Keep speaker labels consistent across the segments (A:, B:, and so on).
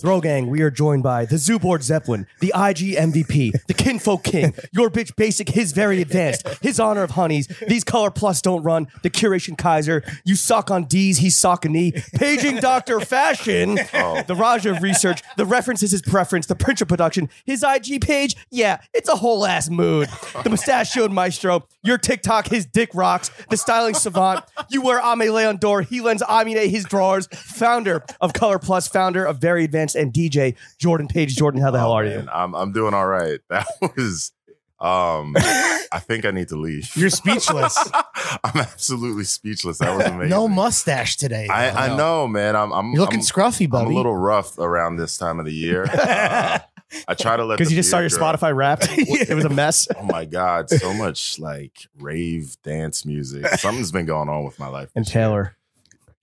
A: Throw Gang, we are joined by the Zoo Board Zeppelin, the IG MVP, the Kinfolk King, your bitch basic, his very advanced, his honor of honeys, these color plus don't run, the curation Kaiser, you sock on D's, he's sock a knee, paging Dr. Fashion, the Raja of research, the reference is his preference, the Prince of production, his IG page, yeah, it's a whole ass mood. The mustachioed maestro, your TikTok, his dick rocks, the styling savant, you wear Ame Leondor, he lends Amine his drawers, founder of Color Plus, founder of Very Advanced, and DJ Jordan Page. Jordan, how the hell are you?
B: And I'm I'm doing all right. That was um I think I need to leave.
C: You're speechless.
B: I'm absolutely speechless. That was amazing.
C: no mustache today.
B: I,
C: though.
B: I know, man. I'm I'm
C: You're looking
B: I'm,
C: scruffy,
B: I'm
C: buddy.
B: a little rough around this time of the year. Uh, I try to let
A: Because
B: the
A: you just saw
B: beer
A: your
B: grow.
A: Spotify wrapped. It was a mess.
B: Oh my god, so much like rave dance music. Something's been going on with my life.
A: And Taylor.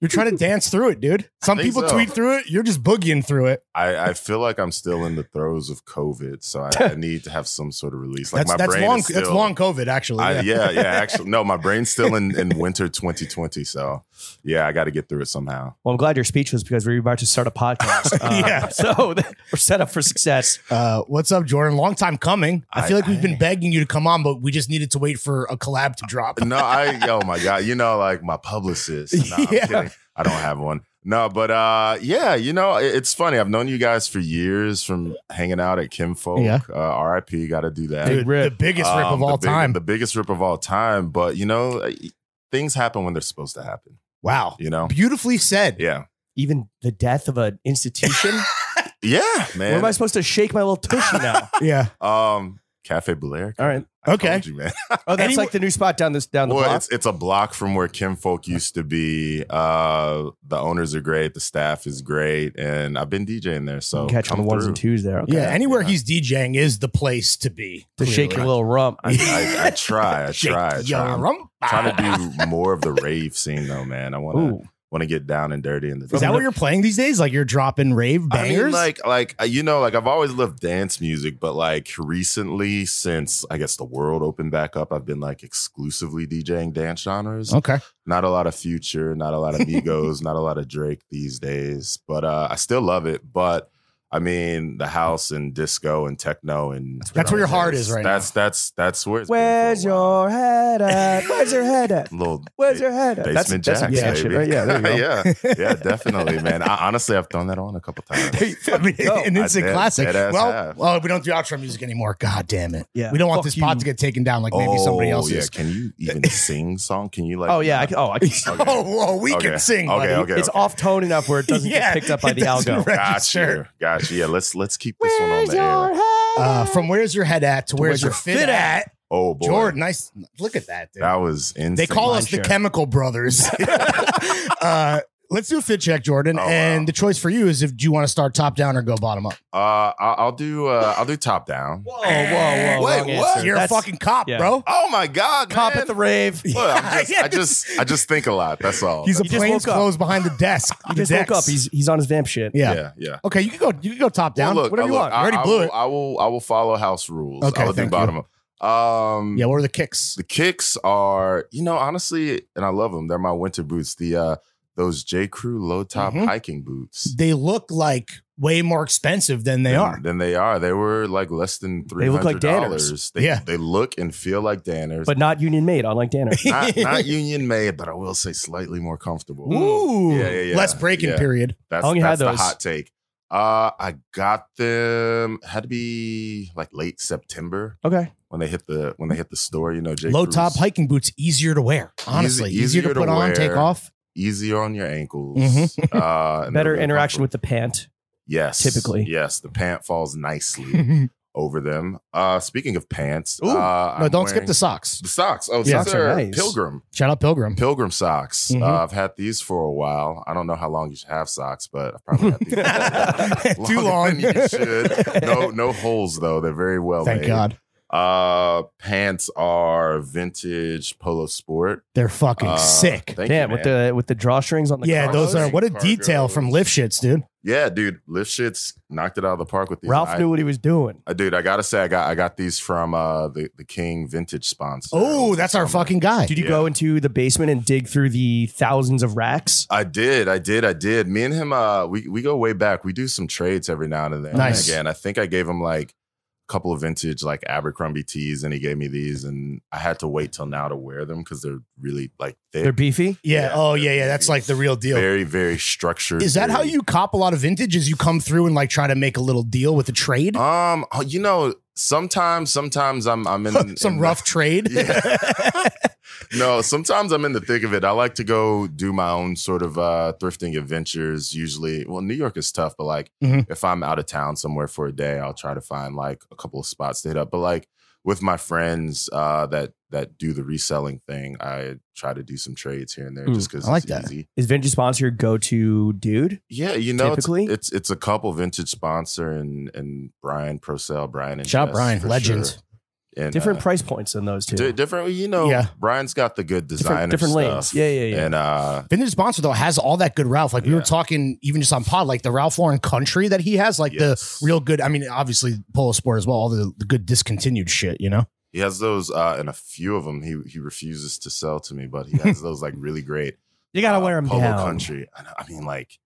C: You're trying to dance through it, dude. Some
B: think
C: people
B: so.
C: tweet through it. You're just boogieing through it.
B: I, I feel like I'm still in the throes of COVID, so I, I need to have some sort of release. Like
C: That's
B: my
C: that's
B: brain
C: long.
B: is still,
C: that's long COVID, actually.
B: I, yeah,
C: yeah.
B: yeah. Actually, no, my brain's still in, in winter 2020. So, yeah, I got to get through it somehow.
A: Well, I'm glad you're speechless because we're about to start a podcast. Uh,
C: Yeah.
A: So we're set up for success.
C: Uh, what's up, Jordan? Long time coming. I,
B: I-
C: feel like we've
B: I-
C: been begging you to come on, but we just needed to wait for a collab to drop.
B: No, I, oh my God, you know, like my publicist. No, I'm
C: Yeah.
B: kidding. I don't have one. No, but uh, yeah, you know, it- it's funny. I've known you guys for years from hanging out at Kim Folk.
C: Yeah.
B: Uh, RIP, got to do that.
C: Dude,
A: rip.
C: the biggest rip
B: Um,
C: of
B: the
C: all
B: big-
C: time.
B: The biggest rip of all time. But, you know, uh, things happen when they're supposed to happen,
C: wow.
B: you know?
C: Beautifully said.
B: Yeah.
A: Even the death of an institution.
B: Yeah,
A: Where
B: man.
A: am I supposed to shake my little tushy now?
C: Yeah.
B: um, Cafe Belair.
A: All right.
B: I
C: Okay.
B: told you, man.
A: Oh, that's
C: Any-
A: like the new spot down this down the
B: Well,
A: block.
B: it's it's a block from where Kim Folk used to be. Uh, the owners are great, the staff is great, and I've been DJing there. So
A: you can catch on the
B: come
A: ones
B: through.
A: and twos there. Okay.
C: Yeah. Anywhere
B: yeah.
C: he's DJing is the place to be.
A: To shake your
C: Clearly.
A: little rump.
B: I, I, I try, I
C: Shake
B: try, I
C: your
B: try. I'm
C: rump.
B: trying to do more of the rave scene though, man. I want to
A: Ooh.
B: want to get down and dirty in the.
C: Is that what you're playing these days? Like you're dropping rave
B: I
C: bangers?
B: mean, like, like uh, you know, like I've always loved dance music, but like recently, since I guess the world opened back up, I've been like exclusively DJing dance genres.
C: okay.
B: not a lot of future not a lot of migos not a lot of drake these days but uh i still love it but i mean the house and disco and techno and
C: That's where your heart is right now.
B: that's that's that's where it's been for a
A: Where's
B: while.
A: your head at? Where's your head at?
B: little
A: Where's your head at?
B: basement
A: that's,
B: jacks
A: that's
B: yeah,
A: some shit, right? Yeah, there you go.
B: yeah yeah definitely man I, honestly i've thrown that on a couple times
C: I mean,
A: Yo,
C: an instant
B: I did.
C: classic.
B: Deadass
C: Well,
B: half.
C: well, we don't do outro music anymore. God damn it.
A: Yeah.
C: We don't want
A: Fuck
C: this pod
A: you.
C: to get taken down like maybe somebody
B: Oh,
C: else's.
B: yeah can you even sing song can you like
A: Oh yeah. I can, oh, I can,
C: Oh, oh, we
B: Okay.
C: can sing.
B: Okay,
C: buddy.
B: okay.
A: it's off tone enough where it doesn't
C: Yeah,
A: get picked up by
C: it
A: the
C: doesn't
A: algo.
C: re-
B: gotcha
C: register.
B: gotcha yeah let's let's keep this one on the air
C: Uh, from where's your head at to where's your fit, at?
B: oh boy
C: Jordan, nice. Look at that, dude.
B: that was insane
C: they call
A: line
C: us the
A: share.
C: Chemical Brothers. uh, let's do a fit check, Jordan.
B: Oh, wow.
C: and the choice for you is if do you want to start top down or go bottom up?
B: Uh, I'll, I'll do. Uh, I'll do top down.
A: Oh, Whoa, whoa, whoa!
B: Wait,
A: wrong
B: what?
A: answer.
C: You're
A: That's-
C: a fucking cop,
A: yeah.
C: bro.
B: Oh my God,
A: cop
B: man.
A: at the rave.
B: Look, I'm just,
C: Yeah,
B: I just, I just think a lot. That's all.
C: He's a
A: He just
C: plain
A: woke up.
C: clothes behind the desk.
A: He
C: the
A: just woke
C: decks.
A: up. He's he's on his vamp shit.
C: yeah.
B: yeah, yeah.
C: Okay, you can go. You can go top down.
B: Well, look,
C: whatever
B: uh,
C: you
B: look,
C: want. You
B: I,
C: already
B: I
C: blew
B: will,
C: it.
B: I will. I will follow house rules.
C: Okay,
B: I will do
C: thank
B: bottom up. Um,
C: yeah. What were the kicks?
B: the kicks are, you know, honestly, and I love them. They're my winter boots. The uh, those J Crew low top
C: Mhm.
B: hiking boots.
C: They look like way more expensive than they
B: than-
C: are.
B: Than they are. They were like less than three
A: They look like
B: hundred
A: Danners.
B: dollars. They,
C: Yeah.
B: they look and feel like Danners,
A: But not union made, unlike Danner.
B: not, not union made. But I will say slightly more comfortable.
C: Ooh,
B: Yeah, yeah, yeah.
C: less breaking
B: Yeah.
C: period.
B: That's,
A: How long you had
B: that's the
A: those?
B: hot take. Uh, I got them had to be like late September
A: Okay.
B: when they hit the when they hit the store. You know, J.
C: Low
B: Crew's
C: top hiking boots easier to wear. Honestly,
B: Easy-
C: easier, to
B: easier to
C: put on, take
B: wear.
C: off.
B: easier on your ankles.
C: Mhm.
B: Uh, and they're
A: Better
B: really
A: interaction
B: comfortable.
A: with the pant.
B: yes,
A: typically.
B: yes. The pant falls nicely
C: no,
B: over them. Uh, speaking of pants,
C: Ooh.
B: uh, I'm
C: don't skip
B: wearing-
C: the socks.
B: The socks. Oh,
A: Yeah.
B: these
A: Socks are
B: are
A: nice.
B: Pilgrim
C: Shout out Pilgrim.
B: Pilgrim socks.
C: Mhm.
B: Uh, I've had these for a while. I don't know how long you should have socks, but I've probably had these. for a while.
C: Too
B: Longer
C: long.
B: than you should. No, no holes though. They're very well
C: Thank
B: made.
C: God.
B: Uh, pants are vintage Polo Sport.
C: They're fucking
B: Uh,
C: sick.
B: Thank
A: Damn,
B: you,
A: with
B: man.
A: the with the drawstrings on the
C: Yeah,
A: cross.
C: those are what a
B: Cargos.
C: detail from Lift Shits, dude.
B: yeah, dude. Lift shits knocked it out of the park with these.
A: Ralph
B: I-
A: knew what he was doing.
B: Uh, dude, I gotta say, I got I got these from uh the, the King Vintage sponsor.
C: Oh, that's our
B: Um,
C: fucking guy.
A: Did you
B: Yeah.
A: go into the basement and dig through the thousands of racks?
B: I did, I did, I did. Me and him, uh, we we go way back. We do some trades every now and then.
C: Nice.
B: Again, I think I gave him like a couple of vintage like Abercrombie tees, and he gave me these, and I had to wait till now to wear them because they're really like thick,
A: They're beefy.
C: Yeah.
B: Yeah.
C: Oh, yeah, yeah. That's like the real deal.
B: very very structured.
C: Is that how
B: very-
C: you cop a lot of vintage? Is you come through and like try to make a little deal with a trade,
B: Um, oh, you know, sometimes sometimes I'm I'm in
C: some
B: in the-
C: rough trade?
B: Yeah. no, sometimes I'm in the thick of it. I like to go do my own sort of uh, thrifting adventures. Usually, well, New York is tough, but like
C: Mhm.
A: Mm-hmm.
B: if I'm out of town somewhere for a day, I'll try to find like a couple of spots to hit up. But like with my friends uh, that that do the reselling thing, I try to do some trades here and there
A: Mm,
B: just because
C: I like
B: it's
C: that.
B: easy.
A: Is Vintage Sponsor your go-to dude?
B: Yeah, you know, it's,
A: Typically?
B: it's it's a couple vintage sponsor and and Brian Procell, Brian and
C: Shout out
B: Jess,
C: Brian,
B: for
C: legend.
B: sure. And,
A: Different
B: uh,
A: price points than those two.
B: Di- different, you know.
C: Yeah.
B: Brian's got the good design.
A: different, different lanes.
B: stuff.
A: Yeah, yeah, yeah.
B: And uh,
C: Vintage sponsor though has all that good Ralph. Like we were
B: Yeah.
C: talking even just on pod, like the Ralph Lauren country that he has, like
B: Yes.
C: the real good. I mean, obviously Polo Sport as well, all the, the good discontinued shit, you know?
B: he has those, uh, and a few of them he he refuses to sell to me, but he has those like really great.
A: you gotta
B: uh,
A: wear them
B: Polo
A: down.
B: Country. I, know- I mean, like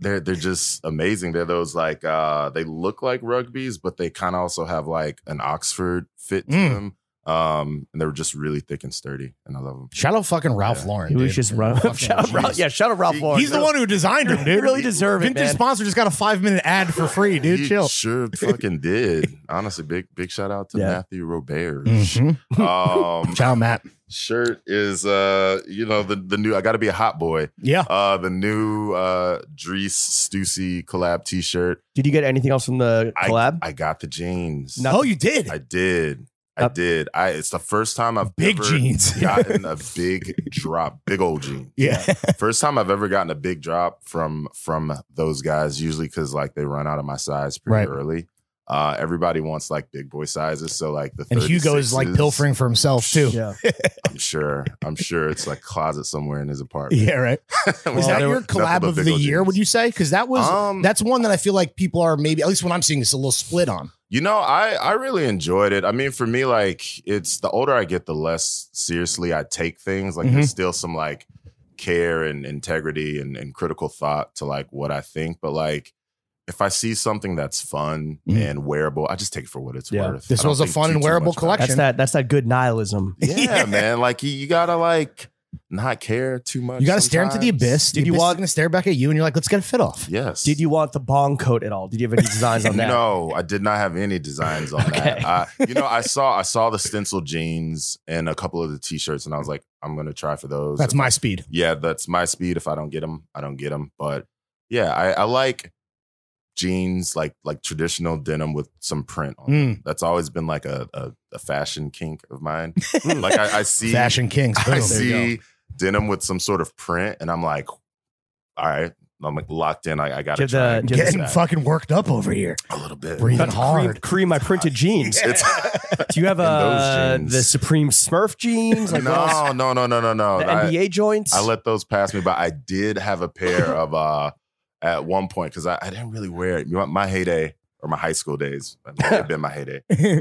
B: they're they're just amazing. They're those like uh, they look like rugbies, but they kind of also have like an Oxford fit to
C: Mm.
B: them. Um, and they were just really thick and sturdy, and I love them.
C: Shout out fucking Ralph
B: Yeah.
C: Lauren.
A: He was
C: dude.
A: just run.
C: Fucking
A: shout out Ralph,
C: genius.
A: yeah, shout out Ralph
B: He-
A: Lauren.
C: He's the one who designed him,
A: You
C: dude.
A: really deserve it,
C: Vintage
A: man.
C: sponsor just got a five minute ad for free, dude.
B: He
C: Chill.
B: sure fucking did. Honestly, big big shout out to
A: Yeah.
B: Matthew Robert.
C: Mhm.
B: Um,
C: Ciao, Matt.
B: shirt is uh you know the the new I got to be a hot boy.
C: Yeah.
B: Uh the new uh Drees Stussy collab t-shirt.
A: Did you get anything else from the collab?
B: I got the jeans.
A: Not-
C: oh, you did.
B: I did. I
A: Uh,
B: did. I it's the first time I've
C: Big
B: ever
C: jeans.
B: gotten a big drop, big old jean.
C: yeah.
B: First time I've ever gotten a big drop from from those guys usually cuz like they run out of my size pretty
C: Right.
B: early. Uh everybody wants like big boy sizes, so like the
C: And Hugo is like
B: 36s,
C: pilfering for himself too. Yeah,
A: yeah.
B: I'm sure. I'm sure it's like closet somewhere in his apartment.
C: right. Was
A: Well,
C: that
A: there
C: your
B: were- nothing
C: collab
B: but
C: of
B: big
C: the
B: old
C: year?
B: jeans.
C: Would you say? Because that was
B: Um,
C: that's one that I feel like people are maybe at least when I'm seeing this a little split on.
B: You know, I I really enjoyed it. I mean, for me, like it's the older I get, the less seriously I take things. Like
C: Mm-hmm.
B: there's still some like care and integrity and, and critical thought to like what I think. But like if I see something that's fun
C: Mhm.
B: and wearable, I just take it for what it's
A: Yeah.
B: worth.
C: This
B: I don't
C: was a
B: think
C: fun
B: too-
C: and
B: too
C: wearable
B: much about it.
A: That's
C: collection.
A: that. That's that good nihilism.
B: Yeah, man. Like you, you gotta like not care too much.
C: You got to stare into the
B: sometimes.
C: abyss.
A: Did
C: Did
A: you
C: you
A: want-
C: want to stare back at you and you're like, let's get a fit off.
B: Yes.
A: Did you want the bong coat at all? Did you have any designs on that?
B: No, I did not have any designs on
A: Okay.
B: that. I, you know, I saw I saw the stencil jeans and a couple of the t-shirts, and I was like, I'm gonna try for those.
C: That's my speed.
B: yeah, that's my speed. If I don't get them, I don't get them. But yeah, I, I like jeans, like like traditional denim with some print on. them.
C: Mm.
B: That's always been like a a, a fashion kink of mine. like I, I see
C: Fashion kings. Boom.
B: I
C: There you go.
B: see denim with some sort of print, and I'm like, all right. I'm like locked in. I, I gotta
A: Get the-
B: try and
A: get
B: get
C: Getting
B: that
C: fucking worked up over here.
B: a little bit.
C: Breathing
A: Cut cream,
C: hard.
A: cream my printed jeans.
B: It's-
A: Do you have
B: And those
A: uh,
B: jeans.
A: the Supreme Smurf jeans? Like what else?
B: no, no, no, no, no, no.
A: the
B: I,
A: NBA joints?
B: I let those pass me by. I did have a pair of uh at one point because I, I didn't really wear it. My, my heyday or my high school days it may have been my heyday,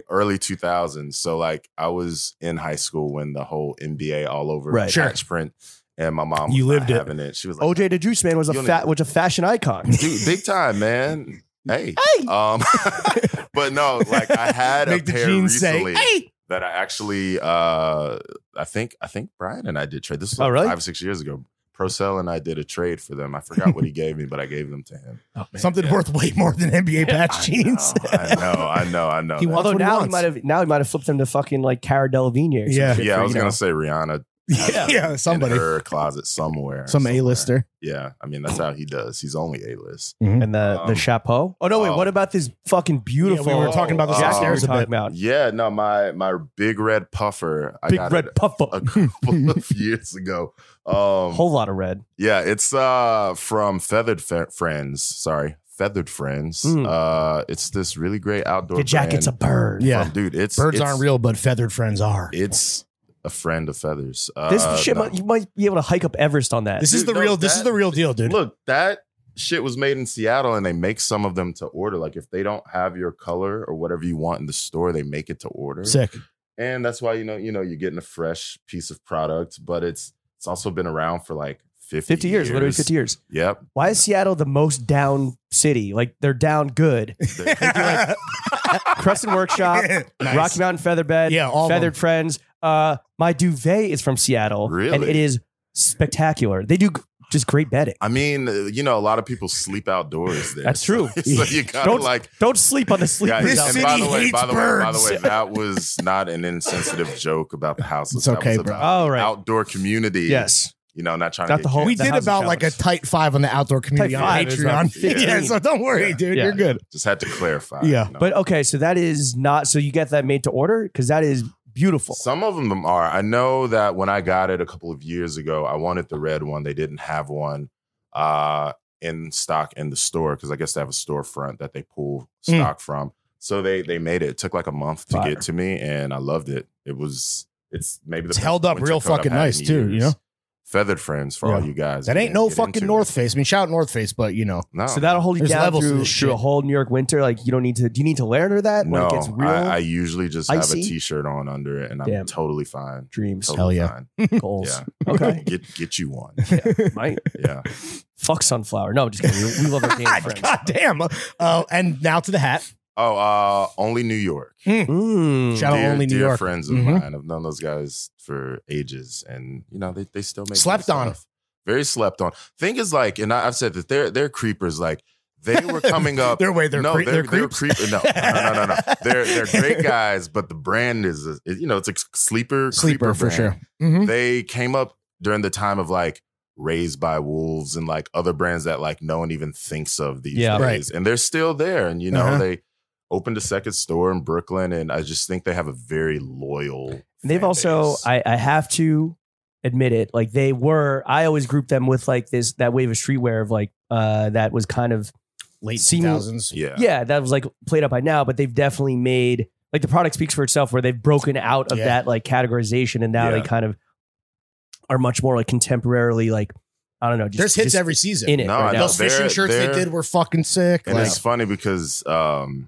B: early 2000s. So like I was in high school when the whole NBA all over
A: Right.
C: Sure.
B: patch print, and my mom was
C: You
B: not
C: lived it.
B: having it. She was like,
A: OJ the Juice Man was a
B: You don't
A: fat
B: even-
A: was a fashion icon.
B: dude, big time, man. Hey, um, but no, like I had
C: Make
B: a
C: the
B: pair
C: jeans say,
B: recently that I actually, uh, I think, I think Brian and I did trade. This was
A: Oh,
B: like
A: really?
B: five or six years ago. Procell and I did a trade for them. I forgot what he gave me, but I gave them to him.
C: Something worth way more than NBA patch jeans.
B: I know, I know, I know.
C: He
B: That-
C: wants-
A: Although
C: what he
A: now he
C: wants.
A: might have now he might have flipped them to fucking like Cara Delevingne. Or some
C: Yeah.
A: shit
B: yeah,
A: for,
B: I was
A: you know.
B: gonna say Rihanna.
C: Yeah,
B: in
C: somebody.
B: her closet somewhere.
C: Some
B: somewhere.
C: A-lister.
B: Yeah, I mean that's how he does. He's only a list.
A: And the the
B: Um,
A: chapeau. Oh no, wait.
B: oh.
A: what about this fucking beautiful?
C: we were talking about
B: this
A: jacket we were
B: upstairs
C: a
A: talking
C: bit.
A: about.
B: Yeah, no, my my big red puffer. I
A: Big
B: got
A: red
B: it
A: puffer.
B: a couple of years ago. Um,
A: Whole lot of red.
B: Yeah, it's uh from Feathered Fe- Friends. Sorry, Feathered Friends.
A: Mm.
B: Uh, it's this really great outdoor.
A: Your jacket's a
B: brand
A: bird.
C: Yeah.
B: from- dude. It's
C: Birds
B: it's-
C: aren't real, but feathered friends are.
B: It's a friend of feathers. Uh,
A: This shit,
B: no.
A: might, you might be able to hike up Everest on that.
C: This is
B: Dude,
C: the
B: no,
C: real. This is
B: that-
C: the real deal, dude.
B: Look, that shit was made in Seattle, and they make some of them to order. Like if they don't have your color or whatever you want in the store, they make it to order.
C: Sick.
B: and that's why you know you know you're getting a fresh piece of product, but it's it's also been around for like fifty,
A: 50 years, literally 50 years.
B: Yep.
A: Why is Seattle the most down city? Like they're down good. like- Crescent Workshop,
C: Nice.
A: Uh, Rocky Mountain Featherbed,
C: Yeah, all of them.
A: Feathered Friends. Uh, my duvet is from Seattle, and
B: Really?
A: it is spectacular. They do g- just great bedding.
B: I mean, uh, you know, a lot of people sleep outdoors there.
A: That's true.
B: So, so you gotta
A: Don't-
B: like
A: Don't sleep on the
B: guys,
A: sleepers.
C: this
A: out
B: and
A: there.
B: by
C: city
B: the way, by
C: hates
B: the way, by the way,
C: birds.
B: that was not an insensitive joke about the houses.
C: It's
B: That
C: okay,
B: was
C: bro.
B: about
A: All right.
B: outdoor community.
A: Yes.
B: You know, not trying
A: Not
B: to
A: the
B: get
A: whole-
C: we
A: the
C: did
A: housing
C: about like a
A: challenge.
C: tight five on the outdoor community on
A: five,
B: it's about
C: Patreon. Yeah,
A: 15.
C: so don't worry, dude.
A: Yeah.
C: You're good.
B: Just had to clarify.
C: Yeah.
B: you know.
A: But okay, so that is not. So you get that made to order because that is beautiful.
B: Some of them are. I know that when I got it a couple of years ago, I wanted the red one. They didn't have one uh, in stock in the store because I guess they have a storefront that they pull
C: Mm.
B: stock from. So they they made it. It took like a month to
A: Fire.
B: get to me, and I loved it. It was it's maybe the
C: It's
B: best
C: held up
B: winter
C: real
B: coat I've
C: fucking
B: had in
C: nice, too, you
B: years.
C: know?
B: feathered friends for all
C: Yeah.
B: you guys.
C: That
B: Get-
C: ain't no
B: get
C: fucking
B: into
C: North
B: it.
C: Face. I mean, shout out North Face, but you know,
B: No,
A: So that'll hold you
C: There's
A: down
C: levels to
A: through,
C: this
A: through a
C: shit.
A: whole New York winter. Like you don't need to. Do you need to layer under that when
B: no.
A: it gets real?
B: I, I usually just have
A: Icy?
B: a t-shirt on under it, and I'm
A: Damn.
B: totally fine.
A: Dreams,
B: Totally
C: Hell yeah.
B: fine.
A: goals.
B: Oh. Yeah.
A: Okay,
B: Get get you one.
A: might
B: Yeah.
A: fuck sunflower. No, I'm just kidding. We, we love our damn friends.
C: God damn. Uh, and now to the hat.
B: Oh, uh, only New York.
A: Mm.
C: Shout out only New
B: dear
C: York.
B: friends of
C: Mhm.
B: mine. I've known those guys for ages, and you know they they still make
C: Slept
B: good
C: on.
B: stuff. very slept on. Thing is, like, and I, I've said that they're they're creepers. Like they were coming up.
C: Their way, they're
B: no,
C: creep-
B: they're,
C: they're
B: they're
C: creeps.
B: creep- No, no, no, no, no. They're they're great guys, but the brand is is- you know it's a sleeper creeper
C: Sleeper for
B: brand.
C: sure.
A: Mm-hmm.
C: Mhm.
B: They came up during the time of like. Raised by Wolves and like other brands that like no one even thinks of these
A: Yeah.
C: Right.
B: days, and they're still there. And you know
C: Uh-huh.
B: they opened a second store in Brooklyn, and I just think they have a very loyal.
A: And they've
B: fan
A: also,
B: base.
A: I, I have to admit it, like they were, I always grouped them with like this, that wave of streetwear of like, uh, that was kind of,
C: Late
A: Seem-
C: 2000s.
B: yeah,
A: yeah, that was like played up by now, but they've definitely made, like the product speaks for itself where they've broken out of
C: Yeah.
A: that like categorization and now
B: Yeah.
A: they kind of are much more like contemporarily, like, I don't know. Just,
C: There's hits
A: just
C: every season.
A: in it.
B: No,
A: right
B: I
A: now.
B: know.
C: Those fishing
B: they're-
C: shirts they
B: they're-
C: did were fucking sick.
B: and
C: Like,
B: it's funny because um,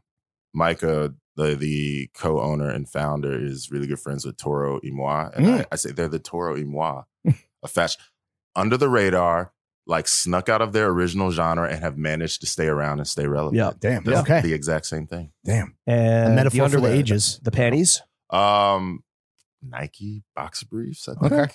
B: Micah, the the co-owner and founder, is really good friends with Toro Imoa, and
C: Mm.
B: I, I say they're the Toro Imoa of fashion, under the radar, like snuck out of their original genre and have managed to stay around and stay relevant.
A: Yeah.
C: damn.
B: That's
C: Okay.
B: the exact same thing.
C: damn.
A: And
C: A
A: the
C: metaphor for Mm. the
A: underwear,
C: ages.
A: The panties.
B: Um, Nike boxer briefs. I think.
C: Okay.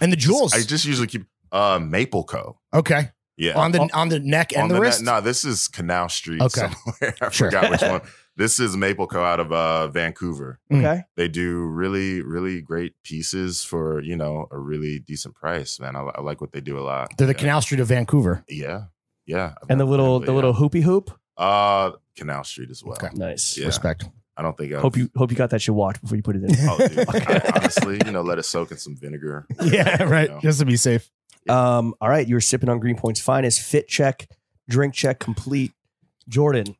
C: And the jewels.
B: I just usually keep uh, Maple Co.
C: okay.
B: Yeah.
C: On the on the neck and
B: On
C: the,
B: ne-
C: wrist.
B: No, this is Canal Street
C: Okay.
B: somewhere. I
C: Sure.
B: forgot which one. This is Maple Co. out of uh, Vancouver.
C: Mm.
A: Okay.
B: They do really, really great pieces for you know a really decent price, man. I, li- I like what they do a lot.
C: They're the
B: yeah.
C: Canal Street of Vancouver.
B: Yeah, yeah.
A: And the little, the
B: Yeah.
A: little hoopy hoop.
B: uh Canal Street as well.
C: Okay.
A: Nice.
B: Yeah.
C: Respect.
B: I don't think. I've,
A: Hope you, hope you got that shit washed before you put it in.
B: Oh, dude. I, honestly, you know, let it soak in some vinegar.
C: yeah, right.
B: You know?
C: Just to be safe.
A: Um, all right, you were sipping on Greenpoint's finest fit check, drink check complete. Jordan,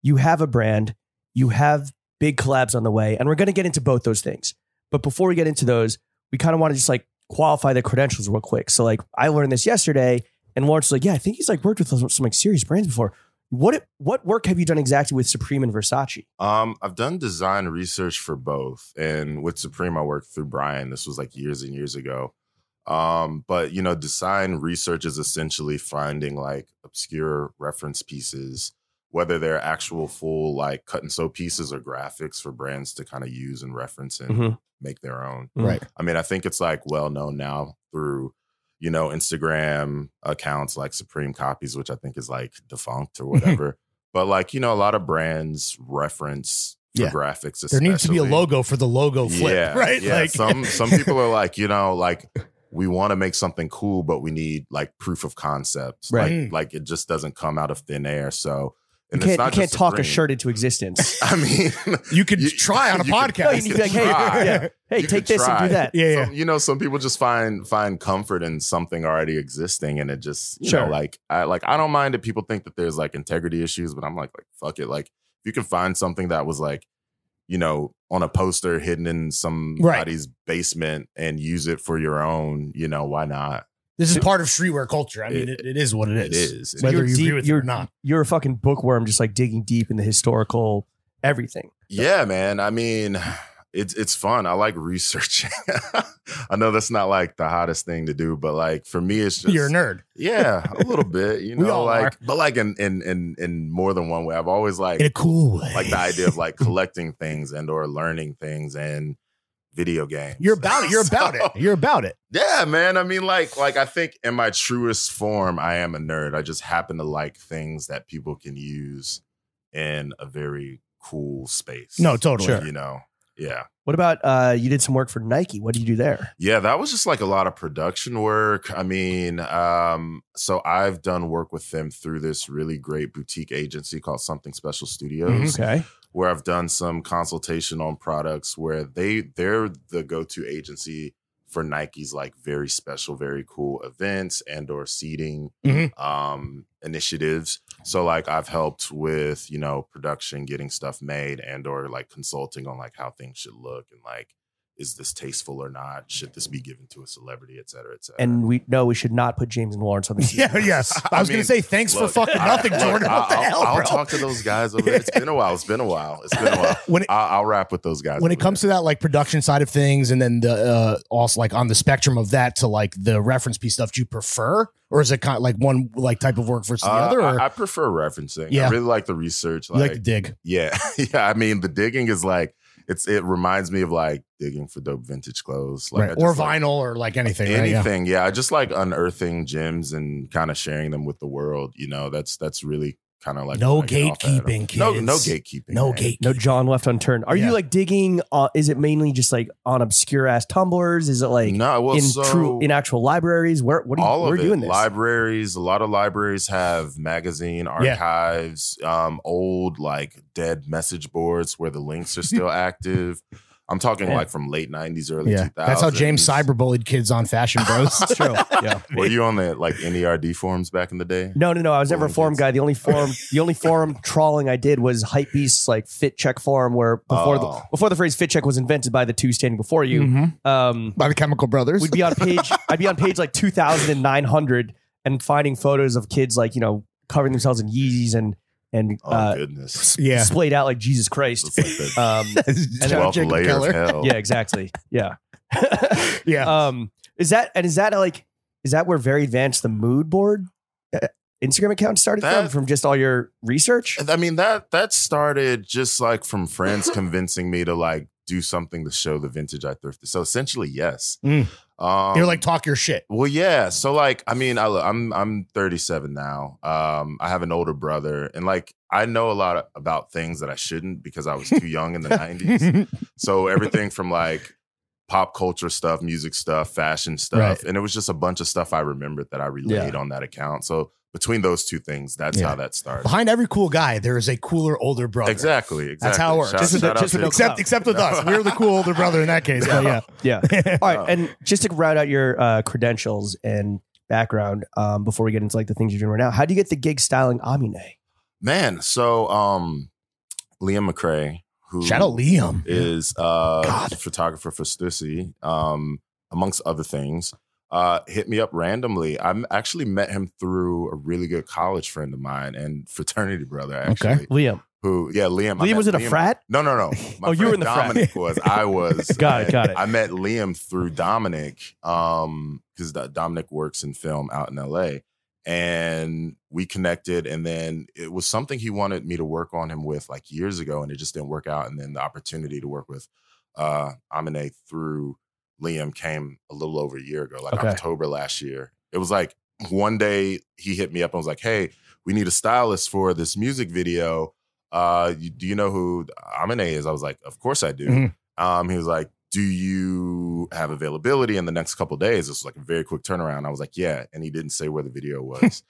A: you have a brand, you have big collabs on the way, and we're gonna get into both those things. But before we get into those, we kind of want to just like qualify the credentials real quick. So like I learned this yesterday, and Lawrence was like, yeah, I think he's like worked with some like serious brands before. What what work have you done exactly with Supreme and Versace?
B: Um, I've done design research for both, and with Supreme, I worked through Brian. This was like years and years ago. Um, but you know, design research is essentially finding like obscure reference pieces, whether they're actual full like cut and sew pieces or graphics for brands to kind of use and reference and
A: Mhm.
B: make their own.
A: Mm.
C: Right.
B: I mean, I think it's like well known now through you know Instagram accounts like Supreme Copies, which I think is like defunct
C: Mm-hmm.
B: or whatever. but like you know, a lot of brands reference for
C: Yeah.
B: graphics.
C: There needs to be a
B: especially.
C: logo for the logo flip,
B: Yeah,
C: right?
B: Yeah. some some people are like you know like. We want to make something cool, but we need like proof of concept.
A: Right.
C: Mm.
B: Like, like it just doesn't come out of thin air.
A: You
B: So And it's
A: can't, you
B: not
A: can't
B: just
A: talk a
B: green.
A: shirt into existence.
B: I mean,
C: You could
B: You-
C: try on a
B: you could-
A: No,
C: podcast.
A: you need to be like, hey,
B: try.
A: yeah, hey,
B: You
A: take
B: can
A: this and
B: try.
A: do that.
C: yeah, yeah.
B: some- you know, some people just find find comfort in something already existing, and it just you
A: Sure.
B: know, like I like I don't mind that people think that there's like integrity issues, but I'm like, like fuck it, like if you can find something that was like, you know, on a poster hidden in somebody's basement and use it for your own, you know, why not?
C: This is part of streetwear culture. I mean, it,
B: It-
C: it is what it
B: It
C: is.
B: is.
C: Whether
A: You're
C: you agree
A: deep-
C: with it
A: you're-
C: or not.
A: You're a fucking bookworm, just like digging deep in the historical everything.
B: Yeah, man. I mean, it's it's fun. I like researching. I know that's not like the hottest thing to do, but like for me, it's just
C: You're a nerd.
B: Yeah, a little bit, you
C: We
B: know,
C: all
B: like
C: are.
B: but like in in in in more than one way. I've always like
C: In a cool way.
B: like the idea of like collecting things and or learning things and video games.
C: You're about it. You're about
B: So,
C: it. You're about it.
B: Yeah, man. I mean, like like I think in my truest form, I am a nerd. I just happen to like things that people can use in a very cool space.
C: No, totally.
A: Sure.
B: You know. Yeah.
A: What about uh, you did some work for Nike? What did you do there?
B: Yeah, that was just like a lot of production work. I mean, um, so I've done work with them through this really great boutique agency called Something Special Studios,
A: Okay.
B: where I've done some consultation on products where they they're the go-to agency for Nike's like very special, very cool events and or seating
C: Mhm.
B: um initiatives. So like I've helped with, you know, production, getting stuff made and or like consulting on like how things should look and like is this tasteful or not? Should this be given to a celebrity, et cetera, et cetera.
A: And we no, we should not put James and Lawrence on the team.
C: Yeah, yes. I
B: I
C: was gonna
B: mean,
C: say thanks
B: Look,
C: for fucking
B: I-
C: nothing,
B: look,
C: Jordan.
B: I-
C: what the
B: I'll-
C: hell,
B: I'll
C: bro?
B: talk to those guys over there. It's been a while. It's been a while. It's been a while.
C: when it,
B: I'll, I'll wrap with those guys.
C: when it
B: over
C: comes to that like production side of things, and then the uh, also like on the spectrum of that to like the reference piece stuff, do you prefer, or is it kind of like one like type of work versus
B: there.
C: the
B: Uh,
C: other? Or
B: I, I prefer referencing.
C: Yeah.
B: I really like the research.
C: you like,
B: Like,
C: to dig?
B: yeah, yeah. I mean, the digging is like it's. It reminds me of like digging for dope vintage clothes, like I
C: right. or
B: just like-
C: vinyl or like anything. right? Yeah.
B: anything. Yeah, I just like unearthing gems and kind of sharing them with the world. You know, that's that's really kind of like
C: No
B: what I get off at 'em.
C: gatekeeping,
B: No,
C: kids.
B: no gatekeeping.
C: No
B: man.
C: gate.
A: No John left unturned. Are
C: Yeah.
A: you like digging? Uh, is it mainly just like on obscure ass tumblers? Is it like
B: no, well,
A: in
B: so
A: true in actual libraries? Where what are you,
B: all
A: we're
B: of it.
A: doing this?
B: Libraries, a lot of libraries have magazine archives, um, old like dead message boards where the links are still active. I'm talking
A: Man.
B: like from late '90s, early
C: yeah,
B: 2000s.
C: that's how James cyberbullied kids on Fashion Bros.
A: It's true. Yeah.
B: Were you on the like NERD forums back in the day?
A: No, no, no. I was never a
B: Bullying
A: forum
B: kids.
A: guy. The only forum, the only forum trawling I did was Hypebeast's like fit check forum, where before
B: Oh.
A: the before the phrase fit check was invented by the two standing before you.
C: Mhm.
A: Um,
C: by the Chemical Brothers.
A: we'd be on page. I'd be on page like two thousand and nine hundred, and finding photos of kids like you know covering themselves in Yeezys and and
B: Oh
A: uh,
B: goodness,
C: yeah,
A: splayed out like Jesus Christ.
B: it's like the
A: Um, then-
B: twelfth
C: Jacob
B: layer
C: Keller.
B: of hell.
A: yeah, exactly. Yeah.
C: Yeah,
A: um, is that and is that like is that where very advanced the mood board uh, Instagram account started from
B: That-
A: from just all your research?
B: I mean that that started just like from friends convincing me to like do something to show the vintage I thrifted. So essentially, yes.
C: Mm.
B: Um,
C: you're like talk your shit.
B: Well, yeah. So like, I mean, I, I'm I'm 37 now. Um, I have an older brother, and like, I know a lot about things that I shouldn't because I was too young in the 90s. So everything from like pop culture stuff, music stuff, fashion stuff,
C: Right.
B: and it was just a bunch of stuff I remembered that I relayed on that account. So between those two things, that's
C: Yeah.
B: how that started.
C: Behind every cool guy, there is a cooler older brother.
B: Exactly, exactly.
C: That's how it works.
B: Shout-
A: Just with the-
B: shout out
A: just with
B: to-
A: the
C: Except, except with us, we're the cool older brother in that case. But yeah,
A: Yeah. All right, and just to round out your uh, credentials and background um, before we get into like the things you're doing right now, how do you get the gig styling Amine?
B: man. So um, Liam McRae, who
C: shout out Liam.
B: is uh
C: God.
B: photographer for Stussy, um, amongst other things. Uh, hit me up randomly. I am actually met him through a really good college friend of mine and fraternity brother,
C: Okay.
B: actually.
A: Liam.
B: Who, yeah, Liam. I
A: Liam
B: met
A: was in a
B: Liam-
A: frat.
B: No, no, no. My
A: Oh, you were
B: friend
A: in the frat.
B: Dominic was. I was.
A: Got it,
B: And
A: got it.
B: I met Liam through Dominic, um, because Dominic works in film out in LA. And we connected, and then it was something he wanted me to work on him with like years ago, and it just didn't work out. And then the opportunity to work with uh Amine through Liam came a little over a year ago, like
A: Okay.
B: October last year. It was like one day he hit me up and was like, Hey, we need a stylist for this music video. Uh, you, do you know who Amine is? I was like, Of course I do.
C: Mhm.
B: Um, he was like, Do you have availability in the next couple days? This was like a very quick turnaround. I was like, Yeah. And he didn't say where the video was.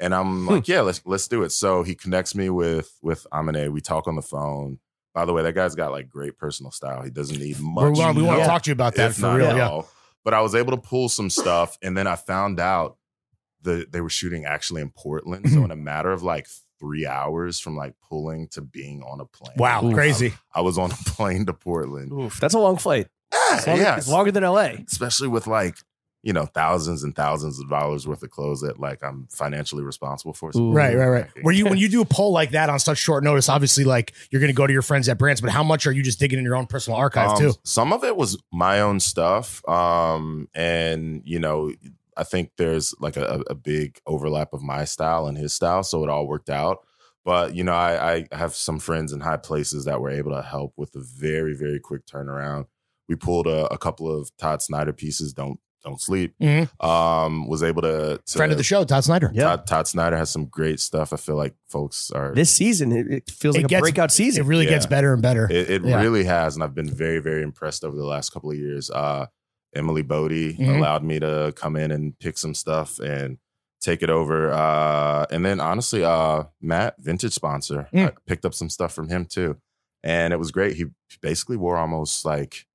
B: And
C: Hmm.
B: I'm like, yeah, let's let's do it. So he connects me with with Amine. We talk on the phone. By the way, that guy's got like great personal style. He doesn't need
C: We're-
B: much.
C: we want, we want to
B: help,
C: talk to you about that
B: if
C: for
B: not
C: real.
B: at
C: Yeah.
B: all. But I was able to pull some stuff, and then I found out that they were shooting actually in Portland.
C: Mm-hmm.
B: so in a matter of like three hours from like pulling to being on a plane.
C: Wow,
A: Ooh.
C: crazy.
B: I was on a plane to Portland.
A: Oof, that's a long flight. It's longer,
B: yeah,
A: it's longer than LA.
B: especially with like you know thousands and thousands of dollars worth of clothes that like I'm financially responsible for. So
A: Ooh.
C: Right, right, right.
B: Thank you.
C: Were you when you do a poll like that on such short notice? Obviously, like you're going to go to your friends at brands, but how much are you just digging in your own personal archive
B: Um,
C: too?
B: Some of it was my own stuff, um, and you know I think there's like a, a big overlap of my style and his style, so it all worked out. But you know, I, I have some friends in high places that were able to help with a very very quick turnaround. We pulled a, a couple of Todd Snyder pieces. Don't don't sleep.
C: Mhm.
B: Um, was able to, to
C: Friend of the show, Todd Snyder.
A: Yeah.
B: Todd, Todd Snyder has some great stuff. I feel like folks are.
A: This season, it, it feels
C: It
A: like
C: gets-
A: a breakout
C: It
A: season.
C: really
B: Yeah.
C: gets better and better.
B: it it
C: Yeah.
B: really has, and I've been very very impressed over the last couple of years. Uh, Emily Bodie
A: Mm-hmm.
C: Mhm.
B: allowed me to come in and pick some stuff and take it over. Uh, and then honestly, uh, Matt, vintage sponsor,
A: Mm.
B: I picked up some stuff from him too, and it was great. He basically wore almost like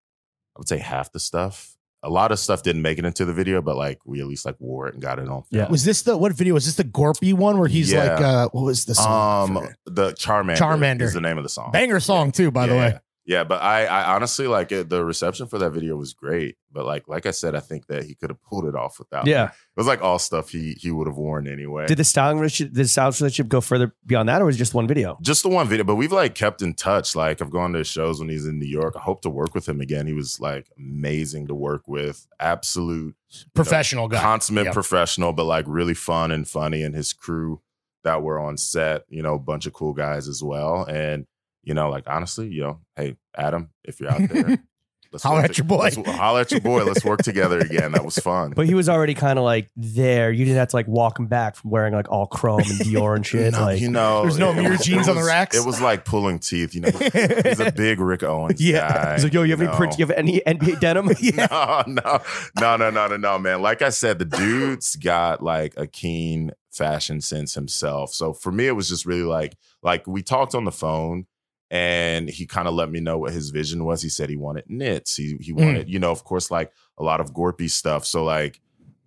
B: I would say half the stuff. A lot of stuff didn't make it into the video, but like we at least like wore it and got it on.
A: Yeah.
C: Was this the what video? Was this the Gorpy one where he's
B: Yeah.
C: like, uh, what was the song?
B: Um, the Charmander,
C: Charmander.
B: is the name of the song.
C: Banger song too, by the
B: Yeah,
C: way.
B: yeah. Yeah, but I, I honestly like it. The reception for that video was great, but like, like I said, I think that he could have pulled it off without. it
A: Yeah.
B: was like all stuff he he would have worn anyway.
A: Did the styling relationship, did the styling relationship go further beyond that, or was it just one video?
B: Just the one video, but we've like kept in touch. Like I've gone to his shows when he's in New York. I hope to work with him again. He was like amazing to work with, absolute
C: Professional guy.
B: consummate
C: Yep.
B: professional, but like really fun and funny. And his crew that were on set, you know, a bunch of cool guys as well. And you know, like honestly, you know, hey Adam, if you're out there, let's
C: Holler
B: work
C: at your boy.
B: Let's, holler at your boy. Let's work together again. That was fun.
A: But he was already kind of like there. You didn't have to like walk him back from wearing like all chrome and Dior and shit.
B: No,
A: like,
B: you know,
C: There's no
B: it
C: mirror
B: was-
C: jeans
B: it
C: on the
B: was-
C: racks?
B: It was like pulling teeth. You know, he's a big Rick Owens. guy,
A: He's like, yo, you have any
B: know?
A: print? You have any NBA denim? yeah.
B: no, no, no, no, no, no, no, man. Like I said, the dude's got like a keen fashion sense himself. So for me, it was just really like, like we talked on the phone and he kind of let me know what his vision was. He said he wanted knits. He he wanted, you know, of course, like a lot of Gorpy stuff. So like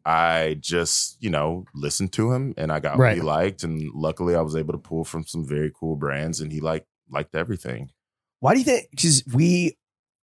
B: I just, you know, listened to him and I got what he
C: Right.
B: liked. And luckily I was able to pull from some very cool brands and he like liked everything.
A: Why do you think? Because we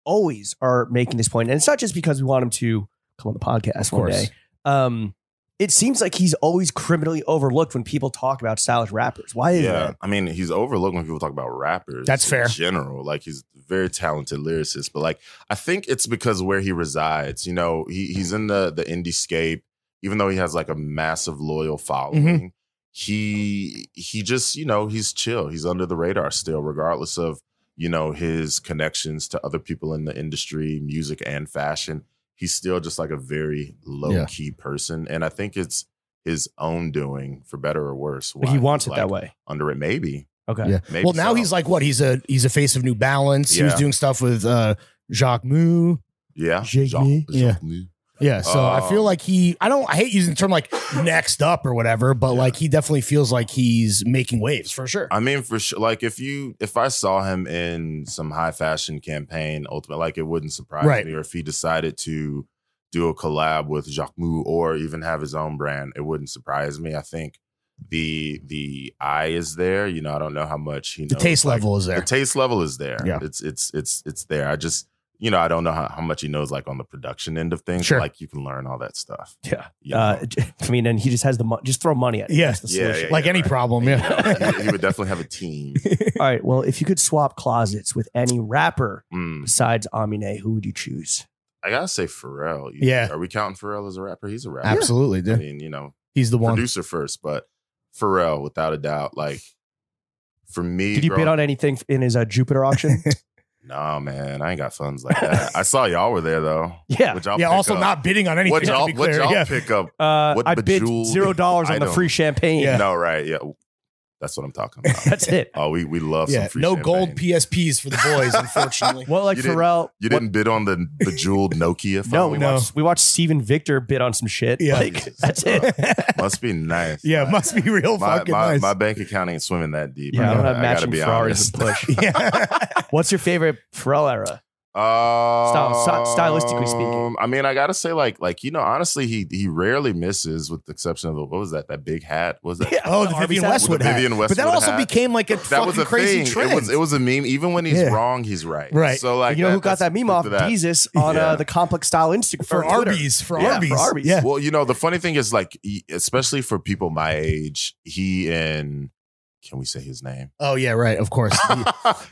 A: always are making this point, and it's not just because we want him to come on the podcast one day. Um, it seems like he's always criminally overlooked when people talk about stylish rappers. Why is
B: Yeah,
A: that?
B: I mean, he's overlooked when people talk about rappers.
C: That's
B: in
C: fair.
B: general, like he's a very talented lyricist, but like I think it's because where he resides. You know, he he's in the the indie scape. Even though he has like a massive
A: Mm-hmm.
B: loyal following, he he just you know he's chill. He's under the radar still, regardless of you know his connections to other people in the industry, music and fashion. He's still just like a very low
C: Yeah.
B: key person, and I think it's his own doing, for better or worse.
A: Like,
B: why
A: he
B: he's
A: wants it
B: like
A: that way.
B: under it. Maybe.
A: Okay.
C: Yeah.
B: Maybe
C: well, now
B: so.
C: he's like what? He's a he's a face of New Balance. He was
B: Yeah.
C: doing stuff with uh Jacques Moo.
B: yeah,
C: Shake me. Yeah. Yeah. So I feel
B: Um,
C: like he I don't I hate using the term like next up or whatever, but
B: Yeah.
C: like he definitely feels like he's making waves for sure.
B: I mean, for sure. Like if you if I saw him in some high fashion campaign, ultimately, like it wouldn't surprise
C: Right.
B: me. Or if he decided to do a collab with Jacques Mou or even have his own brand, it wouldn't surprise me. I think the the eye is there. You know, I don't know how much he
C: the
B: knows,
C: taste
B: like,
C: level is there.
B: The taste level is there.
C: Yeah.
B: It's it's it's it's there. I just you know, I don't know how, how much he knows like on the production end of things.
C: Sure.
B: Like you can learn all that stuff.
A: Yeah.
B: You know?
A: Uh, I mean, and he just has the money. Just throw money at it.
C: Yeah.
A: That's the
B: Yeah,
A: solution.
B: yeah,
C: like any
B: right.
C: problem,
B: You know,
C: yeah.
B: he, he would definitely have a team.
A: All right. Well, if you could swap closets with any rapper
B: Mm.
A: besides Amine, who would you choose?
B: I gotta say Pharrell. You-
C: Yeah.
B: Are we counting Pharrell as a rapper? He's a rapper.
C: Absolutely,
B: I
C: dude.
B: mean, you know,
C: He's the one.
B: producer first, but Pharrell, without a doubt, like for me,
A: Did you
B: growing-
A: bid on anything in his uh, Jupiter auction?
B: Nah, man, I ain't got funds like that. I saw y'all were there though.
A: yeah.
B: Which I'll
C: Yeah,
B: pick
C: also
B: up.
C: not bidding on anything.
B: What
C: to
B: y'all,
C: be
B: what
C: clear.
B: y'all
C: yeah.
B: pick up?
A: Uh,
B: What
A: I bid
B: bejeweled
A: zero dollars on the
B: item?
A: free champagne.
B: No, right? Yeah, That's what I'm talking about.
A: That's it.
B: oh, we we love
C: yeah,
B: some free
C: no
B: champagne.
C: gold PSPs for the boys, unfortunately.
A: Well, like
B: You didn't-
A: Pharrell.
B: You
A: what-
B: didn't bid on the bejeweled Nokia. phone
A: No,
B: we
C: no.
B: watched?
A: we watched Steven Victor bid on some shit.
C: Yeah.
A: Like, that's it.
B: Must be nice.
C: yeah, it must be real
B: my,
C: fucking
B: my,
C: nice.
B: my bank account ain't swimming that deep.
A: Yeah, I don't
B: gotta-
A: have
B: gotta
A: matching
B: be
A: Ferraris to
B: honest.
A: push.
C: yeah.
A: What's your favorite Pharrell era?
B: Um,
A: stylistically speaking.
B: I mean, I gotta say, like, like you know, honestly, he he rarely misses, with the exception of the, what was that? That big hat What was that?
C: Oh, the
A: Harvey
C: Vivian
A: Sapp-
C: Westwood
B: The
C: hat.
B: Vivian
C: but that
B: Westwood
C: also
B: hat.
C: became like a
B: That
C: fucking
B: was a
C: crazy
B: thing.
C: trend.
B: It was it was a meme. Even when he's
C: Yeah.
B: wrong, he's right.
C: Right.
B: So like,
A: you know
B: that-
A: who got
B: that's-
A: that meme
B: look
A: off?
B: to that.
A: Deezus on
B: Yeah.
A: uh, the Complex Style Instagram
C: for
A: on Twitter.
C: Arby's. For
A: Yeah, for
C: Arby's.
A: Arby's.
C: Yeah.
B: Well, you know, the funny thing is, like, he- especially for people my age, he and can we say his name?
C: Oh yeah, right. Of course.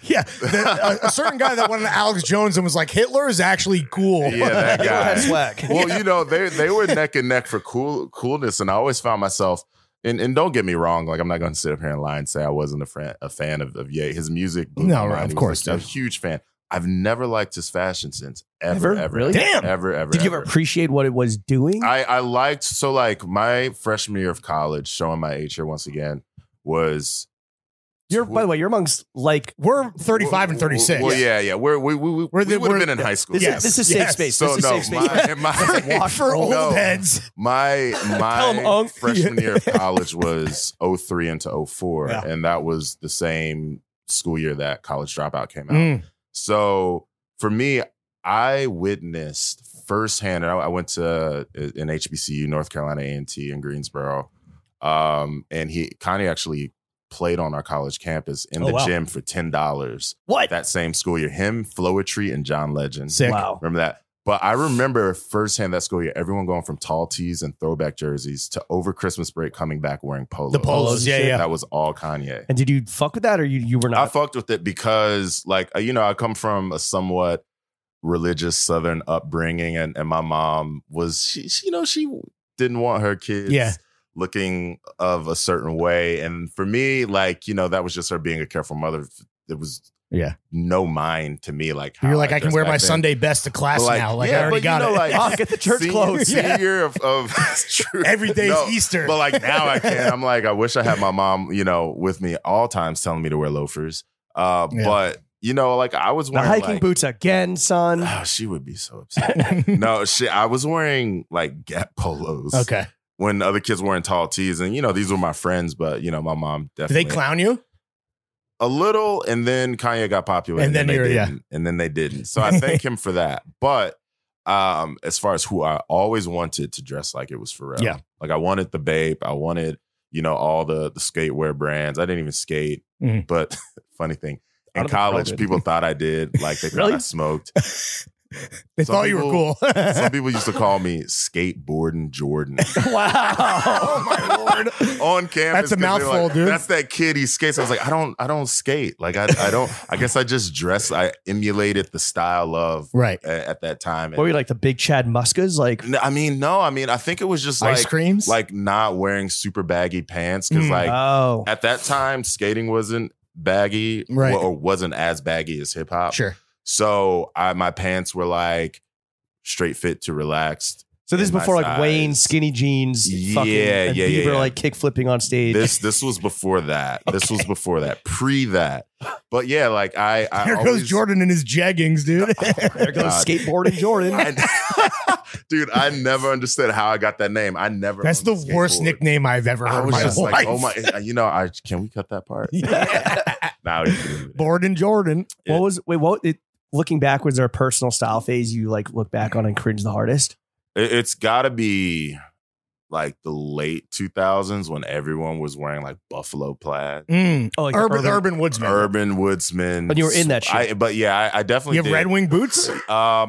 C: yeah, the, a, a certain guy that went on Alex Jones and was like, "Hitler is actually cool."
B: Yeah, that
A: Hitler had
B: guy.
A: swag.
B: well, you know, they they were neck and neck for cool coolness, and I always found myself. And, and don't get me wrong, like I'm not going to sit up here and lie and say I wasn't a, fran- a fan of, of Ye. His music, blew
C: No,
B: my
C: right,
B: mind.
C: of
B: He was
C: course,
B: a, a
C: dude.
B: huge fan. I've never liked his fashion sense ever,
A: Ever?
B: ever,
A: Really?
B: ever,
C: Damn.
B: ever, ever.
A: Did you ever appreciate what it was doing?
B: I, I liked so like my freshman year of college, showing my age here once again, was
A: you're, by the way, you're amongst like
C: We're 35 and
B: Well,
C: 36.
B: Well, yeah, yeah. We're, we we we,
C: We're the-
B: would have
C: we're-
B: been in high school.
A: this
C: Yes.
A: is this is safe
C: yes.
A: space.
B: So
A: this is
B: no,
A: safe space.
B: my my
A: Wash
C: For old
B: No.
C: heads.
B: my
A: Tell 'em,
B: my
A: Unk.
B: freshman year of college was 03 into 04
C: Yeah.
B: and that was the same school year that college dropout came out
C: Mm.
B: so for me i witnessed firsthand and i, I went to uh, an hbcu north carolina a&t in greensboro um, and he connie actually played on our college campus in
C: Oh,
B: the
C: wow.
B: gym for $10
A: what?
B: that same school year him floetry and john legend
C: Sick.
A: Wow.
B: Remember that? But I remember firsthand that school year, everyone going from tall tees and throwback jerseys to over Christmas break coming back wearing polos.
C: The polos, yeah, yeah.
B: That was all Kanye.
A: And did you fuck with that, or you you were
B: I
A: not?
B: fucked with it because, like, uh, you know, I come from a somewhat religious Southern upbringing, and, and my mom was, she, she, you know, she didn't want her kids
C: Yeah.
B: looking of a certain way. And for me, like, you know, that was just her being a careful mother. It was
C: Yeah.
B: no mind to me. Like, how
C: You're like, I can
B: dressed
C: wear my
B: back then."
C: Sunday best to class
B: But, like,
C: now. Like
B: yeah,
C: I already
B: but you
C: got
B: know,
C: it.
B: like,
A: Oh, get the church
B: senior,
A: clothes.
C: Yeah.
B: Senior of, of it's true.
C: Every day's
B: No,
C: Easter.
B: But like now I can. I'm like, I wish I had my mom, you know, with me all times telling me to wear loafers. Uh,
C: Yeah.
B: But you know, like I was
A: The
B: wearing
A: hiking
B: like-
A: boots again, son.
B: Oh, she would be so upset. no, shit. I was wearing like Gap polos
C: okay.
B: when other kids were in tall tees, and you know these were my friends, but you know my mom
C: Do
B: definitely
C: they clown you?
B: a little, and then Kanye got popular,
C: And then
B: they
C: you're- yeah.
B: didn't, and then they didn't. So I thank him for that. But um, as far as who I always wanted to dress like, it was Pharrell.
C: Yeah.
B: like I wanted the Bape, I wanted you know all the the skatewear brands. I didn't even skate,
C: Mhm.
B: but funny thing.
A: Mm-hmm. I
B: In
A: don't think Pharrell
B: college,
A: did.
B: people thought I did. Like they thought
A: Really?
B: I smoked.
C: They
B: Some
C: thought you were
B: people-
C: cool.
B: Some people used to call me skateboarding Jordan
A: wow.
C: oh my lord.
B: on campus.
C: That's
B: 'cause they
C: a
B: were
C: mouthful,
B: like,
C: dude.
B: That's that kid. He skates. I was like, I don't, I don't skate. Like I, I don't. I guess I just dress. I emulated the style of
C: Right.
B: a- at that time.
A: What were you like the big Chad Muskas? Like
B: No, I mean, no. I mean, I think it was just
C: Ice
B: like
C: creams.
B: like not wearing super baggy pants because
C: Mm.
B: like
A: oh,
B: at that time skating wasn't baggy
C: Right.
B: or, or wasn't as baggy as hip hop.
C: sure.
B: So I my pants were like straight fit to relaxed.
A: so this is
B: my
A: before like
B: size.
A: Wayne skinny jeans, fucking
B: Yeah,
A: and
B: yeah,
A: Bieber
B: yeah, yeah.
A: like kick flipping on stage.
B: This this was before that. This was before that. Pre that. But yeah, like I, I
C: Here
B: always- Oh
C: goes Jordan in his jeggings, dude.
A: there goes
B: God.
A: skateboarding Jordan.
B: I- dude, I never understood how I got that name. I never.
C: That's
B: owned a
C: the worst
B: skateboard.
C: nickname I've ever
B: I
C: heard. in
B: was
C: my
B: just
C: life.
B: like, oh my, you know, I can we cut that part? Now you can leave it.
C: Borden Jordan.
A: what was wait? What it, looking back was there a personal style phase you like look back on and cringe the hardest?
B: It- it's got to be like the late 2000s when everyone was wearing like buffalo plaid,
C: Mm.
A: Oh, like
C: urban, urban woodsman.
B: urban woodsman.
A: But you were in that shit.
B: I, but yeah, I, I definitely
C: You have
B: did.
C: red wing boots.
B: Um,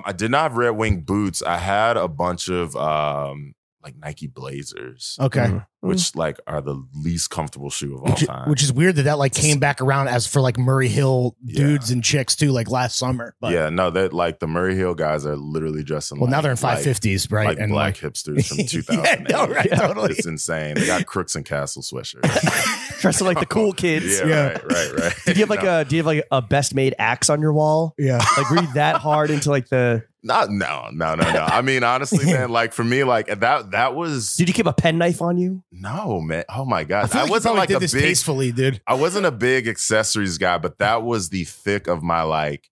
B: I did not have red wing boots. I had a bunch of um like Nike Blazers,
C: Okay.
B: which like are the least comfortable shoe of all
C: Which,
B: time.
C: which is weird that that like came back around as for like Murray Hill
B: Yeah.
C: dudes and chicks too, like last summer. But
B: yeah, no, that like the Murray Hill guys are literally dressing.
C: well,
B: like,
C: now they're in
B: like-
C: five fifties, right?
B: like black hipsters from
C: Yeah,
B: 2000.
C: no, right, totally.
B: It's insane. They got Crooks and Castle sweatshirts.
A: Dressing like the cool kids.
B: yeah,
C: Yeah.
B: right, right, right.
A: Did you have like a? Do you have like a best made axe on your wall?
C: yeah.
A: Like read that hard into like the
B: Not no, no, no, no. I mean, honestly, man, like for me, like that that was
A: Did you keep a penknife on you?
B: no man. Oh my
C: I
B: god.
C: feel
B: I,
C: like you
B: wasn't
C: probably
B: like
C: did
B: a
C: this
B: big
C: tastefully, dude.
B: I wasn't a big accessories guy, but that was the thick of my like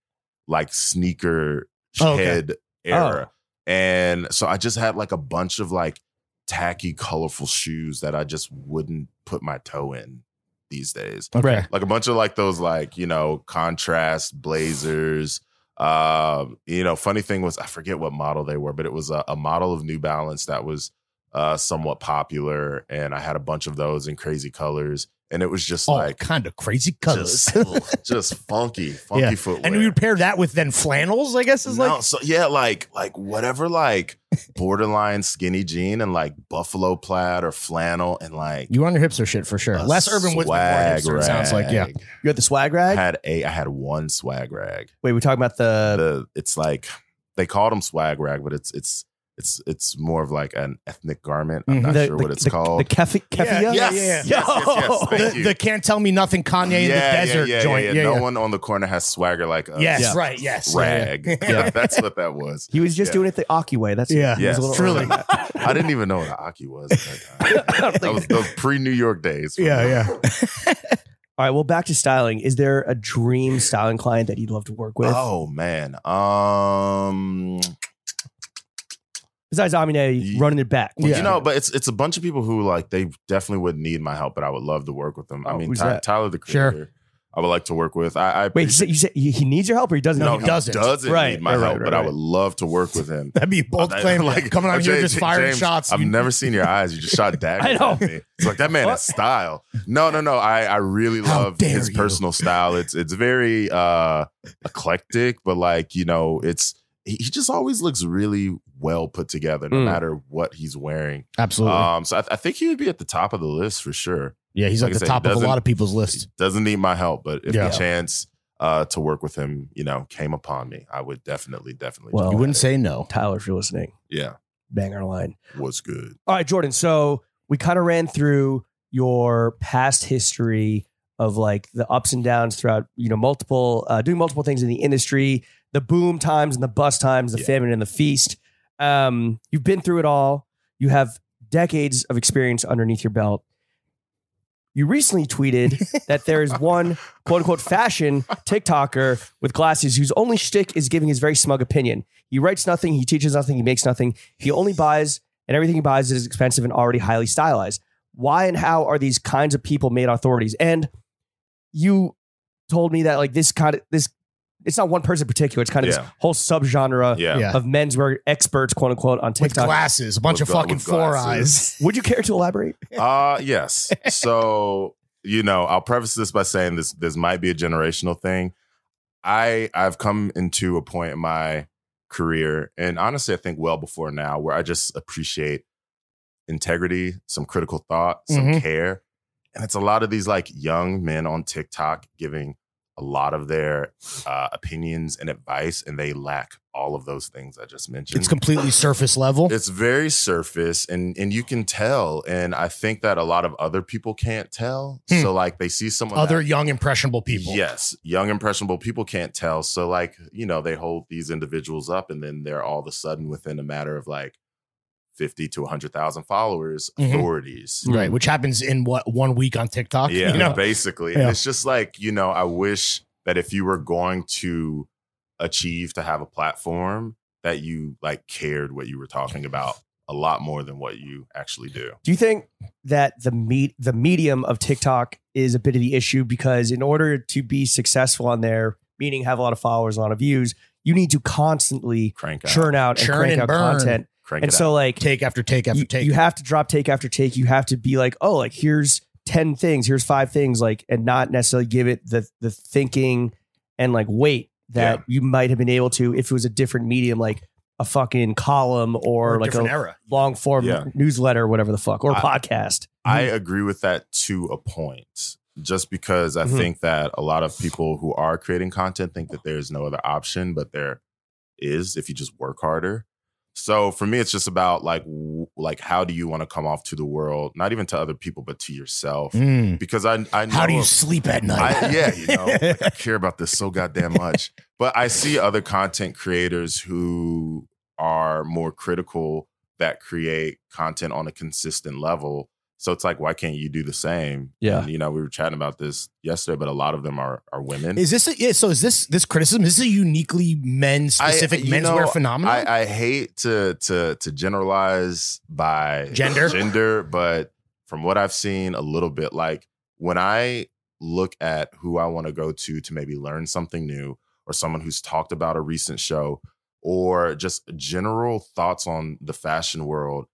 B: like sneaker
C: Oh, okay. Oh.
B: head era. And so I just had like a bunch of like tacky, colorful shoes that I just wouldn't put my toe in these days.
C: Okay.
B: Like a bunch of like those like, you know, contrast blazers. Um, you know, funny thing was I forget what model they were, but it was a, a model of New Balance that was uh somewhat popular and I had a bunch of those in crazy colors. And it was just
C: All
B: like
C: kind of crazy Oh, colors.
B: just, ugh, just funky, funky
C: Yeah.
B: footwear.
C: and we would pair that with then flannels, I guess is
B: no,
C: like
B: so yeah, like like whatever, like borderline skinny jean and like buffalo plaid or flannel and like
C: you on your hipster shit for sure.
B: a
C: Less urban with more
B: swag
C: hipster, it sounds like yeah.
B: rag.
A: You had the swag
B: I
A: rag?
B: had a I had one swag rag.
A: Wait, we're talking about
C: Uh,
A: the.
B: The it's like they called them swag rag, but it's it's it's it's more of like an ethnic garment. I'm
C: Mhm.
B: not
A: the-
B: sure
A: the-
B: what it's
A: the-
B: called.
A: The kefi- keffiyeh?
C: Yeah,
B: yes,
C: yeah, yeah.
B: yes, yes, yes,
A: Yo.
B: thank
C: the,
B: you.
C: the can't tell me nothing Kanye in the desert joint. Yeah, yeah,
B: no one on the corner has swagger like us.
C: Yes,
A: Yeah.
C: right. Yes,
B: rag.
C: Yeah, yeah.
A: Yeah.
B: That's what that was.
A: He was just
B: Yeah.
A: doing it the Aki way. That's
C: Yeah.
A: he was
B: Yes,
A: a little
B: truly.
A: early.
B: I didn't even know what an Aki was at that time. that was the pre New York days.
C: yeah, yeah.
A: All right, well, back to styling. Is there a dream styling client that you'd love to work with?
B: Oh man. Um
A: Besides Amine
B: Ye-
A: running it back.
C: Yeah.
B: you know, but it's it's a bunch of people who like they definitely would need my help, but I would love to work with them. I
A: Oh,
B: mean
A: who's
B: Ty-
A: that?
B: Tyler the
C: Sure.
B: creator. I would like to work with. I, I
A: Wait, you said, you said he he needs your help or he doesn't?
B: no,
A: need
B: he
A: your help?
B: doesn't,
C: doesn't.
A: Right,
B: need my
A: right, right,
B: help, but
A: right,
B: I would
A: right.
B: love to work with him.
C: That'd be a bold
B: I-
C: claim. Like coming out
B: oh,
C: here
B: James-
C: just firing
B: James,
C: shots.
B: I've
C: You-
B: never seen your eyes. You just shot daggers
A: know.
B: at me. It's like that man has style. No, no, no. I I really
C: How
B: love
C: dare
B: his
C: you.
B: personal style. It's it's very uh eclectic, but like you know, it's he, he just always looks really well put together, no
A: Mm.
B: matter what he's wearing.
C: Absolutely.
B: Um, so I, I think he would be at the top of the list for sure.
C: yeah, he's
B: like
C: at
B: I
C: the
B: said,
C: top of a
B: doesn't-
C: lot of people's
B: He
C: list.
B: doesn't need my help, but if
C: Yeah.
B: the chance. Uh, to work with him, you know, came upon me. I would definitely, definitely.
A: Well,
C: You
B: do
C: wouldn't
B: that.
C: say no.
A: Tyler, if you're listening,
B: yeah.
A: bang our line.
B: What's good?
A: All right, Jordan. So we kind of ran through your past history of like the ups and downs throughout, you know, multiple, uh, doing multiple things in the industry, the boom times and the bust times, the
B: Yeah.
A: famine and the feast. Um, you've been through it all. You have decades of experience underneath your belt. You recently tweeted that there is one quote unquote fashion TikToker with glasses whose only shtick is giving his very smug opinion. He writes nothing, he teaches nothing, he makes nothing. He only buys, and everything he buys is expensive and already highly stylized. Why and how are these kinds of people made authorities? And you told me that like this kind of this, it's not one person in particular. It's kind of
B: Yeah.
A: this whole subgenre
B: Yeah.
C: Yeah.
A: of menswear experts, quote unquote, on
C: With
A: TikTok.
C: glasses, a bunch
B: With
C: of
B: gla-
C: fucking
B: with
C: four eyes.
B: glasses.
A: Would you care to elaborate?
B: Uh yes. So, you know, I'll preface this by saying this this might be a generational thing. I I've come into a point in my career and honestly I think well before now where I just appreciate integrity, some critical thought, some
C: Mhm.
B: care. And it's a lot of these like young men on TikTok giving a lot of their uh, opinions and advice and they lack all of those things I just mentioned.
C: It's completely surface level.
B: It's very surface and and you can tell. And I think that a lot of other people can't tell.
C: Hmm.
B: So like they see someone
C: Other
B: that-
C: young impressionable people.
B: Yes, young impressionable people can't tell. So like, you know, they hold these individuals up and then they're all of a sudden within a matter of like 50 to 100,000 followers,
C: Mhm.
B: authorities.
C: Right. Which happens in what one week on TikTok.
B: Yeah,
C: You know?
B: basically.
C: Yeah.
B: And it's just like, you know, I wish that if you were going to achieve to have a platform that you like cared what you were talking about a lot more than what you actually do.
A: Do you think that the meet the medium of TikTok is a bit of the issue because in order to be successful on there, meaning have a lot of followers, a lot of views, you need to constantly
B: Crank out.
A: churn out and
C: Churn
A: crank
C: and
A: out
C: burn.
A: content.
B: crank
A: And
B: it
A: so
B: out.
A: like
C: Take after take after
A: you,
C: take.
A: you have to drop take after take. You have to be like, oh, like here's 10 things, here's five things, like, and not necessarily give it the the thinking and like weight that
B: Yeah.
A: you might have been able to if it was a different medium, like a fucking column or,
C: or
A: like a
C: different era.
A: long form
B: Yeah.
A: newsletter or whatever the fuck or
B: I-
A: podcast.
B: I
C: Mm-hmm.
B: agree with that to a point, just because I
C: Mm-hmm.
A: Mhm.
B: think that a lot of people who are creating content think that there is no other option, but there is if you just work harder. So for me, it's just about like w- like how do you want to come off to the world? Not even to other people, but to yourself.
C: Mm.
B: Because I I know
C: How do you
B: of-
C: sleep at night?
B: I, yeah, you know, like, I care about this so goddamn much. But I see other content creators who are more critical that create content on a consistent level. So it's like, why can't you do the same?
A: Yeah.
B: And, you know, we were chatting about this yesterday, but a lot of them are are women.
C: Is this a, yeah? So is this this criticism? Is this a uniquely men
B: I-
C: specific
B: you
C: menswear
B: know,
C: phenomenon?
B: I, I hate to to to generalize by
C: Gender?
B: gender, but from what I've seen, a little bit like when I look at who I want to go to to maybe learn something new, or someone who's talked about a recent show, or just general thoughts on the fashion world,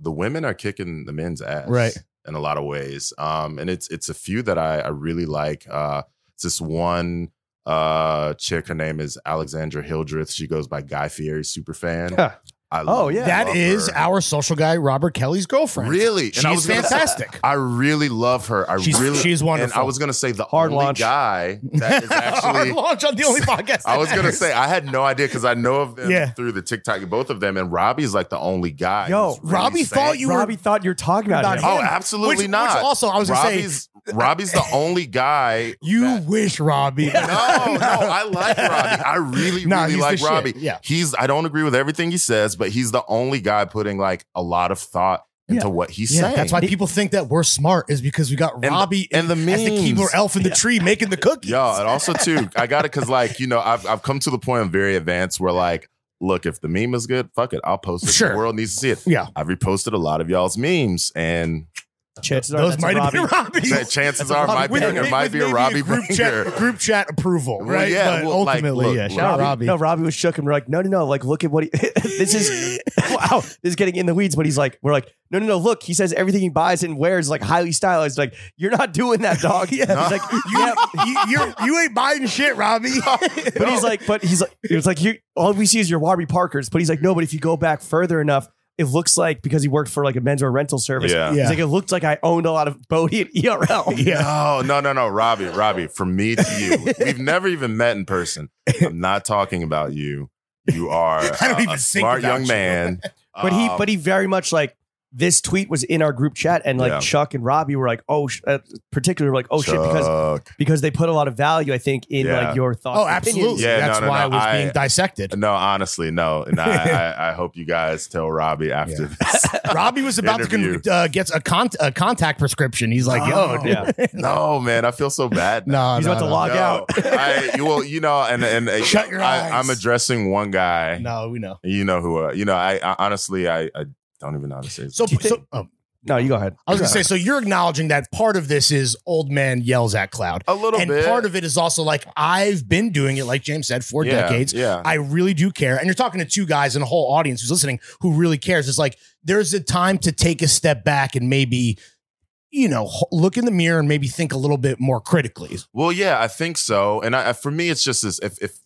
B: the women are kicking the men's ass,
C: Right.
B: In a lot of ways, um, and it's it's a few that I, I really like. Uh, it's this one uh chick her name is alexandra hildreth she goes by guy fieri superfan
A: Huh.
B: I
A: Oh, yeah.
C: that
B: love
C: is
B: her.
C: our social guy, Robert Kelly's girlfriend.
B: really
C: she's
B: I was gonna say-
C: fantastic.
B: i really love her i
C: she's
B: really
C: she's
B: and
C: wonderful.
B: i was gonna say the
A: Hard
B: only
A: launch.
B: guy that is
C: Hard
B: actually
C: launch on the only podcast.
B: I was
C: that
B: gonna
C: matters.
B: say I had no idea because I know of them
C: Yeah.
B: through the TikTok, both of them, and Robbie's like the only guy.
A: Yo,
B: who's really
C: Robbie
B: saying-
C: thought you were-
A: Robbie thought you were talking about,
C: About
A: him.
C: him.
B: Oh,
C: Which-
B: absolutely
C: which
B: not.
C: also I was gonna say-
B: Robbie's Robbie's the only guy
C: You
B: that-
C: wish, Robbie.
B: no, no, I like Robbie. I really,
C: Nah,
B: really
C: he's the
B: like
C: shit.
B: Robbie.
C: Yeah.
B: He's I don't agree with everything he says, but he's the only guy putting like a lot of thought into what he's
C: Yeah,
B: saying.
C: that's why people think that we're smart is because we got
B: and,
C: Robbie
B: and the
C: as
B: memes.
C: the Keebler elf in the tree making the cookies.
B: Yo, and also too, I got it because like you know, I've I've come to the point I'm very advanced where like, look, if the meme is good, fuck it, I'll post it.
C: Sure.
B: The world needs to see it.
C: Yeah.
B: I've reposted a lot of y'all's memes, and
A: Chances are
C: Those
A: that's
C: might have
A: Robbie.
C: been Robbie.
B: ch- chances are it might be
C: With-
B: it
C: with
B: might be a
C: maybe
B: Robbie
C: group
B: bringer.
C: chat, group chat approval,
B: Well,
C: right?
B: yeah,
C: but
B: well, like,
C: ultimately,
B: look,
C: yeah. Shout out Robbie.
A: No, Robbie was shook and we're like, no, no, no. Like, look at what he. this is wow. This is getting in the weeds. But he's like, we're like, no, no, no. Look, he says everything he buys and wears is like highly stylized. Like, you're not doing that, dog. yeah. He's like,
C: you, you, you're, you ain't buying shit, Robbie.
A: but he's like, but he's like, it was like, you all we see is your Robbie Parkers. But he's like, no. But if you go back further enough, it looks like because he worked for like a menswear rental service.
B: Yeah.
A: He's
C: Yeah.
A: like, it looked like I owned a lot of Bodie and E ERL.
B: No, no, no, no, Robbie, Robbie, from me to you. We've never even met in person. I'm not talking about you. You are
C: I don't
B: a-
C: even
B: a
C: think
B: smart
C: about
B: young
C: you.
B: man.
A: But he,
B: Um,
A: but he very much like this tweet was in our group chat, and like
B: Yeah.
A: Chuck and Robbie were like, oh, sh- uh, particularly were like, oh shit, because
B: Chuck.
A: because they put a lot of value, I think, in
B: Yeah.
A: like your thoughts.
C: oh,
A: and opinions.
C: absolutely.
B: Yeah,
C: That's
B: no, no,
C: why
B: no,
C: I was
B: I-
C: being dissected.
B: no, honestly, no. And I, I, I hope you guys tell Robbie after this.
C: Robbie was about
B: Interview.
C: to con- uh, get a, con- a contact prescription. He's like, yo,
B: Oh.
C: dude.
A: Yeah,
B: No, man, I feel so bad. now.
C: No,
A: he's
C: no,
A: about to
C: no.
A: log out.
B: I, you- well, you know, and and uh,
C: Shut your
B: I, I'm
C: eyes.
B: addressing one guy.
C: No, we know.
B: You know who? Uh, you know, I, I honestly, I, I don't even know how to say. His
C: So,
A: Do you
C: so
A: think-
C: oh,
A: No, you go ahead.
C: I was gonna
A: Yeah.
C: say, so you're acknowledging that part of this is old man yells at cloud,
B: a little
C: and
B: bit.
C: part of it is also like I've been doing it, like James said, for
B: yeah,
C: decades.
B: Yeah.
C: I really do care. And you're talking to two guys and a whole audience who's listening who really cares. It's like there's a time to take a step back and maybe, you know, h- look in the mirror and maybe think a little bit more critically.
B: Well, yeah, I think so. And I, I- for me, it's just this: if if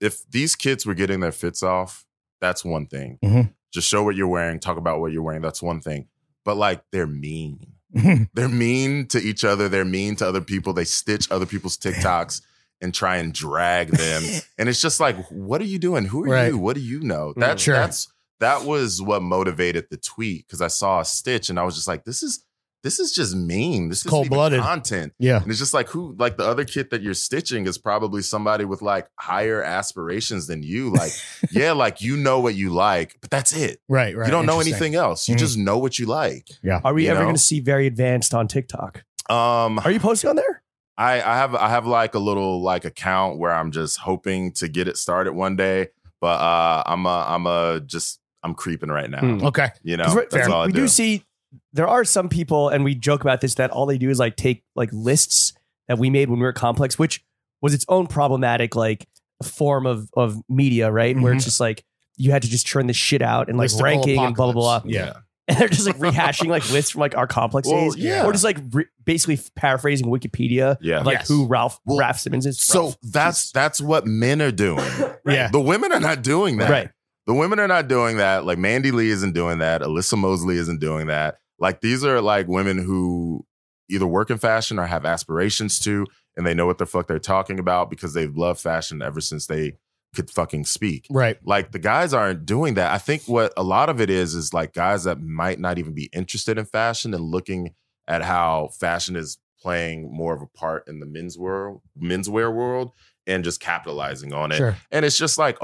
B: if these kids were getting their fits off, that's one thing.
C: Mhm.
B: Just show what you're wearing, talk about what you're wearing. That's one thing. But like, they're mean. They're mean to each other. They're mean to other people. They stitch other people's TikToks and try and drag them. and it's just like, what are you doing? Who are
C: Right. Mm,
B: you? What do you know? That's
C: Sure.
B: that's that was what motivated the tweet because I saw a stitch and I was just like, this is this is just mean. This is
C: Cold-blooded.
B: content.
C: yeah.
B: And it's just like who like the other kid that you're stitching is probably somebody with like higher aspirations than you. Like, yeah, like you know what you like, but that's it.
C: Right, right.
B: you don't know
C: Interesting.
B: anything else. You
A: Mm.
C: Mhm.
B: just know what you like.
A: Are we
B: you
A: ever
B: know?
A: going to see very advanced on TikTok?
B: Um
A: Are you posting on there?
B: I, I have I have like a little like account where I'm just hoping to get it started one day, but uh I'm a I'm a just I'm creeping right now.
A: Hmm.
C: Okay.
B: You know,
A: 'Cause we're-
B: that's all I
A: we
B: do.
A: do see there are some people, and we joke about this that all they do is like take like lists that we made when we were complex, which was its own problematic like form of of media, right? Where
C: Mm-hmm.
A: it's just like you had to just churn this shit out and like
C: Listicle
A: ranking and blah blah blah.
C: apocalypse. Yeah.
A: and they're just like rehashing like lists from like our complex
B: Well,
A: days,
B: yeah.
A: or just like re- basically paraphrasing Wikipedia,
B: Yeah.
A: like
C: Yes.
A: who Ralph
B: Well,
A: Ralph Simmons is.
B: So
A: Ralph.
B: that's that's what men are doing.
C: Yeah.
B: The women are not doing that.
A: right.
B: The women are not doing that. Like Mandy Lee isn't doing that. Alyssa Mosley isn't doing that. Like these are like women who either work in fashion or have aspirations to, and they know what the fuck they're talking about because they've loved fashion ever since they could fucking speak.
C: Right.
B: Like the guys aren't doing that. I think what a lot of it is is like guys that might not even be interested in fashion and looking at how fashion is playing more of a part in the men's world, menswear world, and just capitalizing on it.
C: Sure.
B: And it's just like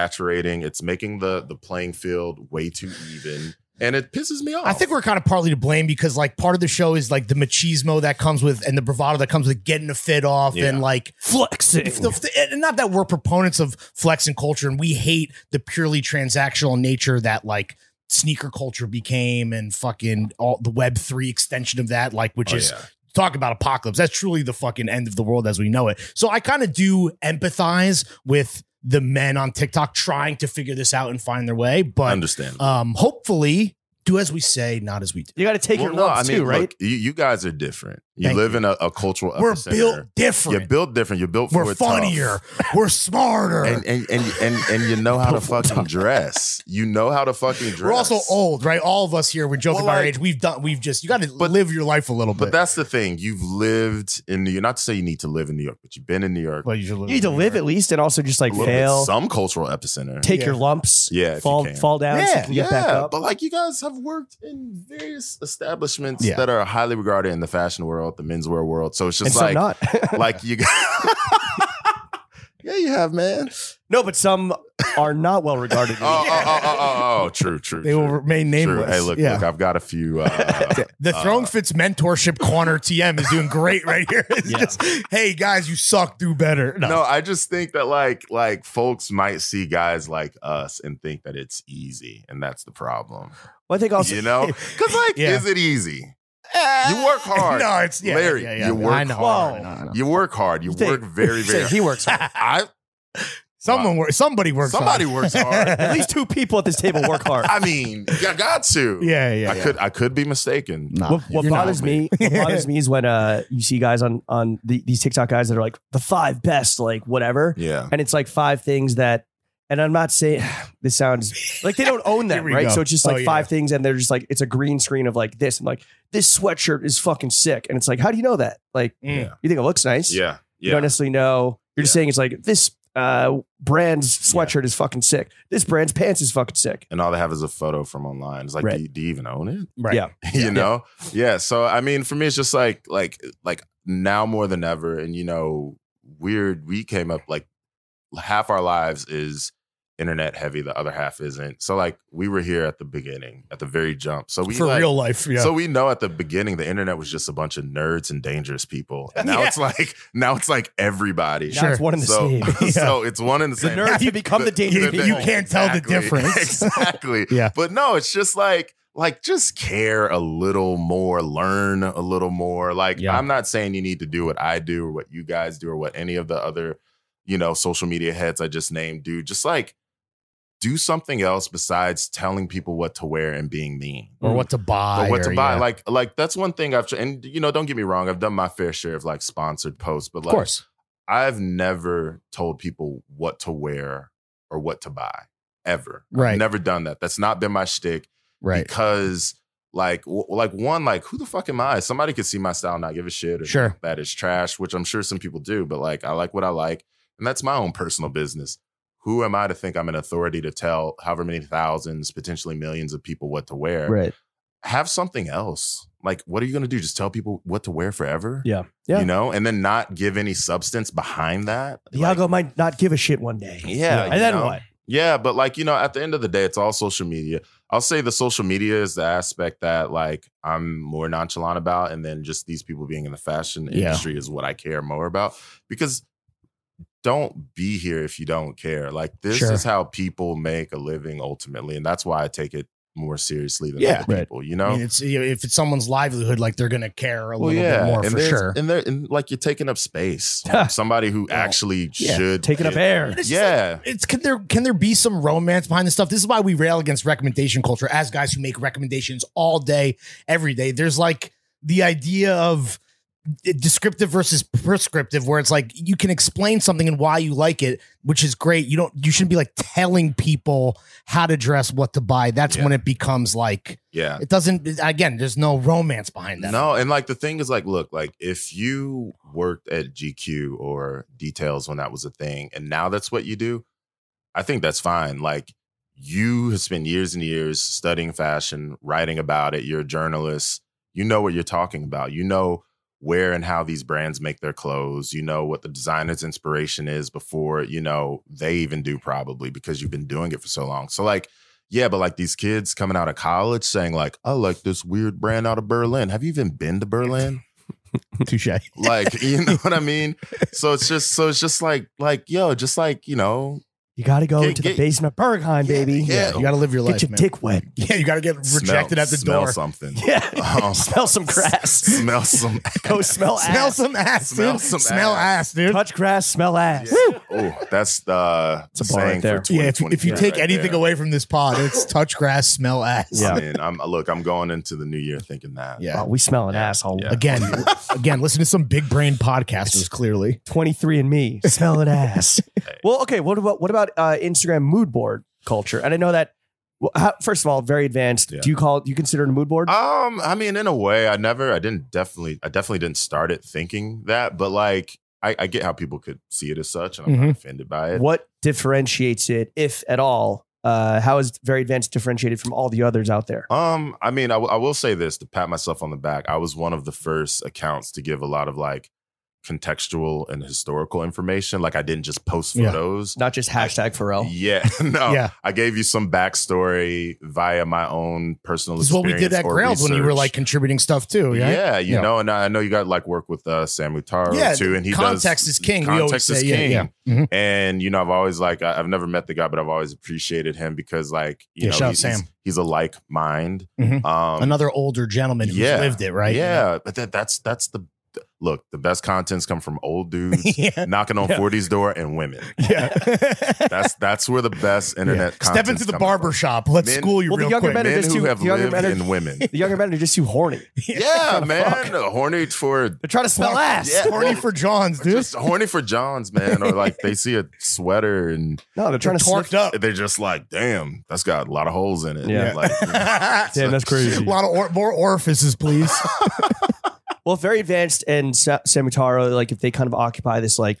B: oversaturating. It's making the the playing field way too even, and it pisses me off.
C: I think we're kind of partly to blame because like part of the show is like the machismo that comes with and the bravado that comes with getting a fit off
B: Yeah.
C: and like
A: Flexing.
C: If the- if- and not that we're proponents of flex and culture and we hate the purely transactional nature that like sneaker culture became and fucking all the web 3 extension of that like which
B: Oh,
C: is
B: yeah.
C: talk about apocalypse that's truly the fucking end of the world as we know it so i kind of do empathize with the men on tiktok trying to figure this out and find their way but
B: understand.
C: um hopefully do as we say not as we do
A: you got to take your
B: Well, no,
A: lumps too, right?
B: look, you, you guys are different. You
C: Thank
B: live in a, a cultural.
C: we're
B: epicenter.
C: built
B: You're
C: different
B: built different. You're built for
C: we're
B: it tough.
C: funnier we're smarter
B: And and, and and and you know how to fucking dress. You know how to fucking dress.
C: We're also old, right? All of us here, we're
B: Well,
C: joking about our
B: like-
C: age. We've done, we've just, you got to
B: But-
C: live your life a little
B: But
C: bit.
B: that's the thing. You've lived in New York. Not to say you need to live in New York, but you've been in New York.
C: Well, you, should live
A: You need to live at least and also just like
B: a little bit.
A: fail,
B: Some cultural epicenter.
A: take
C: Yeah.
A: your lumps,
B: Yeah, if you
A: fall
B: can.
A: fall down, so you
C: Yeah,
A: can get back up.
B: But like you guys have worked in various establishments
C: Yeah.
B: that are highly regarded in the fashion world, the menswear world. So it's
A: and
B: just
A: some
B: like,
A: not.
B: like you. yeah, you have, man.
A: no, but some are not well regarded.
B: Oh, oh, oh, oh, oh, oh, true, true.
C: They
B: true.
C: will remain
B: True.
C: nameless.
B: Hey, look,
C: yeah.
B: look, I've got a few. Uh,
C: the Throne Fits Mentorship Corner TM is doing great right here. It's
A: Yeah.
C: just, hey guys, you suck, do better. No,
B: no, I just think that like like folks might see guys like us and think that it's easy, and that's the problem.
A: Well, I think also
B: you know, because like,
C: Yeah. Eh.
B: is it easy? You work hard.
C: no, it's yeah,
B: Larry,
C: yeah, yeah,
B: you
C: yeah.
B: work
C: I know,
B: hard.
C: I know, I know.
B: You work hard. You
A: You think-
B: work very,
A: you say
B: very.
A: he works. hard.
B: I
C: Someone works. Somebody works.
B: somebody
C: hard.
B: works hard.
A: At least two people at this table work hard.
B: I mean, you got to.
C: yeah, yeah.
B: I
C: yeah.
B: could. I could be mistaken.
C: Nah,
A: what what
C: you're not.
A: bothers me, what bothers me is when uh you see guys on on the, these TikTok guys that are like the five best, like whatever,
B: Yeah.
A: and it's like five things that. And I'm not saying this sounds like they don't own
C: Here
A: them,
C: we
A: right?
C: go.
A: So it's just
C: Oh,
A: like
C: yeah.
A: five things, and they're just like it's a green screen of like this, and like this sweatshirt is fucking sick, and it's like how do you know that? Like
C: Mm.
A: you think it looks nice,
B: Yeah.
A: You don't
B: Yeah.
A: necessarily know. You're just
B: Yeah.
A: saying it's like this uh, brand's sweatshirt is fucking sick. This brand's pants is fucking sick.
B: And all they have is a photo from online. It's like,
A: Right.
B: do, you, do you even own it?
C: Right.
A: Yeah.
B: you know yeah so i mean for me it's just like like like now more than ever and you know weird we came up like half our lives is internet heavy the other half isn't so like we were here at the beginning at the very jump so we
C: for
B: like-
C: real life. Yeah.
B: so we know at the beginning the internet was just a bunch of nerds and dangerous people and now
C: Yeah.
B: it's like now it's like everybody
A: Now it's one and the
B: so,
A: same.
B: so it's one and the
A: The
B: same
A: nerds who become the, dangerous
C: you-
A: people.
C: you can't tell the difference.
B: exactly.
C: Yeah.
B: But no, it's just like like just care a little more, learn a little more. Like
C: Yeah.
B: I'm not saying you need to do what I do or what you guys do or what any of the other, you know, social media heads I just named do. Just like do something else besides telling people what to wear and being mean.
C: or what to buy.
B: But what to
C: or,
B: buy?
C: yeah.
B: Like, like that's one thing I've tr- and you know, don't get me wrong, I've done my fair share of like sponsored posts, but
C: of
B: like
C: course.
B: I've never told people what to wear or what to buy ever. I've
C: Right.
B: never done that. That's not been my shtick.
C: Right.
B: Because like, w- like one, like who the fuck am I? Somebody could see my style, and not give a shit, or
C: Sure.
B: that is trash, which I'm sure some people do. But like, I like what I like, and that's my own personal business. Who am I to think I'm an authority to tell however many thousands, potentially millions of people what to wear?
A: Right.
B: Have something else. Like, what are you going to do? Just tell people what to wear forever?
A: Yeah. Yeah.
B: You know, and then not give any substance behind that.
A: The
B: Like-
A: algo might not give a shit one day.
B: Yeah,
A: And then
B: you know.
A: what?
B: yeah, but like, you know, at the end of the day, it's all social media. I'll say the social media is the aspect that like I'm more nonchalant about. And then just these people being in the fashion
C: Yeah.
B: industry is what I care more about because don't be here if you don't care. Like, this
C: Sure.
B: is how people make a living ultimately. And that's why I take it more seriously than
C: Yeah.
B: other
A: Right.
B: people, you know?
C: I mean, it's if it's someone's livelihood, like they're gonna care a
B: Well,
C: little
B: yeah,
C: bit more
B: and
C: for
B: there's-
C: sure.
B: And they're and like you're taking up space. Somebody who actually
C: yeah,
B: should
A: Taking up
B: get-
A: air.
C: It's just like-
B: Yeah.
C: it's can there can there be some romance behind this stuff? This is why we rail against recommendation culture as guys who make recommendations all day, every day. There's like the idea of descriptive versus prescriptive, where it's like you can explain something and why you like it, which is great. You don't you shouldn't be like telling people how to dress, what to buy. That's
B: Yeah.
C: when it becomes like
B: yeah.
C: it doesn't again, there's no romance behind that.
B: No, and like the thing is like, look, like if you worked at GQ or Details when that was a thing, and now that's what you do, I think that's fine. Like you have spent years and years studying fashion, writing about it. You're a journalist. You know what you're talking about. You know where and how these brands make their clothes. You know what the designer's inspiration is before, you know, they even do probably because you've been doing it for so long. So like, yeah, but like these kids coming out of college saying like, I like this weird brand out of Berlin. Have you even been to Berlin?
D: Touche.
B: like, you know what I mean? So it's just so it's just like like yo, just like, you know,
A: You got to go
B: Get-
A: to the
B: get-
A: basement of Bergheim, baby.
B: yeah.
C: You got to live your life.
A: Get your
C: man.
A: dick wet.
C: Yeah, you got to get rejected
B: smell,
C: at the
B: smell
C: door.
B: something.
A: Yeah.
B: Um,
A: smell some grass.
B: smell some
A: go smell
C: Smell
A: ass.
C: some ass,
B: Smell
C: dude.
B: some
C: smell
B: ass.
C: ass, dude.
A: Touch grass, smell ass.
B: Oh, that's the
D: It's a bar
B: saying
D: right there.
B: for
C: Yeah, if, if
B: 2023
C: you take
B: right
C: anything
B: there.
C: away from this pod, it's touch grass, smell ass.
A: Yeah.
B: I mean, I'm look, I'm going into the new year thinking that.
C: Yeah.
A: Oh, we smell an asshole.
B: Yeah.
C: Again, again, listen to some big brain podcasters. Clearly,
A: 23 and me. Smell an ass. well, okay. What about what about uh, Instagram mood board culture? And I know that well, how, first of all, very advanced.
B: Yeah.
A: Do you call it? Do you consider it a mood board?
B: Um, I mean, in a way, I never, I didn't definitely, I definitely didn't start it thinking that, but like, I, I get how people could see it as such, and I'm
C: Mm-hmm.
B: not offended by it.
A: what differentiates it, if at all? Uh, how is very advanced differentiated from all the others out there?
B: Um, I mean, I, w- I will say this to pat myself on the back. I was one of the first accounts to give a lot of like contextual and historical information. Like, I didn't just post
C: Yeah.
B: photos.
A: Not just hashtag Pharrell.
B: Yeah, no.
C: Yeah.
B: Oh, I gave you some backstory via my own personal
C: this is what
B: experience.
C: we did at
B: or
C: Grails when you were
B: research.
C: like contributing stuff too. Yeah,
B: Yeah, you
C: Yeah.
B: know, and I I know you got like work with uh, Sam Mutaro
C: Yeah,
B: too, and he
C: context
B: does,
C: is king. We always
B: Context is
C: say, yeah,
B: king.
C: yeah. Mhm.
B: And you know, I've always like I- I've never met the guy, but I've always appreciated him because like you
C: Yeah,
B: know
C: shout out
B: he's,
C: Sam.
B: he's- he's a like mind.
C: Mhm.
B: Um,
C: another older gentleman who's
B: yeah.
C: lived it, right?
B: yeah, but that that's that's the th- look. The best contents come from old dudes
C: yeah,
B: knocking on
C: Yeah.
B: 40's door and women.
C: yeah.
B: That's that's where the best internet.
C: Yeah. Step into
B: content's
C: the
B: coming
C: barber
B: from.
C: shop. Let's
B: Men-
C: school you
A: Well, the
C: real
A: younger
C: quick.
A: men are
B: Men
A: just
B: who
A: too-
B: have
A: the younger
B: lived
A: men are-
B: in women.
A: The younger men are just too horny.
B: Yeah, man, horny for
A: They're trying to smell ass.
B: yeah.
C: Horny for Johns,
B: They're
C: dude.
B: just horny for Johns, man. Or like they see a sweater and
A: No, they're trying to sniff-
C: torqued up.
B: they're just like, damn, that's got a lot of holes in it.
A: Yeah.
B: Like, you know,
A: Damn, that's
C: A
A: crazy.
C: lot of or- more orifices, please.
A: Well, very advanced and Sa- Samutaro, like if they kind of occupy this like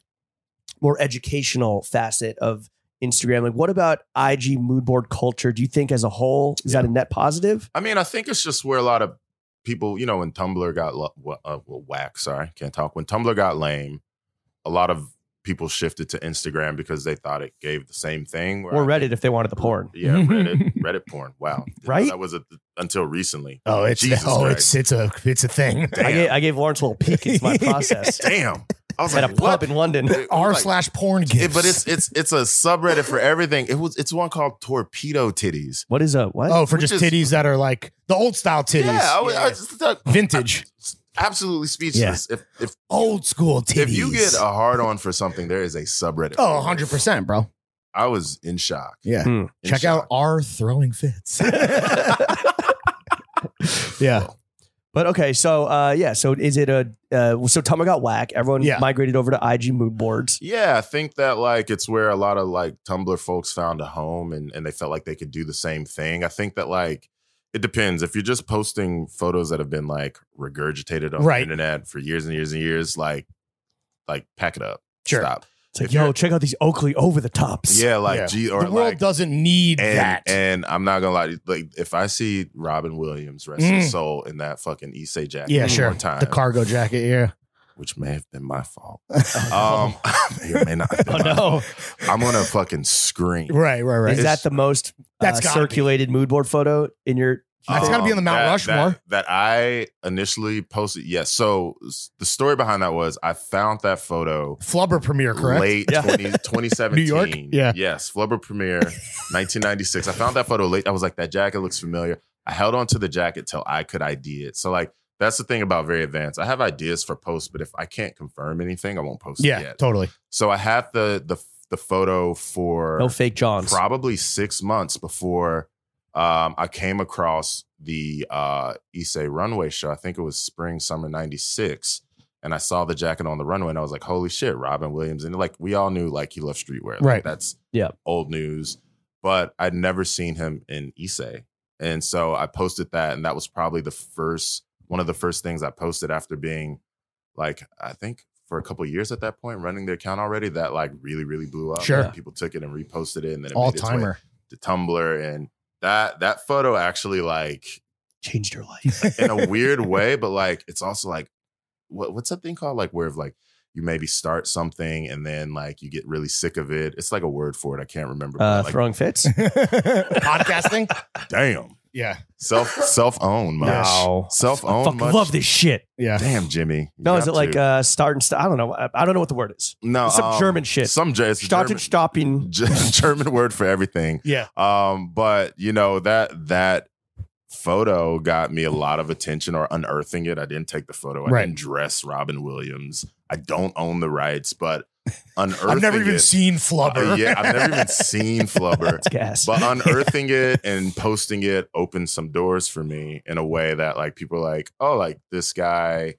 A: more educational facet of Instagram, like what about IG mood board culture? Do you think as a whole is that a net positive?
B: I mean, I think it's just where a lot of people, you know, when Tumblr got lo- wa- uh, well, whack, sorry, can't talk. When Tumblr got lame, a lot of people shifted to Instagram because they thought it gave the same thing. where
A: Or
B: I
A: Reddit
B: think-
A: if they wanted the porn?
B: Yeah, Reddit, Reddit porn. Wow, Didn't know
A: Right?
B: That was a, until recently.
C: Oh, it's
B: Jesus
C: oh,
B: Christ.
C: it's it's a it's a thing.
A: I gave, I gave Lawrence a little peek into my process
B: damn. I was
A: at a
B: like,
A: pub
B: what?
A: in London.
B: It was
C: R
B: like-
C: slash porn
B: It-
C: gifts.
B: but it's it's it's a subreddit for everything. It was it's one called Torpedo Titties.
A: What is a what?
C: oh for
B: which is-
C: just titties that are like the old style titties.
B: Yeah, I, was I was just like,
C: vintage,
B: absolutely speechless. If if
C: old school titties.
B: if you get uh, a hard on for something, there is a subreddit.
C: oh, 100 percent, bro.
B: I was in shock.
C: Yeah,
A: Hmm.
B: In
C: check
B: shock.
C: out R throwing fits. yeah,
A: But okay, so uh, yeah, so is it a uh, so Tumblr got whack? Everyone
C: Yeah.
A: migrated over to IG mood boards.
B: Yeah, I think that like it's where a lot of like Tumblr folks found a home and, and they felt like they could do the same thing. I think that like it depends. If you're just posting photos that have been like regurgitated on
C: Right.
B: the internet for years and years and years, like like pack it up.
C: Sure.
B: Stop.
A: It's like,
B: If
A: yo,
B: you're-
A: check out these Oakley over the tops.
B: Yeah, like
C: Yeah.
B: gee
C: the
B: or
C: world
B: like
C: doesn't need
B: and,
C: that.
B: and I'm not gonna lie, like if I see Robin Williams rest
C: Mm.
B: his soul in that fucking Issei jacket,
C: yeah,
B: one
C: sure.
B: more time,
C: The cargo jacket, yeah.
B: which may have been my fault.
C: Oh,
B: um, may or may not. Have been
A: Oh
B: my fault.
A: no,
B: I'm gonna fucking scream.
C: Right, right, right.
A: is that the most
C: That's
A: uh,
C: gotta be.
A: circulated mood board photo in your?
B: Oh.
C: That's gotta be on the Mount
B: Um, that-
C: Rushmore.
B: That, that I initially posted. Yes. So s- the story behind that was I found that photo
C: Flubber premiere, correct?
B: late
A: Yeah.
B: 20, 2017.
C: New York? Yeah.
B: Yes. Flubber premiere, 1996. I found that photo late. I was like, that jacket looks familiar. I held on to the jacket till I could ID it. So, like, that's the thing about very advanced. I have ideas for posts, but if I can't confirm anything, I won't post
C: Yeah,
B: it yet.
C: totally.
B: So I had the the the photo for
A: No fake Johns.
B: probably six months before um, I came across the uh, Issei runway show. I think it was spring, summer 96. And I saw the jacket on the runway and I was like, holy shit, Robin Williams. And like, we all knew like he loved streetwear. Like,
C: Right.
B: That's
A: Yeah.
B: old news. But I'd never seen him in Issei. And so I posted that. And that was probably the first, one of the first things I posted after being like, I think for a couple years at that point, running their account already. That like really, really blew up.
C: Sure.
B: And people took it and reposted it, and then it
C: all
B: made its way
C: timer.
B: to Tumblr, and that that photo actually like
A: Changed your life.
B: in a weird way, but like it's also like what what's that thing called? Like where if like you maybe start something and then like you get really sick of it. It's like a word for it. I can't remember. but,
A: Uh,
B: like,
A: throwing fits.
C: Podcasting.
B: damn.
C: Yeah.
B: Self self own, much.
A: No.
B: Self
A: Fuck,
B: own much.
A: love this shit.
C: Yeah.
B: Damn, Jimmy. You
A: No, is
B: got
A: it like
B: to.
A: uh, start and stop? I don't know. I, I don't know what the word is.
B: no
A: some
B: um,
A: German shit.
B: Some Ger- it's a
A: Start
B: German,
A: and stopping.
B: German word for everything.
C: Yeah.
B: Um, but you know that that photo got me a lot of attention or unearthing it. I didn't take the photo. I
C: Right.
B: didn't dress Robin Williams. I don't own the rights, but unearthing
C: I've never even
B: it-
C: seen Flubber.
B: Uh, yeah, I've never even seen Flubber.
A: Gas.
B: But unearthing it and posting it opened some doors for me in a way that like people are like, oh, like this guy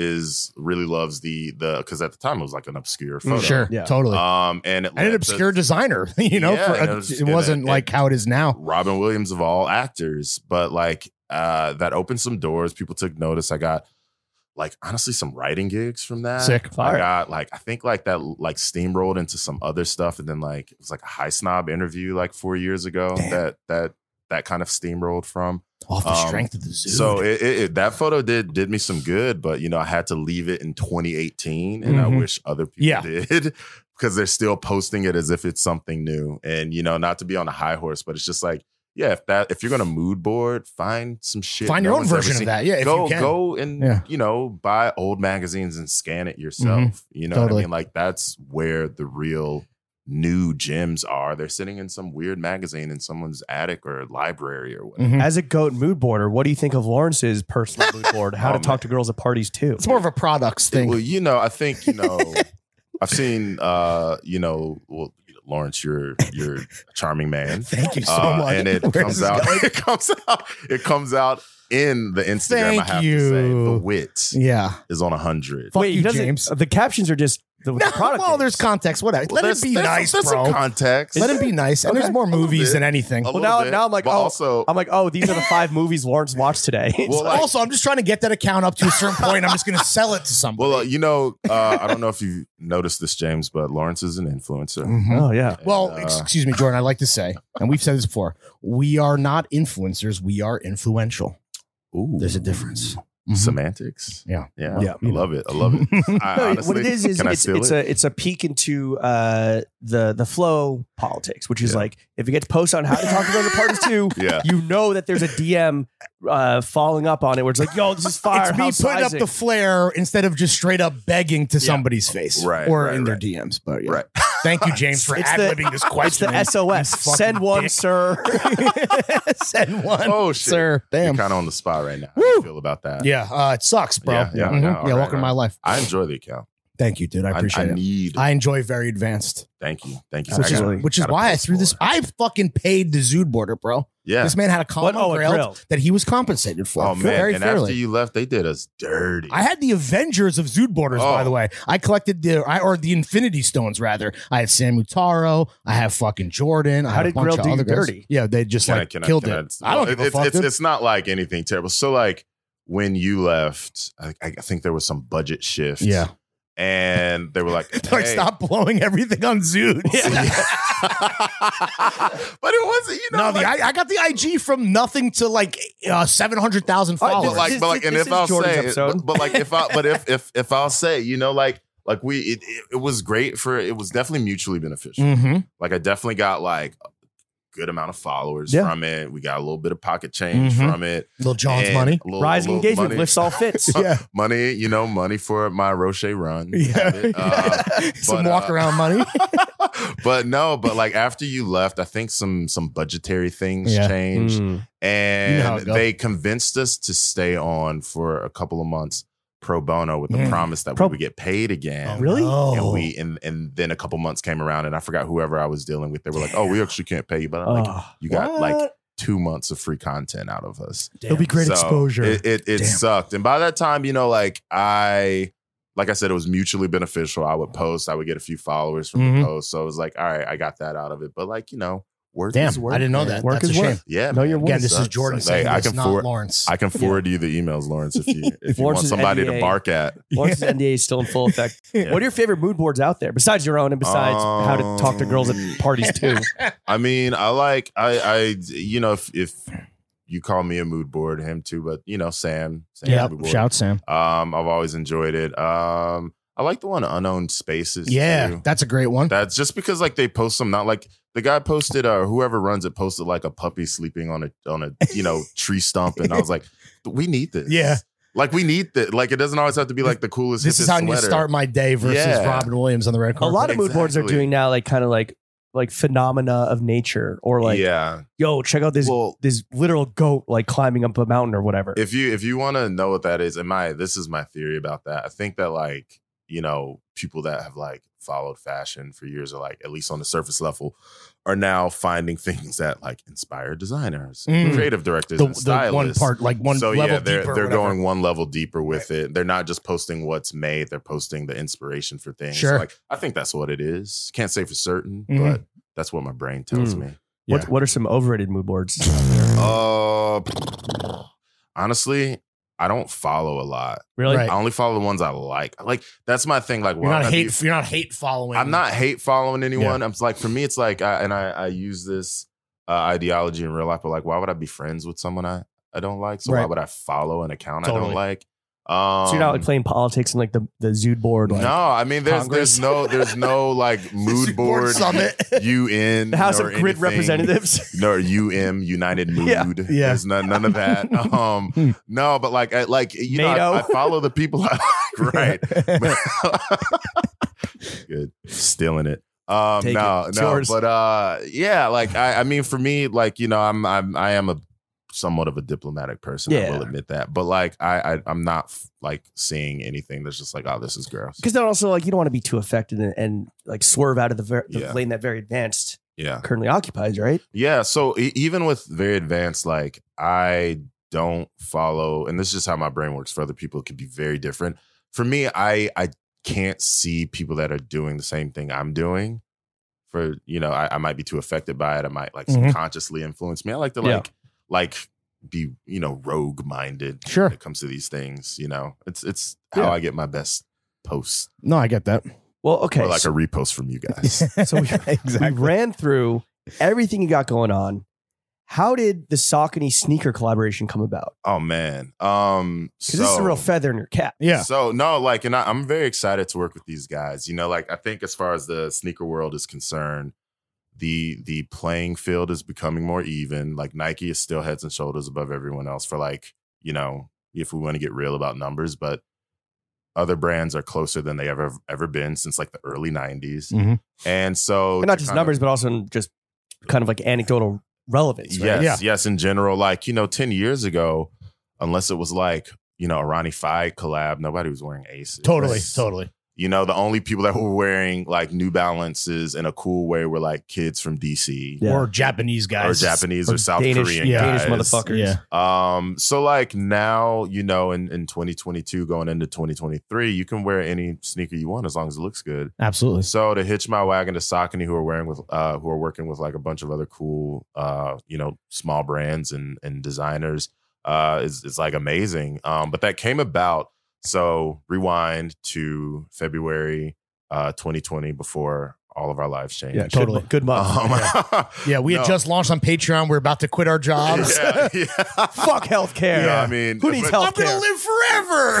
B: is really loves the the because at the time it was like an obscure photo.
C: Mm, Sure.
A: Yeah.
C: Totally.
B: Um and it
C: and an
B: led to-
C: obscure designer, you know,
B: Yeah,
C: for
B: and it
C: a, it,
B: was- and
C: wasn't
B: it-
C: like how it is now.
B: Robin Williams of all actors, but like uh that opened some doors. People took notice. I got like honestly some writing gigs from that.
C: Sick.
B: I
A: Fire.
B: got like I think like that like steamrolled into some other stuff, and then like it was like a high snob interview like four years ago
C: Damn.
B: that that that kind of steamrolled from.
C: Off the
B: Um,
C: strength of the zoo.
B: So it, it, it- that photo did did me some good, but you know I had to leave it in 2018, and I
C: Mhm.
B: wish other people
C: Yeah.
B: did because they're still posting it as if it's something new. And you know, not to be on a high horse, but it's just like, yeah, if that if you're gonna mood board, find some shit.
C: Find your
B: no
C: own
B: one's ever
C: version of
B: seen.
C: that. Yeah. If
B: go
C: you can.
B: go and
C: Yeah. Mm-hmm.
B: you know buy old magazines and scan it yourself. You know what I
C: Totally.
B: mean? Like that's where the real new gems are. They're sitting in some weird magazine in someone's attic or library or whatever.
C: Mhm.
A: As a goat mood boarder, what do you think of Lawrence's personal mood board? How to
B: Oh,
A: talk to girls at parties too?
C: It's more of a products thing.
B: Well, you know, I think you know. I've seen, uh, you know, well, Lawrence, you're you're a charming man,
C: Thank you so
B: Uh,
C: much.
B: and it
C: Where's
B: comes
C: this
B: out,
C: going?
B: it comes out, it comes out in the Instagram.
C: Thank
B: I have to say,
C: you.
B: the wit
C: Yeah.
B: is on hundred.
C: Fuck
A: Wait, he
C: you,
A: doesn't-
C: James.
A: The captions are just the, the
C: No,
A: product.
C: well, there's
A: names.
C: context. Whatever. Let it be nice,
B: There's
C: bro.
B: some context.
C: Let it be nice. And
B: Okay.
C: there's more
B: A little
C: movies
B: bit.
C: than anything.
B: A
A: Well,
B: little
A: now- now I'm like,
B: but
A: oh,
B: also,
A: I'm like, oh, these are the five movies Lawrence watched today.
B: well, like,
C: also, I'm just trying to get that account up to a certain point. I'm just going to sell it to somebody.
B: well, uh, you know, uh, I don't know if you noticed this, James, but Lawrence is an influencer.
C: Mhm.
A: oh yeah,
B: And,
C: Well,
B: uh,
C: ex- excuse me, Jordan. I'd like to say, and we've said this before, we are not influencers. We are influential.
B: ooh,
C: There's a difference.
B: Mm-hmm.
C: Mhm.
B: semantics.
C: Yeah.
B: yeah,
A: Yeah.
B: I love it. I love it. I,
A: No,
B: honestly,
A: what it is is
B: can I
A: it's,
B: steal
A: it's
B: it?
A: a it's a peek into uh, the the flow politics, which is
B: Yeah.
A: like if it gets posts on how to talk to girls at parties too,
B: yeah.
A: you know that there's a DM uh, following up on it where it's like, yo, this is fire.
C: it's me
A: House
C: putting
A: Isaac.
C: up the flare instead of just straight up begging to
A: Yeah.
C: somebody's face
B: Right,
C: or
B: right,
C: in
B: right.
C: their DMs. But yeah.
B: Right.
C: thank you, James, for
A: It's
C: ad
A: the-
C: libbing this
A: it's
C: question.
A: the SOS.
C: you fucking
A: Send one,
C: dick.
A: sir.
C: Send one,
B: Oh shit.
C: sir.
B: You're
C: Damn.
B: kind of on the spot right now. How do you
C: Woo!
B: feel about that?
C: Yeah, uh, it sucks, bro.
B: Yeah, yeah, yeah,
C: Mhm.
B: all
C: Yeah,
B: right,
C: welcome to
B: all
C: my
B: right.
C: life.
B: I enjoy the account.
C: Thank you, dude. I appreciate
B: I,
C: it.
B: need.
C: I enjoy very advanced,
B: thank you. Thank you.
A: Which
B: I
A: is-
B: gotta-
C: which is
B: gotta
C: why I
B: post
C: threw this.
B: more.
C: I fucking paid the Zood border, bro.
B: Yeah.
C: This man had a
A: What?
C: column on
A: Oh, a
C: Grailed
A: grill.
C: that he was compensated for.
B: Oh man.
C: very
B: And
C: fairly.
B: after you left, they did us dirty.
C: I had the Avengers of Zood Borders, by
B: Oh.
C: the way. I collected the I or the Infinity Stones rather. I had Sam Mutaro. I have fucking Jordan. I
A: How
C: had
A: did
C: a bunch
A: Grail
C: of
A: do you
C: other guys.
A: dirty?
C: Yeah, they just
B: Can I-
C: like
B: can I-
C: killed
B: can
C: it. I, don't
B: Well,
C: give a
B: it's,
C: fuck.
B: It's,
C: dude.
B: it's not like anything terrible. So like when you left, I, I think there was some budget shift.
C: yeah,
B: And they were like,
C: like
B: hey.
C: stop blowing everything on Zood.
B: but it wasn't, you know.
C: No,
B: like-
C: the I, I got the IG from nothing to like uh, seven hundred thousand
A: All right,
C: followers.
B: but like,
A: This-
B: but like, and
A: this
B: if
A: is
B: I'll
A: Jordan's
B: say,
A: episode.
B: but, but like, if I, but if if if I'll say, you know, like, like we, it, it, it was great for, it was definitely mutually beneficial.
A: Mm.
C: Mhm.
B: Like, I definitely got like a good amount of followers
A: Yeah. Mm-hmm.
B: from it. We got a little bit of pocket change
C: Mhm.
B: from it.
C: Lil John's
B: and
C: money.
B: a little-
A: Rising
B: a little
A: engagement
B: money,
A: lifts all fits.
C: Yeah,
B: money, you know, money for my Roche run.
C: yeah.
B: Uh,
C: Some
B: but, uh,
C: walk around money.
B: but no, but like after you left, I think some some budgetary things
C: Yeah.
B: changed.
C: You know how
B: and
C: it goes.
B: they convinced us to stay on for a couple of months pro bono with the
C: Mm.
B: promise that
A: Pro-
B: we would get paid again.
A: Really?
C: Oh.
B: And we and and then a couple months came around and I forgot whoever I was dealing with. They were like, "Oh, we actually can't pay you, but like
A: Oh.
B: you got like
C: Uh, What?
B: two months of free content out of us."
C: It'll be great
B: So,
C: exposure.
B: It it, it
C: Damn.
B: sucked, and by that time, you know, like I. Like I said, it was mutually beneficial. I would post, I would get a few followers from
C: Mhm.
B: the post. So it was like, all right, I got that out of it. But like, you know, Work
C: Damn,
B: is work.
C: I didn't know
B: man.
C: that.
A: Work
C: That's
A: is
C: a
A: work.
C: shame.
B: Yeah,
A: Know
B: man.
A: your worth.
C: Again, this is
B: Sucks.
C: Jordan
B: Like,
C: saying
B: I
C: this,
B: can
C: not
B: forward.
C: Lawrence.
B: I can forward you the emails, Lawrence, if you if you want
A: Lawrence's
B: somebody
A: NDA.
B: to bark at.
A: Lawrence's NDA is still in full effect. What are your favorite mood boards out there besides your own and besides how to talk to girls at
B: Um,
A: parties too?
B: I mean, I like I I you know if if you call me a mood board, him too, but you know Sam, Sam
D: Yeah.
B: mood board.
D: Shout Sam.
B: Um, I've always enjoyed it. Um, I like the one unowned spaces.
C: Yeah,
B: too.
C: that's a great one.
B: that's just because like they post some not like the guy posted or whoever runs it posted like a puppy sleeping on a on a you know tree stump, and I was like, we need this.
C: Yeah.
B: like we need that. Like it doesn't always have to be like the coolest.
C: this is how you
B: hippest sweater.
C: start my day versus
B: Yeah.
C: Robin Williams on the red
A: a
C: carpet.
A: lot of mood boards are
B: Exactly.
A: doing now like kind of like like phenomena of nature or like
B: yeah.
A: yo check out this
B: Well,
A: this literal goat like climbing up a mountain or whatever.
B: if you if you want to know what that is and my this is my theory about that i think that like you know people that have like followed fashion for years are like at least on the surface level are now finding things that like inspire designers
C: Mm.
B: creative directors
C: the,
B: and
C: the
B: stylists
C: one part, like one
B: so
C: level
B: yeah they're
C: deeper. or
B: they're
C: whatever.
B: going one level deeper with it they're not just posting what's made they're posting the inspiration for things
C: Sure.
B: like i think that's what it is can't say for certain
C: Mhm.
B: but that's what my brain tells
A: Mm.
B: me
A: What
C: Yeah.
A: what are some overrated mood boards?
B: uh honestly i don't follow a lot
A: Really?
C: Right.
B: I only follow the ones I like. Like that's my thing. Like,
C: You're
B: why
C: not
B: would I
C: hate.
B: be-
C: You're not hate following.
B: I'm not hate following anyone. I'm just like, for me, it's like, I, and I, I use this uh, ideology in real life, but like, why would I be friends with someone I, I don't like? So why
C: Right.
B: would I follow an account I
C: Totally.
B: don't like? Um,
A: so you're not like playing politics and like the the Zood board. Like,
B: no, I mean, there's
A: Congress.
B: there's no there's no like mood board
C: summit.
B: UN
A: The House of
B: or
A: Grid
B: anything.
A: Representatives.
B: No UM United Mood.
A: Yeah.
C: Yeah.
B: There's none, none of that. Um, no, but like I, like you know,
A: NATO.
B: I, I follow the people I like, right. Good. Stealing it. Um
A: Take
B: no,
A: it. It's
B: no.
A: yours.
B: But uh yeah, like I, I mean for me, like, you know, I'm I'm I am a somewhat of a diplomatic person.
A: Yeah.
B: I will admit that. But like I, I I'm not like seeing anything that's just like, oh, this is gross.
A: Because then also like you don't want to be too affected and, and like swerve out of the, ver- the
B: Yeah.
A: lane that very advanced
B: Yeah.
A: currently occupies, right?
B: Yeah. So e- even with very advanced, like I don't follow, and this is just how my brain works. For other people, it could be very different. For me, I I can't see people that are doing the same thing I'm doing. For you know, I, I might be too affected by it. I might like
C: Mhm.
B: subconsciously influence me. I like to
A: Mm-hmm. Yeah.
B: like like be you know rogue minded
C: Sure.
B: when it comes to these things. You know, it's it's how
A: Yeah.
B: I get my best posts
D: No, I get that.
A: Well, okay.
B: or like
A: so
B: a repost from you guys.
A: So we- we ran through everything you got going on. How did the Saucony sneaker collaboration come about?
B: oh man, um,
A: Because this is a
B: so-
A: real feather in your cap.
D: Yeah.
B: So no, like, and I, I'm very excited to work with these guys. You know, like I think as far as the sneaker world is concerned, the the playing field is becoming more even. Like Nike is still heads and shoulders above everyone else for like, you know, if we want to get real about numbers, but other brands are closer than they ever ever been since like the early 90s.
A: Mm-hmm.
D: Mhm.
B: And so
A: Mm. And not
B: to
A: just
B: kind of-
A: numbers, but also in just kind of like anecdotal relevance. Right?
B: Yes, yes, in general. Like, you know, 10 years ago, unless it was like, you know, a Ronnie Fied collab, nobody was wearing Aces.
C: Totally.
B: Yes.
C: Totally.
B: You know, the only people that were wearing like New Balances in a cool way were like kids from DC
A: Yeah.
C: Or Japanese
B: or
C: guys.
B: Japanese
A: Or
B: or, South
A: Danish,
B: Korean
C: yeah.
B: guys.
A: Danish motherfuckers.
D: Yeah.
B: Um, so like now, you know, in, in 2022 going into 2023, you can wear any sneaker you want as long as it looks good.
D: Absolutely.
B: So to hitch my wagon to Saucony, who are wearing with uh, who are working with like a bunch of other cool, uh, you know, small brands and and designers, uh, is is like amazing. Um, but that came about. So rewind to February, uh, 2020, before all of our lives changed.
A: Yeah,
C: Totally.
A: Good, good month.
B: Um,
C: Yeah, we had
B: no.
C: just launched on Patreon. We're about to quit our jobs.
B: Yeah, yeah.
A: Fuck healthcare.
B: Yeah, I mean,
A: Who needs
B: but-
C: I'm gonna
A: healthcare?
C: live forever.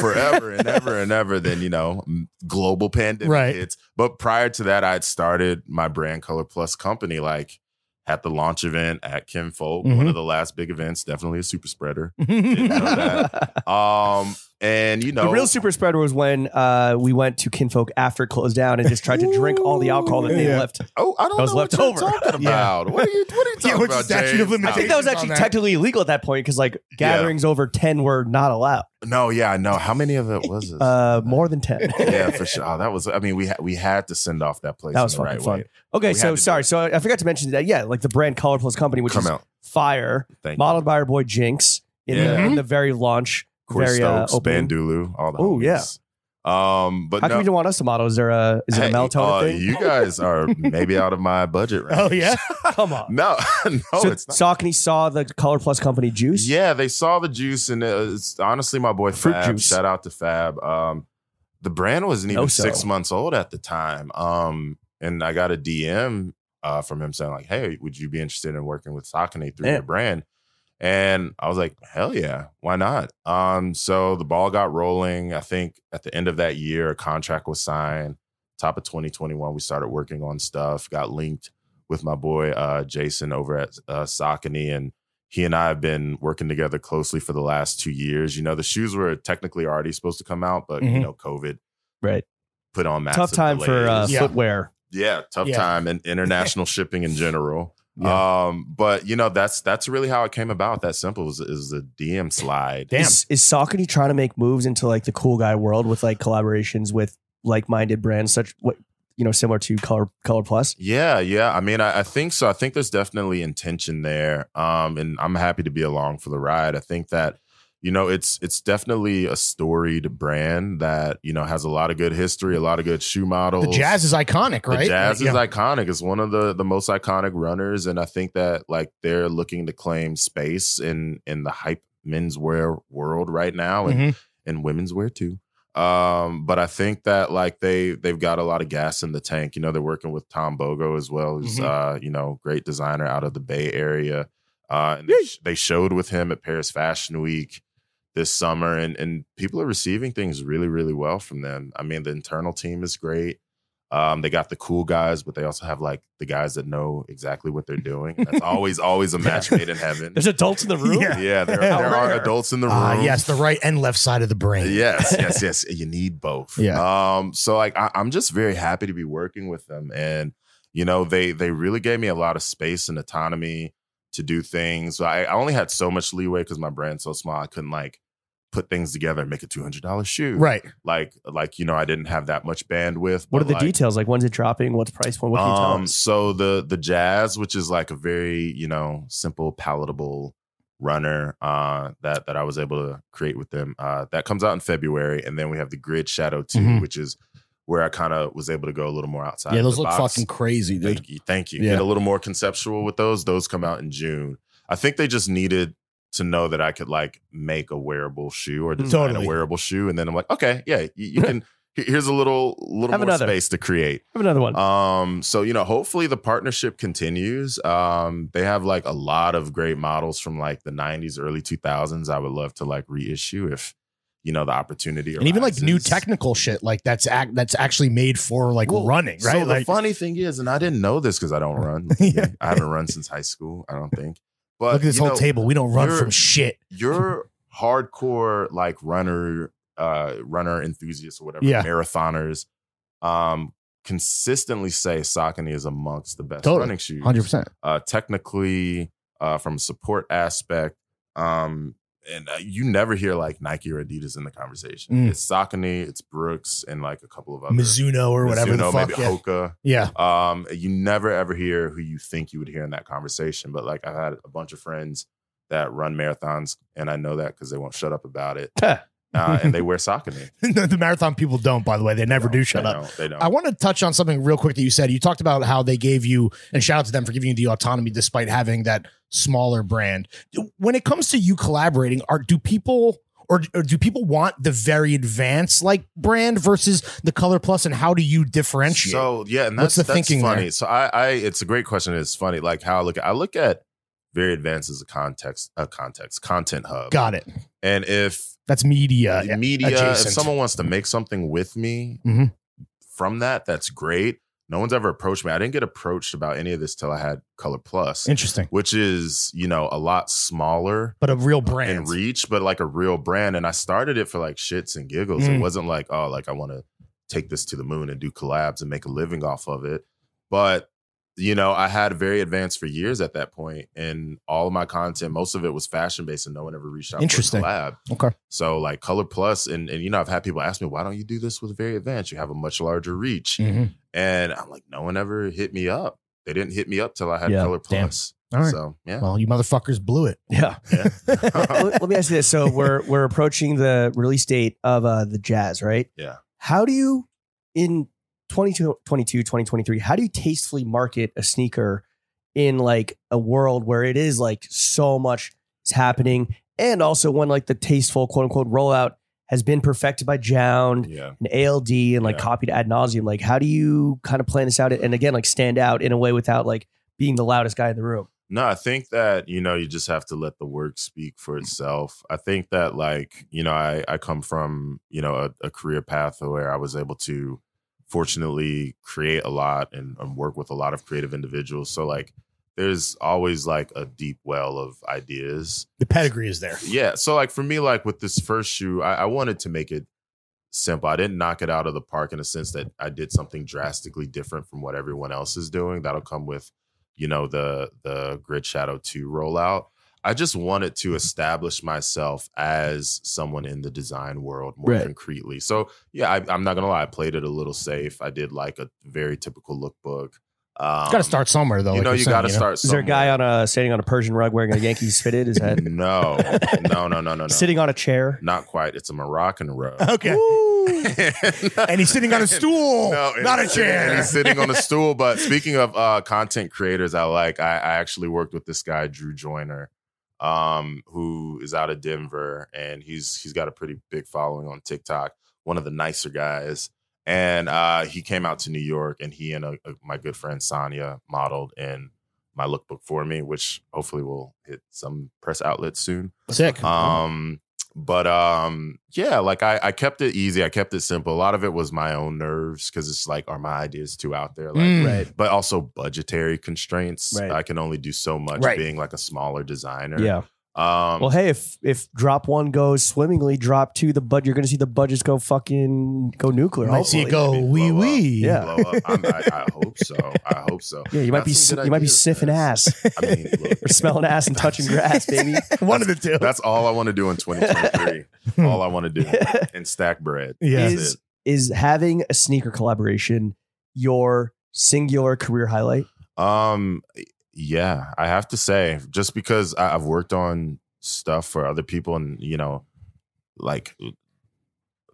B: forever and ever and ever then you know m- global pandemic
C: Right.
B: hits but prior to that i'd started my brand color plus company like at the launch event at kim folk one
D: Mhm.
B: of the last big events definitely a super spreader know that. um and you know
A: The real super spreader was when uh, we went to Kinfolk after it closed down and just tried to drink all the alcohol that they
D: Yeah.
A: left.
B: oh i don't
A: that was
B: know what
A: left
B: you're
A: over.
B: talking
C: Yeah.
B: about what are you what are you talking
C: what's the
B: about
C: statute
B: James?
C: of
B: No.
A: I think that was
C: Limitations on
A: actually
C: that.
A: technically illegal at that point because like gatherings over 10 were not allowed.
B: no yeah no how many of it was it
A: Uh, more than 10.
B: yeah for sure oh, that was i mean we had we had to send off that place
A: That
B: in
A: was
B: the
A: fucking
B: right
A: fun.
B: way
A: Okay,
B: We had
A: so
B: to do
A: sorry.
B: it.
A: So I forgot to mention that. Yeah, like the brand Color Plus Company, which
B: come
A: is
B: out
A: fire,
B: thank you
A: modeled by our boy Jinx in, the,
B: Yeah.
A: in the very launch.
B: Corey
A: very, uh,
B: Stokes,
A: opening.
B: Bandulu, all the
A: Oh, yeah.
B: homies. Um, but
A: How
B: no,
A: come you don't want us to model? Is there a is it
B: Hey,
A: a melatonin
B: uh,
A: thing?
B: You guys are maybe out of my budget range.
C: Oh yeah,
A: come on.
B: No, no,
A: so
B: it's not.
A: Saucony saw the Color Plus company juice.
B: Yeah, they saw the juice, and uh, it's honestly my boy
A: Fruit
B: Fab.
A: juice.
B: Shout out to Fab. Um, the brand wasn't even
A: No-so.
B: six months old at the time. Um, and I got a DM uh, from him saying like, "Hey, would you be interested in working with Saucony through
A: Yeah.
B: your brand?" And I was like, "Hell yeah, why not?" Um, so the ball got rolling. I think at the end of that year, a contract was signed. Top of 2021, we started working on stuff. Got linked with my boy uh, Jason over at uh, Saucony and he and I have been working together closely for the last two years. You know, the shoes were technically already supposed to come out, but you
C: Mhm.
B: know, COVID
A: Mm-hmm. Right.
B: put on massive
A: Tough time for uh,
B: delays.
C: Yeah.
A: footwear.
B: yeah, tough
C: Yeah.
B: time and international shipping in general. Um, but you know, that's that's really how it came about. That simple is is the DM slide.
C: damn.
A: Is, is Saucony trying to make moves into like the cool guy world with like collaborations with like-minded brands, such what you know, similar to Color Color Plus?
B: Yeah, yeah. I mean, I, I think so. I think there's definitely intention there, um, and I'm happy to be along for the ride. I think that you know it's it's definitely a storied brand that you know has a lot of good history, a lot of good shoe models.
C: the jazz is iconic, right?
B: The jazz
C: Yeah.
B: is iconic. It's one of the the most iconic runners, and I think that like they're looking to claim space in in the hype menswear world right now, and
C: Mhm.
B: and women's wear too. Um, but I think that like they they've got a lot of gas in the tank. You know, they're working with Tom Bogo as well,
A: Mm-hmm.
B: who's uh, you know, great designer out of the Bay Area. Uh, and they, sh- they showed with him at Paris Fashion Week this summer, and and people are receiving things really really well from them. I mean, the internal team is great. Um, they got the cool guys, but they also have like the guys that know exactly what they're doing. That's always always a match made in heaven.
A: There's adults in the room.
C: Yeah.
B: Yeah, there,
C: How
B: there are
A: rare. Uh,
B: adults in the room.
C: Ah, yes, the right and left side of the brain.
B: Yes, yes, yes. You need both.
C: Yeah.
B: Um. So like, I, I'm just very happy to be working with them, and you know, they they really gave me a lot of space and autonomy to do things. I, I only had so much leeway because my brand's so small. I couldn't like put things together and make a two hundred dollar shoe.
C: Right.
B: Like like you know, I didn't have that much bandwidth.
A: What are
B: but,
A: the
B: like,
A: details? Like when's it dropping? What's the price point? What can you tell
B: um,
A: us?
B: so the the jazz, which is like a very you know simple, palatable runner uh, that that I was able to create with them. Uh, that comes out in February, and then we have the Grid Shadow 2
C: Mhm.
B: which is where I kind of was able to go a little more outside.
C: Yeah,
B: of
C: those
B: the
C: look
B: box.
C: fucking crazy, dude.
B: Thank you. Thank you.
C: Yeah.
B: Get a little more conceptual with those. Those come out in June. I think they just needed to know that I could like make a wearable shoe or design
C: Totally.
B: a wearable shoe, and then I'm like, okay, yeah, you, you can. here- Here's a little little
A: Have
B: more
A: another.
B: space to create.
A: Have another one.
B: Um, so you know, hopefully the partnership continues. Um, they have like a lot of great models from like the '90s, early 2000s. I would love to like reissue if you know the opportunity.
C: and even like new
B: arises.
C: technical shit, like that's act that's actually made for like
B: Well,
C: running, right?
B: So the
C: like,
B: funny thing is, and I didn't know this because I don't run. Look at me. I haven't run since high school. I don't think. But
C: look at this
B: you
C: whole
B: know,
C: table. We don't run
B: you're-
C: from shit.
B: You're hardcore like runner, uh, runner enthusiasts or whatever,
C: Yeah.
B: marathoners. Um, consistently say Saucony is amongst the best
C: Totally.
B: running shoes.
C: Hundred percent.
B: uh, technically uh, from a support aspect. Um, and uh, you never hear like Nike or Adidas in the conversation.
C: Mm.
B: It's Saucony, it's Brooks, and like a couple of other
C: Mizuno or whatever the
B: Mizuno,
C: fuck.
B: maybe
C: yeah.
B: Hoka.
C: yeah.
B: Um, you never ever hear who you think you would hear in that conversation. But like I've had a bunch of friends that run marathons, and I know that because they won't shut up about it. uh, and they wear Saucony.
C: the marathon people don't, by the way. They never
B: They don't-
C: do shut
B: they
C: up.
B: don't- they don't.
C: I want to touch on something real quick that you said. You talked about how they gave you, and shout out to them for giving you the autonomy despite having that smaller brand. When it comes to you collaborating, are do people or, or do people want the very advanced like brand versus the color plus, and how do you differentiate?
B: So yeah, and
C: What's
B: that's,
C: the
B: that's
C: thinking
B: funny.
C: there?
B: So I, I, it's a great question. It's funny, like how I look. At, I look at very advanced as a context, a context content hub.
C: Got it.
B: and if
C: That's media.
B: the media,
C: adjacent.
B: if someone wants to make something with me
C: Mhm.
B: from that, that's great. No one's ever approached me. I didn't get approached about any of this till I had Color Plus,
C: Interesting,
B: which is you know a lot smaller
C: but a real brand.
B: and reach, but like a real brand. And I started it for like shits and giggles. It
C: Mm.
B: wasn't like, oh, like I want to take this to the moon and do collabs and make a living off of it. But you know, I had very advanced for years at that point, and all of my content, most of it was fashion based, and no one ever reached out
C: Interesting.
B: for a collab.
C: Okay.
B: So like Color Plus, and and you know, I've had people ask me, why don't you do this with very advanced? You have a much larger reach,
C: Mhm.
B: and I'm like, no one ever hit me up. They didn't hit me up till I had
A: Yeah,
B: Color
C: damn.
B: Plus.
C: All right.
B: So yeah.
C: Well, you motherfuckers blew it.
A: yeah. let, let me ask you this. So we're we're approaching the release date of uh, the Jazz, right?
B: Yeah.
A: How do you, in 2022, 2023, how do you tastefully market a sneaker in like a world where it is like so much is happening? And also when like the tasteful quote unquote rollout has been perfected by Jound
B: Yeah.
A: and ALD and like
B: Yeah.
A: copied ad nauseum. Like, how do you kind of plan this out and again, like stand out in a way without like being the loudest guy in the room?
B: No, I think that, you know, you just have to let the work speak for itself. I think that like, you know, I, I come from, you know, a, a career path where I was able to fortunately create a lot and, and work with a lot of creative individuals. So like there's always like a deep well of ideas
C: The pedigree is there.
B: yeah so like for me like with this first shoe I, I wanted to make it simple i didn't knock it out of the park in a sense that i did something drastically different from what everyone else is doing that'll come with you know the the grid shadow 2 rollout i just wanted to establish myself as someone in the design world more
A: Right.
B: concretely so yeah I, i'm not gonna lie i played it a little safe i did like a very typical lookbook um,
C: Got to start somewhere though.
B: you
C: like
B: know
C: you're
B: you
C: saying,
B: gotta
C: know?
B: start
A: Is there a guy
B: somewhere.
A: on a standing on a Persian rug wearing a Yankees fitted? Is that
B: no no no no no no
A: sitting on a chair?
B: not quite. It's a Moroccan rug.
C: Okay. and he's sitting on a stool,
B: No, and
C: not a
B: he's sitting-
C: chair.
B: and he's sitting on a stool. But speaking of uh, content creators, I like. I, I actually worked with this guy, Drew Joyner, um, who is out of Denver, and he's he's got a pretty big following on TikTok. One of the nicer guys, and uh, he came out to New York, and he and a, a- my good friend Sonia modeled in my lookbook for me, which hopefully will hit some press outlets soon.
C: Sick.
B: Um, but um, yeah, like I, I kept it easy. I kept it simple. A lot of it was my own nerves because it's like, are my ideas too out there? Like,
C: Mm.
A: Right.
B: but also budgetary constraints.
A: Right.
B: I can only do so much
C: Right.
B: being like a smaller designer.
A: Yeah.
B: Um,
A: Well, hey, if if drop one goes swimmingly, drop two, the bud you're gonna see the budgets go fucking go nuclear.
C: Might see
A: hopefully.
C: it go
B: Maybe
C: wee
B: blow up.
C: wee.
A: Yeah.
B: blow up. I'm, I, I hope so. I hope so.
A: Yeah, you might
B: Got
A: be
B: some
A: si-
B: good
A: you might be
B: ideas,
A: sniffing
B: guys.
A: ass
B: I mean, look,
A: or smelling ass and touching grass, baby.
C: One of the two.
B: that's all I want to do in 2023. all I want to do and stack bread.
C: Yeah.
B: That's
A: Is
B: it.
A: is having a sneaker collaboration your singular career highlight?
B: Um, yeah, I have to say, just because I, I've worked on stuff for other people, and you know, like,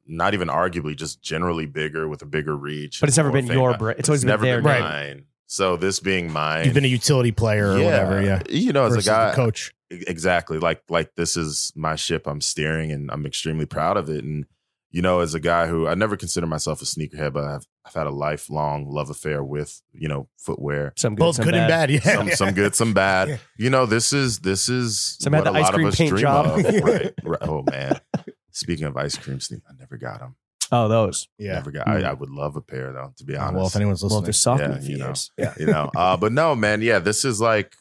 B: not even arguably, just generally bigger with a bigger reach.
A: But it's never
B: more
A: been
B: fame.
A: your
B: I-
A: brand. It's
B: but
A: always been
B: never
A: their
B: been
C: brand.
A: brand.
C: Right.
B: mine. So this being mine,
C: You've been a utility player or whatever. Yeah.
B: You know, as
C: Versus
B: a guy,
C: the coach.
B: e- exactly like like this is my ship i'm steering and i'm extremely proud of it and you know as a guy who i never consider myself a sneakerhead but i've, I've had a lifelong love affair with you know footwear
A: Some good,
C: Both
A: some
C: good and bad. Yeah.
B: some some good some bad
C: Yeah.
B: you know this is this is
A: Some had
B: what
A: the
B: a
A: ice
B: lot
A: cream
B: of us
A: paint
B: dream
A: job.
B: of right, right oh man speaking of ice cream sneakers, i never got them
A: Oh, those.
C: Yeah. Hmm. Oh,
B: never got I, I would love a pair though to be honest
C: Well, if anyone's
A: Well,
C: listening,
A: they're soft.
B: Yeah, you know. you know uh but no man yeah this is like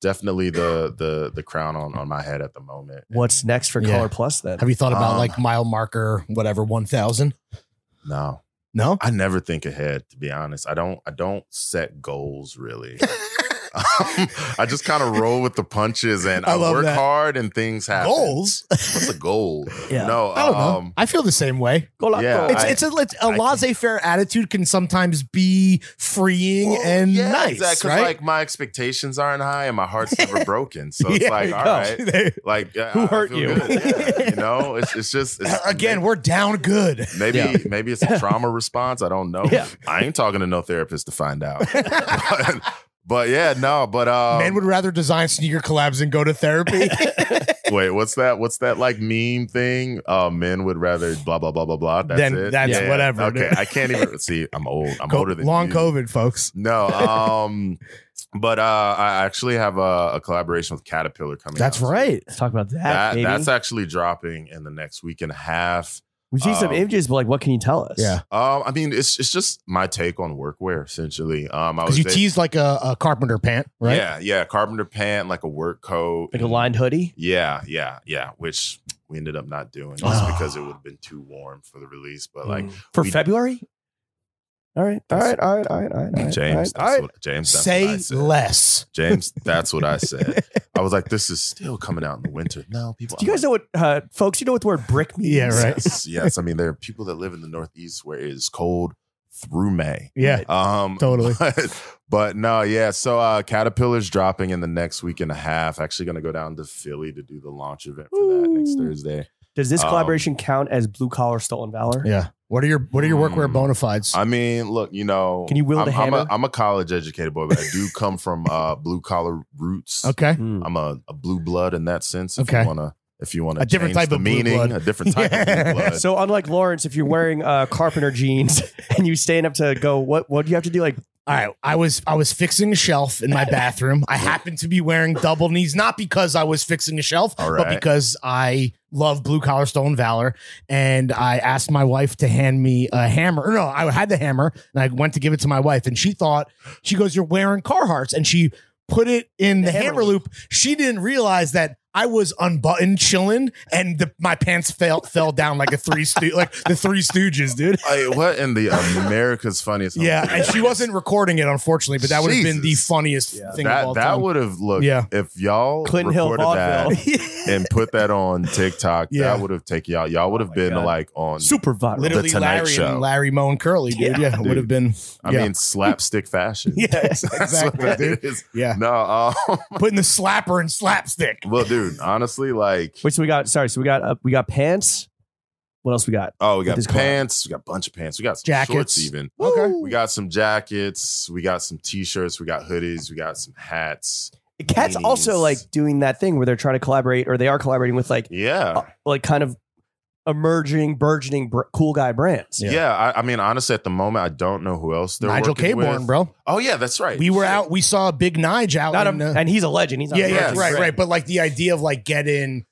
B: definitely the the the crown on on my head at the moment
A: What's next for
C: Yeah.
A: Color Plus then?
C: have you thought about
B: Um,
C: like mile marker, whatever, 1000?
B: no
C: No?
B: I never think ahead, to be honest. I don't. I don't set goals really. Um, I just kind of roll with the punches, and
C: I
B: I,
C: love
B: work
C: that.
B: hard, and things happen.
C: Goals?
B: What's a goal?
A: Yeah.
B: No,
C: I don't know.
B: um,
C: I feel the same way.
B: yeah,
C: It's,
B: I-
C: it's a, it's a
B: I can-
C: laissez faire attitude can sometimes be freeing
B: well,
C: and
B: yeah,
C: nice,
B: exact- 'cause,
C: right?
B: Like my expectations aren't high, and my heart's never broken. So
C: Yeah,
B: it's like,
C: there
B: all
C: you
B: right,
C: go.
B: like uh,
A: Who
B: I
A: hurt
B: feel
A: you?
B: good. Yeah, you know, it's it's just it's,
C: Again, we're down good.
B: Maybe
A: Yeah.
B: maybe it's a trauma response. I don't know.
A: Yeah.
B: I ain't talking to no therapist to find out. but, but yeah, no. But um,
C: Man would rather design sneaker collabs and go to therapy.
B: Wait, what's that? What's that like meme thing? Uh, men would rather blah blah blah blah blah. That's
C: Then
B: it.
C: that's whatever,
B: Okay,
C: dude.
B: I can't even see. I'm old. I'm
C: Co-
B: older than
C: long
B: you.
C: COVID, folks.
B: No, um, but uh, I actually have a, a collaboration with Caterpillar coming.
C: That's
B: out.
C: right.
A: Let's talk about that,
B: That,
A: baby.
B: that's actually dropping in the next week and a half.
A: We've seen some
B: um,
A: images, but like, what can you tell us?
C: Yeah.
B: Um, I mean, it's it's just my take on workwear essentially. Um, I was
C: Because you
B: a-
C: teased like a, a carpenter pant, right?
B: Yeah, yeah, carpenter pant, like a work coat,
A: Like a lined hoodie.
B: Yeah, yeah, yeah. Which we ended up not doing just
C: Oh.
B: because it would have been too warm for the release. But like
A: Ah. Mm. for
B: we-
A: February. All right. All right. All right. All right. All right. All right.
B: James,
A: All right.
B: that's what, James, that's what I
C: Say
B: said.
C: less.
B: James, that's what I said. I was like, this is still coming out in the winter. No, people.
A: Do you guys know what, uh, folks? You know what the word brick means?
C: Yeah, right.
B: Yes, yes. I mean, there are people that live in the Northeast where it is cold through May.
C: Yeah.
B: Um,
C: Totally.
B: But, but no, yeah. So uh, Caterpillar's dropping in the next week and a half. Actually, going to go down to Philly to do the launch event for that next
A: Ooh.
B: Thursday.
A: Does this
B: Um,
A: collaboration count as blue collar stolen valor?
C: Yeah. What are your What are your workwear
B: Mm.
C: bona fides?
B: I mean, look, you know,
A: Can you wield
B: I'm,
A: a
B: I'm
A: hammer?
B: I'm a college educated boy, but I do come from uh, blue collar roots.
C: okay.
A: Mm.
B: I'm a, a blue blood in that sense. If
C: Okay.
B: you wanna, if you wanna,
C: A different
B: change
C: type
B: the
C: of blue
B: meaning,
C: blood.
B: a different type of
C: Yeah.
B: blue blood.
A: Uh, So unlike Lawrence, if you're wearing uh, carpenter jeans and you stand up to go, what what do you have to do? Like
C: All right, I was I was fixing a shelf in my bathroom. I happened to be wearing double knees, not because I was fixing a shelf,
B: All
C: but
B: right.
C: because I love blue collar stone valor. And I asked my wife to hand me a hammer. Or no, I had the hammer, and I went to give it to my wife, and she thought she goes, "You're wearing Carhartts," and she put it in the, hammer, loop. She didn't realize that. I was unbuttoned, chilling, and the, my pants fell fell down like a three sto- like the Three Stooges, dude.
B: Hey, what in the America's funniest? Home
C: Yeah,
B: Videos?
C: and she wasn't recording it, unfortunately, but that would have been the
B: Oh. Jesus.
C: funniest thing of all
B: That that
C: time.
B: would have looked.
C: Yeah.
B: If y'all
A: Clinton Hill
B: recorded
A: Vaudeville.
B: that and put that on TikTok,
C: Yeah.
B: that would have taken y'all. Y'all would have
A: my
B: been
A: God.
B: like on.
A: super viral.
B: Literally.
C: Literally
B: The Tonight
C: Larry
B: Show.
C: and Larry Moe and Curly, dude. Yeah,
A: Yeah.
C: it would have been.
B: I
C: yeah.
B: mean, slapstick fashion.
C: Yeah,
B: That's what
C: exactly,
B: that
C: dude.
B: is.
C: yeah,
B: No. Um,
C: putting the slapper and slapstick.
B: well, dude, honestly, like,
A: Wait, so we got sorry, so we got uh, we got pants. What else we got?
B: oh, we
A: With
B: got
A: his car.
B: pants. We got a bunch of pants. We got some
C: Jackets.
B: shorts, even.
C: Okay.
B: We got some jackets. We got some t-shirts. We got hoodies. We got some hats.
A: Cats
B: Beanies.
A: also like doing that thing where they're trying to collaborate or they are collaborating with like
B: Yeah.
C: Oh,
A: uh, like kind of emerging, burgeoning br- cool guy brands.
B: Yeah, I, I mean, honestly, at the moment, I don't know who else they're
C: Nigel
B: working
C: Caborn,
B: with.
C: bro.
B: Oh yeah, that's right.
C: We were
B: Shit.
C: out. We saw Big Nige out.
A: Not
C: in,
A: a,
C: uh,
A: and he's a legend. He's not
C: yeah,
A: a
C: yeah,
B: Yes.
A: legend.
C: right,
A: Right.
C: right. But like the idea of like getting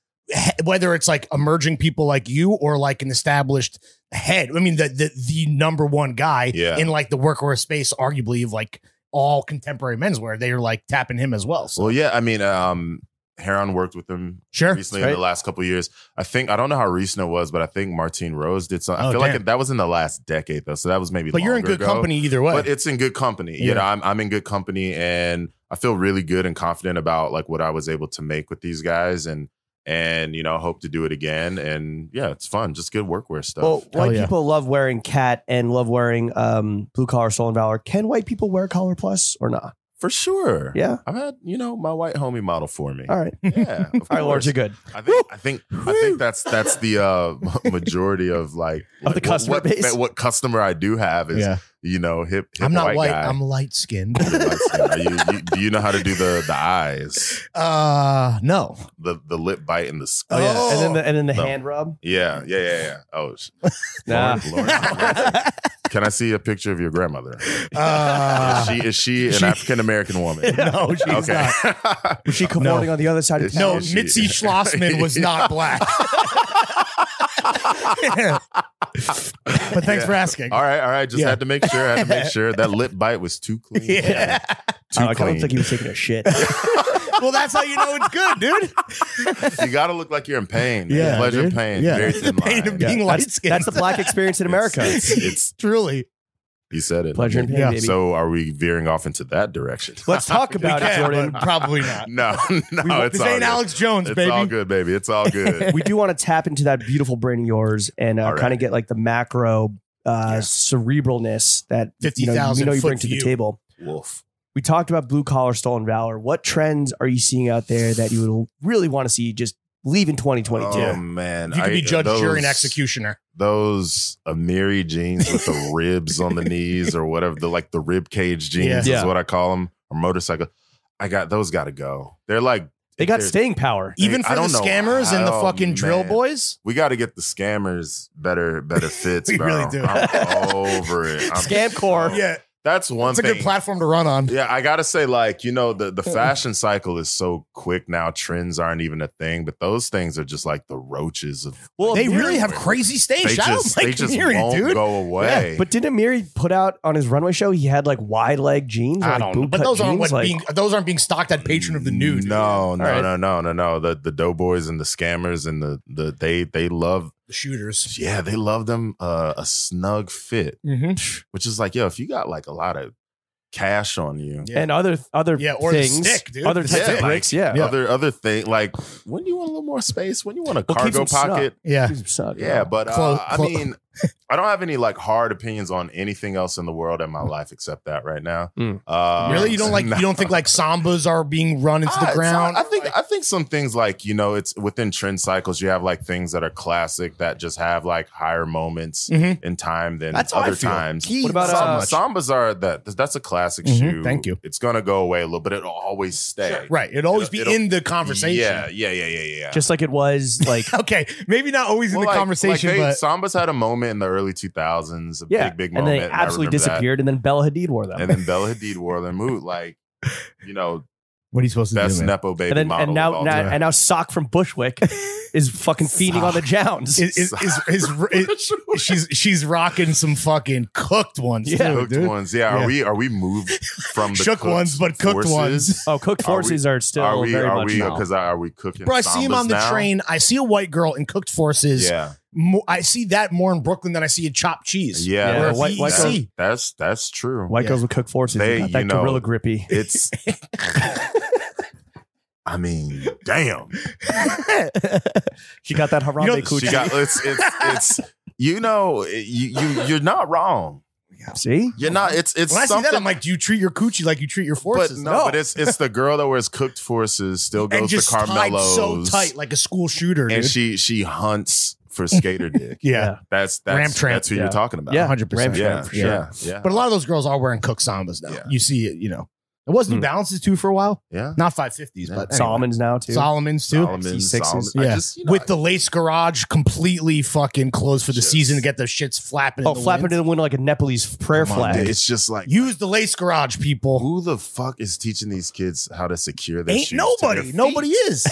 C: whether it's like emerging people like you or like an established head. I mean, the the, the number one guy
B: Yeah.
C: in like the workwear space, arguably of like all contemporary menswear. They are like tapping him as well. So
B: Well, yeah, I mean, um, Heron worked with them
C: sure,
B: recently
A: right.
B: in the last couple of years. I think I don't know how recent it was, but I think Martine Rose did something.
C: Oh,
B: I feel
C: damn.
B: like that was in the last decade though, so that was maybe.
C: but you're in
B: longer
C: good
B: ago.
C: company either way.
B: But it's in good company.
C: Yeah.
B: You know, I'm I'm in good company, and I feel really good and confident about like what I was able to make with these guys, and and you know, hope to do it again. And yeah, it's fun, just good workwear stuff.
A: Well, white
C: yeah.
A: people love wearing cat and love wearing um, blue collar stolen valor. Can white people wear collar plus or not?
B: for sure.
A: Yeah.
B: I've had you know my white homie model for me.
A: All right.
B: Yeah, of
A: All right, Lawrence,
B: course.
A: you're good.
B: I think I think I think that's that's the uh, majority of like
A: Of the
B: what-
A: customer
B: what,
A: base.
B: What customer I do have is you know hip. hip
C: I'm not white.
B: white. guy.
C: I'm light skinned.
B: You're light skinned. Are you, you, do you know how to do the the eyes,
C: Uh, no.
B: the the lip bite, and the
C: Oh,
B: skull?
C: yeah.
A: And then the, and then the
B: No.
A: hand rub.
B: yeah, yeah, yeah, yeah. Oh, sh-
A: Nah.
B: Lawrence, Lawrence, can I see a picture of your grandmother?
C: Uh,
B: is she is she an
C: she-
B: African American woman?
C: no, she's
B: okay.
C: not.
A: Was she cavorting on the other side of
B: Is
A: town?
C: No,
B: she-
C: Mitzi Schlossman was not black. but thanks
B: Yeah.
C: for asking.
B: all right, all right. Just
C: Yeah.
B: had to make sure. I had to make sure that lip bite was too clean.
C: Yeah.
B: Too
A: Oh, it
B: clean.
A: looks like he was taking a shit.
C: well, that's how you know it's good, dude.
B: you gotta look like you're in pain.
C: Yeah,
B: Yeah, pleasure
C: dude.
B: pain.
C: Yeah.
B: Very thin
C: The pain
B: line.
C: of being light skinned.
A: That's the black experience in America.
B: It's, it's-
C: truly.
B: you said it.
A: Pleasure and pain,
C: Yeah.
A: baby.
B: So are we veering off into that direction?
A: Let's talk about it,
C: Yeah,
A: Jordan.
C: but probably not.
B: no, no, it's
C: this
B: all
C: ain't
B: good.
C: Alex Jones,
B: It's
C: baby.
B: all good, baby. It's all good.
A: we do want to tap into that beautiful brain of yours and uh,
B: All right.
A: kind of get like the macro uh, cerebralness that you know, you
C: 50,000
A: know you
C: foot
A: bring to the
C: view.
A: table.
B: Wolf.
A: We talked about blue collar stolen valor. What trends are you seeing out there that you would really want to see just leave in 2022?
B: Oh man,
C: You could be
B: I-
C: judge, jury, and
B: those-
C: executioner.
B: Those Amiri jeans with the ribs on the knees, or whatever, the like the rib cage jeans
C: Yeah.
B: is
A: Yeah.
B: what I call them, or motorcycle. I got those. Got to go. They're like
A: they got
B: they're-
A: staying power.
C: Even
B: I
C: for the
B: don't know
C: scammers and the
B: how,
C: fucking drill
B: man.
C: boys.
B: We got to get the scammers better, better fits.
C: We
B: bro.
C: really do.
B: I'm over it. I'm
A: Scamcore.
B: so-
C: Yeah,
B: that's one
C: it's a
B: thing.
C: good platform to run on.
B: yeah, I gotta say, like you know, the the fashion cycle is so quick now. Trends aren't even a thing, but those things are just like the roaches of.
A: Well,
C: They
A: Amiri-
C: really have crazy
B: They
C: stage. Shout out
B: just they
C: Mike
B: just
C: Neary,
B: won't
C: dude.
B: go away.
A: But didn't Amiri put out on his runway show? He had like wide leg jeans. Or,
C: I
A: like,
C: don't know.
A: boot
C: But
A: cut
C: those aren't
A: jeans,
C: what
A: like-
C: being those aren't being stocked at patron of the nude.
B: No, no,
A: right.
B: no, no, no, no. The the doughboys and the scammers and the the they they love
C: The shooters.
B: yeah they love them uh, a snug fit,
C: Mm-hmm.
B: which is like yo if you got like a lot of cash on you,
C: Yeah.
A: and other other
C: Yeah, or the
A: things,
C: stick, dude.
A: other
C: The
A: types
B: stick.
A: of bricks. Yeah, yeah.
B: other other thing like when you want a little more space, when you want a
A: Well, keeps
B: cargo
A: them snug.
B: pocket,
C: Yeah.
B: Yeah, but uh,
C: Clo- clo-
B: I mean, I don't have any like hard opinions on anything else in the world in my life except that right now.
A: Mm.
B: Uh,
C: Mm. Really? You don't like
B: no.
C: you don't think like sambas are being run into
B: Ah,
C: the
B: it's
C: ground?
B: not- I think I think think some things like, you know, it's within trend cycles, you have like things that are classic that just have like higher moments
C: Mhm.
B: in time than
C: That's how I
B: other
C: feel.
B: times.
C: He-
A: What about,
C: so
A: uh, Mm-hmm,
C: much.
B: Sambas are that that's a classic
C: Mhm,
B: shoe.
C: thank you.
B: It's gonna go away a little, but it'll always stay.
C: right? It'd always
B: It'll-
C: be
B: it'll-
C: in the conversation.
B: Yeah, yeah, yeah, yeah, yeah.
A: Just like it was like
C: Okay, maybe not always
B: Well,
C: in the
B: like- like
C: conversation,
B: they-
C: but
B: Sambas had a moment in the early 2000s, a
A: yeah,
B: big, big
A: and
B: moment.
A: then they
B: and I
A: absolutely
B: remember that.
A: disappeared, and then Bella Hadid wore them,
B: And then Bella Hadid wore them. Who, like, you know,
C: what are you supposed to
B: best
C: do? man?
B: nepo baby
A: and then
B: model.
A: and
B: of
A: now,
B: all
A: now
B: time.
A: and now sock from Bushwick is fucking feeding on the Jones.
C: Is, is, is, is, is- she's she's rocking some fucking cooked ones,
A: Yeah.
C: too,
B: cooked
C: dude.
B: ones. Yeah, are
C: Yeah.
B: we are we moved from the
C: Shook
B: cooked
C: ones, but cooked
B: forces?
C: ones.
A: oh, cooked
B: Are we-
A: forces are, still
B: Are we?
A: very
B: Are
A: much
B: we?
A: now.
B: Because are we cooking?
C: Bro, I see him
B: sambas
C: on the
B: now?
C: train. I see a white girl in cooked forces.
B: Yeah,
C: Mo- I see that more in Brooklyn than I see in chopped cheese.
B: yeah.
A: Yeah,
C: Where
A: white-
C: he-
A: white
B: that-
A: girl-
C: see,
B: That's that's true.
A: White
C: Yeah.
A: girls with cooked forces.
B: They-
A: They, got that
B: you know-
A: gorilla grippy.
B: It's. I mean, damn.
A: she got that Harambe
C: You know,
A: coochie.
B: She got. It's. It's. it's you know, you you you're not wrong.
A: See,
B: You're not. It's it's
C: when I see
B: something.
C: that, I'm like, do you treat your coochie like you treat your
B: but
C: forces?
B: no, but it's it's the girl that wears cooked forces still goes
C: and just
B: to Carmelo's
C: tied so tight like a school shooter.
B: and
C: dude.
B: she she hunts for skater dick.
C: yeah,
B: That's that's
C: Ram Tramp,
B: that's who
A: yeah.
B: you're talking about.
A: Yeah.
C: hundred percent.
A: Ram
B: yeah,
A: Tramp, for sure.
B: yeah, yeah,
C: But a lot of those girls are wearing cooked sambas now.
B: Yeah.
C: You see it, you know. It was New
A: Hmm.
C: Balances too for a while,
B: yeah.
C: not 550s,
B: Yeah.
C: but anyway.
A: Solomon's now too.
C: Solomon's too.
B: Solomon, Solomon.
A: C6s.
B: I
C: Yeah.
B: just, you know,
C: With the lace garage completely fucking closed for the
B: Shits.
C: season to get those shits flapping.
A: oh,
C: in the
A: flapping
C: wind.
A: in the wind like a Nepalese prayer
B: Come on,
A: flag.
B: dude. It's just like
C: Use the lace garage, people.
B: who the fuck is teaching these kids how to secure their
C: Ain't
B: shoes? to their
C: nobody.
B: feet?
C: Nobody is.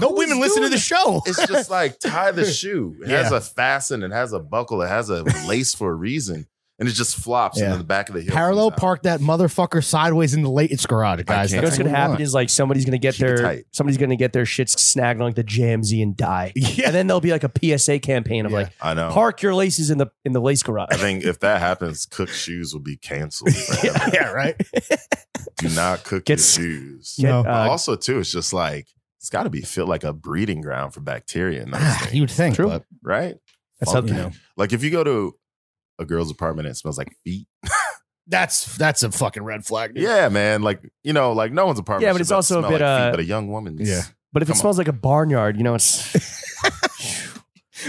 C: no
B: Who's
C: women listen to
B: doing
C: the show.
B: It's just like tie the shoe. It has
C: Yeah.
B: a fasten. It has a buckle. It has a lace for a reason, and it just flops
C: Yeah.
B: into the back of the heel.
C: Parallel
B: comes out.
C: park that motherfucker sideways in the lace garage, guys.
A: You know
B: can't.
C: That's
A: what's
C: what
A: gonna
C: we
A: happen
C: want.
A: is like somebody's gonna get
B: Keep it
A: their
B: tight.
A: somebody's gonna get their shit snagged on like the JMZ and die.
C: Yeah.
A: And then there'll be like a PSA campaign of
C: Yeah.
A: like
B: I know.
A: park your laces in the in the lace
B: I
A: garage.
B: think if that happens, cook shoes will be canceled. forever.
C: yeah, right.
B: Do not cook
A: Get
B: your
A: s-
B: shoes.
A: Get,
C: No.
A: uh,
B: But also, too, it's just like it's got to be feel like a breeding ground for bacteria and those
A: Ah.
B: things,
C: you would think,
A: True.
C: but
B: right?
A: that's how
B: Funky. Like if you go to a girl's apartment and it smells like feet.
C: that's that's a fucking red flag. dude.
B: Yeah, man. Like you know, like no one's apartment.
A: Yeah, but
B: should
A: it's also a
B: smell
A: bit,
B: like
A: uh,
B: feet, but a young woman's.
C: Yeah.
A: But if it
B: Come on.
A: smells like a barnyard, you know it's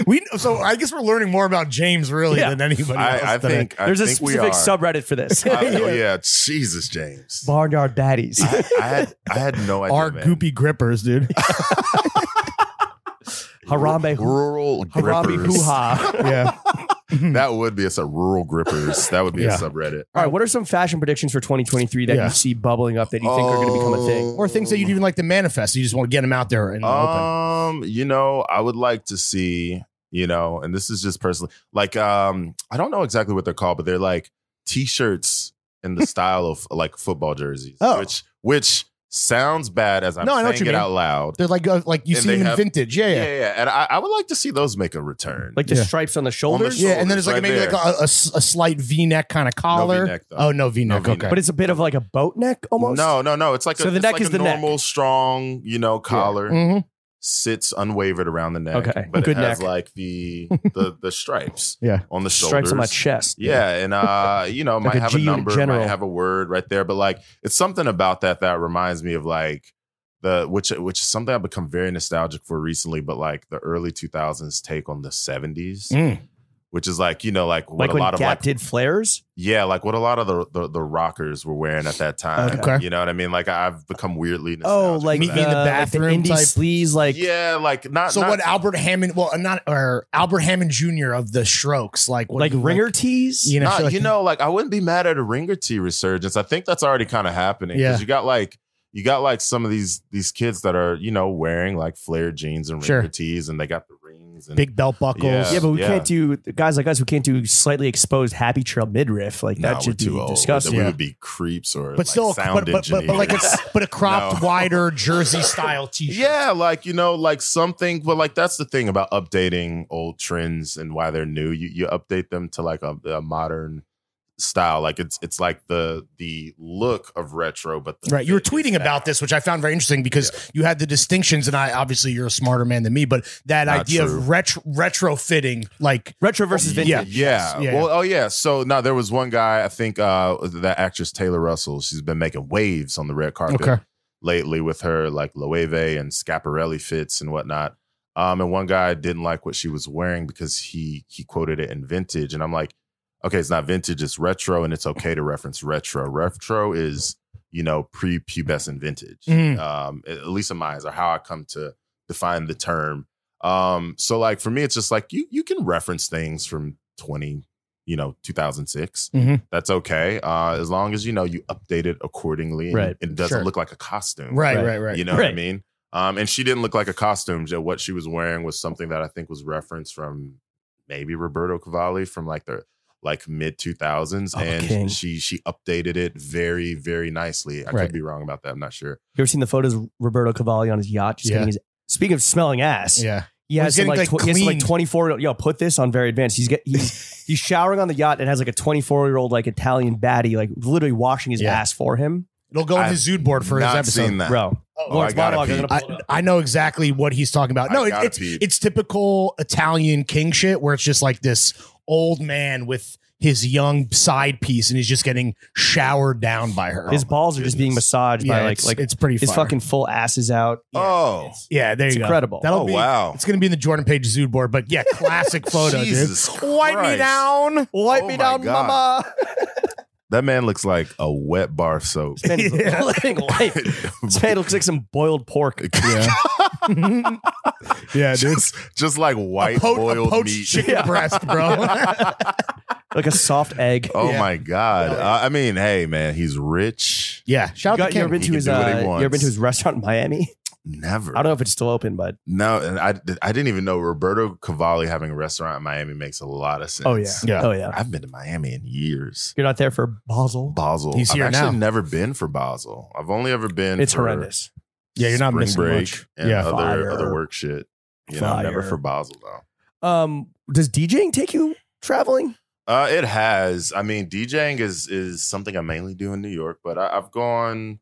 C: We so I guess we're learning more about James really
A: Yeah.
C: than anybody else.
B: I, I
C: today.
B: think I
A: there's a
B: think we
A: specific
B: are.
A: subreddit for this.
B: I- oh yeah, Jesus, James.
A: Barnyard baddies.
B: I, I had I had no idea.
C: our
B: man.
C: goopy grippers, dude.
A: Harambe hoo-
B: rural
A: Harambe
B: grippers.
A: hoo ha.
C: yeah.
B: That would be it's a rural grippers. That would be
C: Yeah.
B: a subreddit.
A: All right, what are some fashion predictions for 2023 that
C: Yeah.
A: you see bubbling up that you think are going to become a
B: Oh,
A: thing?
C: Or things that you'd even like to manifest. You just want to get them out there in the open.
B: Um, you know, I would like to see, you know, and this is just personally, like, um, I don't know exactly what they're called, but they're like t-shirts in the style of like football jerseys,
C: Oh.
B: which which sounds bad as I'm
C: No, I know what
B: saying
C: you
B: it
C: mean.
B: out loud.
C: They're like uh, like you
B: And
C: see
B: they
C: them in
B: have-
C: vintage. Yeah,
B: Yeah,
C: yeah.
B: yeah, and I, I would like to see those make a return.
A: Like the
C: Yeah.
A: stripes on the shoulders?
C: Yeah, and then it's like
B: Right
C: maybe
B: there.
C: like a, a s- a slight V neck kind of collar.
B: V-neck, though.
C: oh no, V neck.
B: V-neck.
C: okay,
A: But it's a bit of like a boat neck almost?
B: no, no, no. It's like
A: So
B: a,
A: the
B: it's
A: neck
B: like
A: is
B: a
A: the neck. Mm.
B: normal, strong, you know, collar
C: Mhm.
B: sits unwavered around the neck.
A: Okay,
B: but
A: good
B: it has
A: neck.
B: like the the the stripes.
C: Yeah.
B: on the shoulders.
A: stripes on my chest.
B: Yeah, and uh, you know,
A: Like
B: might
A: a
B: have
A: G
B: a
A: unit
B: number,
A: general.
B: might have a word right there, but like it's something about that that reminds me of like the which which is something I've become very nostalgic for recently, but like the early 2000s take on the 70s,
C: Mm.
B: which is like you know like what
A: like
B: a
A: when
B: lot
A: Gap
B: of like
A: did flares?
B: yeah like what a lot of the the, the rockers were wearing at that time.
C: Okay.
B: You know what I mean? Like I've become weirdly
A: Oh,
B: nostalgic
A: like
B: for
C: Meet
A: the,
C: me
B: that.
C: in the
A: like the
C: bathroom
A: indie
C: type-
A: sleaze, like
B: yeah, like not
C: So
B: not-
C: what Albert Hammond? Well, uh, not or Albert Hammond Jr. of the Strokes, like what
A: like
C: he-
A: ringer tees.
C: you know,
B: Nah,
C: shit like
B: you know, like I wouldn't be mad at a ringer T resurgence. I think that's already kind of happening because
C: Yeah.
B: you got like you got like some of these these kids that are you know wearing like flared jeans and
C: Sure.
B: ringer tees, and they got the rings and
C: big belt buckles.
B: Yeah.
A: yeah, but we
B: Yeah.
A: can't do guys like us. We can't do slightly exposed happy trail midriff. Like
B: Nah,
A: that
B: we're
A: should be
B: too old.
A: disgusting.
B: We
C: Yeah.
B: would be creeps or
C: but
B: like
C: still,
B: sound
C: but, but, but, but like
B: engineers.
C: it's but a cropped
B: No.
C: wider jersey style t-shirt.
B: Yeah, like you know, like something, but like that's the thing about updating old trends and why they're new. You you update them to like a, a modern style. Like it's it's like the the look of retro, but the
C: Right. You were
B: fit is
C: tweeting about
B: now.
C: this, which I found very interesting because you had the distinctions, and I obviously you're a smarter man than me, but that
B: Not
C: idea
B: true.
C: of retro retrofitting, like
A: Retro versus vintage.
C: Yeah.
B: Yeah.
C: Yeah.
B: Well, oh yeah. So now there was one guy, I think uh that actress Taylor Russell, she's been making waves on the red carpet. lately with her like Loewe and Scaparelli fits and whatnot. Um, and one guy didn't like what she was wearing because he he quoted it in vintage, and I'm like, okay, it's not vintage, it's retro, and it's okay to reference retro. Retro is you know pre-pubescent vintage,
C: Mhm.
B: um, at at least in my eyes, or how I come to define the term. Um, so like for me, it's just like you you can reference things from 20, you know, 2006.
C: Mhm.
B: That's okay, uh, as long as you know you update it accordingly. and
A: Right.
B: it doesn't
C: Sure.
B: look like a costume.
C: Right,
A: Right.
C: right, right.
B: You know what I
A: Right.
B: mean? Um, and she didn't look like a costume. Ju- What she was wearing was something that I think was referenced from maybe Roberto Cavalli from like the like mid two thousands,
A: Oh,
B: and
A: king.
B: she she updated it very very nicely. I
C: Right.
B: could be wrong about that. I'm not sure.
A: You ever seen the photos of Roberto Cavalli on his yacht? Just
C: Yeah.
A: getting his, speaking of smelling ass,
C: yeah.
A: he has
C: he's
A: some, like,
C: getting, like,
A: tw- he has some, like
C: cleaned.
A: 24. Yo, put this on very advanced. He's get he's he's showering on the yacht and has like a 24 year old like Italian baddie like literally washing his
C: Yeah.
A: ass for him,
C: It'll go on
B: I've
C: his Zood board for his
B: not
C: episode.
B: seen that.
A: bro.
B: Oh,
A: Lawrence
B: I gotta
A: Boblock is
B: pee.
A: gonna
C: I,
A: pull it up.
C: I know exactly what he's talking about.
B: I
C: No, it,
B: gotta
C: it's
B: pee.
C: it's typical Italian king shit where it's just like this old man with his young side piece and he's just getting showered down by her.
A: his
B: my
A: balls are just being
B: oh, goodness.
A: massaged
C: yeah,
A: by like
C: it's,
A: like
C: it's pretty.
A: his
C: fire.
A: fucking full ass is out. Yeah,
B: Oh.
A: it's-
C: yeah. There
A: it's
C: you go.
A: incredible.
C: That'll
B: oh
C: be-
B: wow!
C: It's gonna be in the Jordan Page Zood board, but yeah, classic photo, dude.
B: Jesus
C: Wipe me
B: Christ.
C: down.
A: Wipe
B: Oh
A: me
B: my
A: down,
B: God.
A: mama.
B: That man looks like a wet bar of soap.
A: Man, he's
C: Yeah.
A: living life. This man looks like some boiled pork.
C: Yeah, yeah, dude.
B: just, just like white
C: a, po- a
B: boiled
C: poached
B: meat.
C: chicken breast, bro.
A: like a soft egg.
B: Oh
C: Yeah.
B: my god!
C: Yeah.
B: Uh, I mean, hey man, he's rich.
C: yeah,
A: You,
C: shout out
A: got,
C: to
A: you ever
C: Kim.
A: been
B: He
A: to
B: can
A: his
B: do what he
A: uh, you ever been
B: wants.
A: to his restaurant in Miami?
B: Never.
A: I don't know if it's still open, but
B: No, and I I didn't even know Roberto Cavalli having a restaurant in Miami makes a lot of sense.
A: oh yeah,
C: Yeah.
A: oh yeah.
B: I've been to Miami in years.
A: You're not there for Basel.
B: Basel.
C: He's here
B: I've actually
C: now.
B: never been for Basel. I've only ever been.
A: It's
B: for
A: horrendous.
C: Yeah, you're not
B: spring
C: missing
B: break
C: much.
B: And
C: Yeah.
B: other
A: Fire.
B: other work shit. You know, never
A: Fire.
B: for Basel though.
A: Um, does DJing take you traveling?
B: Uh, it has. I mean, DJing is is something I mainly do in New York, but I, I've gone.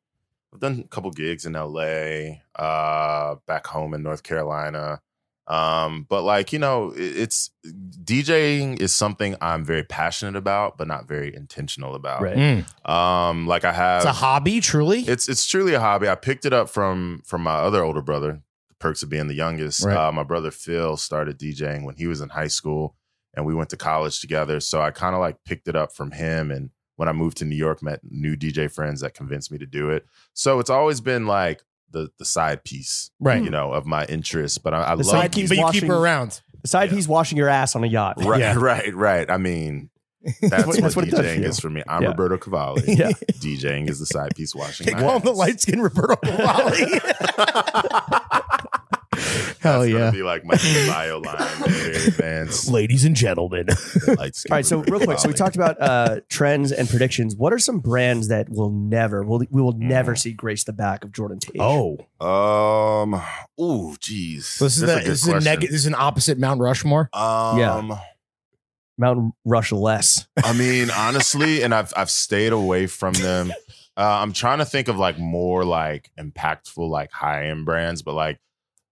B: I've done a couple gigs in LA, uh, back home in North Carolina. Um, but like, you know, it- it's DJing is something I'm very passionate about, but not very intentional about.
A: Right.
C: Mm.
B: Um, like I have
C: It's a hobby, truly.
B: it's it's truly a hobby. I picked it up from from my other older brother. The perks of being the youngest.
C: Right.
B: Uh, my brother Phil started DJing when he was in high school, and we went to college together. So I kind of like picked it up from him. And when I moved to New York, met new DJ friends that convinced me to do it. So it's always been like the the side piece,
C: Right.
B: You know, of my interest. But I, I
A: The
B: love
A: side
C: but
A: piece
B: music.
C: you keep
A: washing-
C: her around.
A: Aside,
B: Yeah.
A: he's washing your ass on a yacht.
B: Right,
C: Yeah.
B: right, right. I mean, that's,
A: That's
B: what,
A: what- that's what it does
B: DJing
A: for you.
B: is for me. I'm
A: Yeah.
B: Roberto Cavalli.
A: Yeah.
B: DJing is the side piece washing.
C: They
B: my
C: call him the
B: ass.
C: light skinned Roberto Cavalli. Hell
B: That's
C: yeah.
B: gonna be like my bio line. Very advanced.
C: Ladies and gentlemen.
B: Light skin
A: All right, so
B: Roberto
A: real quick, so we
B: Cavalli.
A: talked about uh, trends and predictions. What are some brands that will never, will we will never see grace the back of Jordan Page?
C: Oh.
B: Um. Ooh, jeez.
C: This
B: That's
C: is, the,
B: a good
C: this, is a
B: question.
C: neg- this is an opposite Mount Rushmore.
B: Um,
A: Yeah. Mountain Rush less.
B: I mean, honestly, and I've I've stayed away from them. Uh, I'm trying to think of like more like impactful like high end brands, but like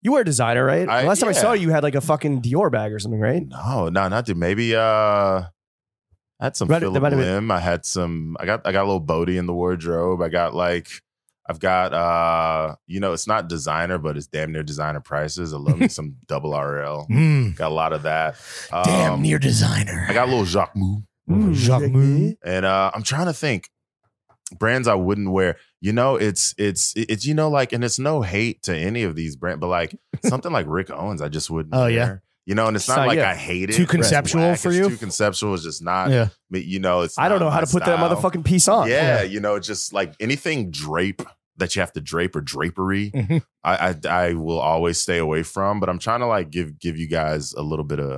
A: You were a designer, right?
B: I-
A: Last time I saw
B: yeah.
A: you, you had like a fucking Dior bag or something, right?
B: no, no, not to maybe. Uh, I had some
A: Might-
B: Philip
A: that might have been-
B: Lim. I had some. I got I got a little Bodie in the wardrobe. I got like. I've got uh, you know, it's not designer, but it's damn near designer prices. I love me some double RL.
C: Mm.
B: Got a lot of that. Um,
C: Damn near designer.
B: I got a little Jacques Mou.
C: Mm, Jacquemus.
B: And uh, I'm trying to think brands I wouldn't wear. You know, it's it's it's you know like, and it's no hate to any of these brands, but like something like Rick Owens, I just wouldn't.
C: Oh, yeah.
B: wear. You know, and it's
A: So,
B: not like
A: yeah.
B: I hate it.
C: Too
B: It's
C: conceptual
B: whack,
C: for
B: it's
C: you?
B: Too conceptual. It's just not.
C: yeah.
B: but, You know, it's.
A: I don't
B: not
A: know how
B: my
A: to put that
B: style.
A: motherfucking piece on.
B: Yeah, you know, just like anything drape that you have to drape or drapery.
C: Mhm.
B: I, I I will always stay away from, but I'm trying to like give give you guys a little bit of.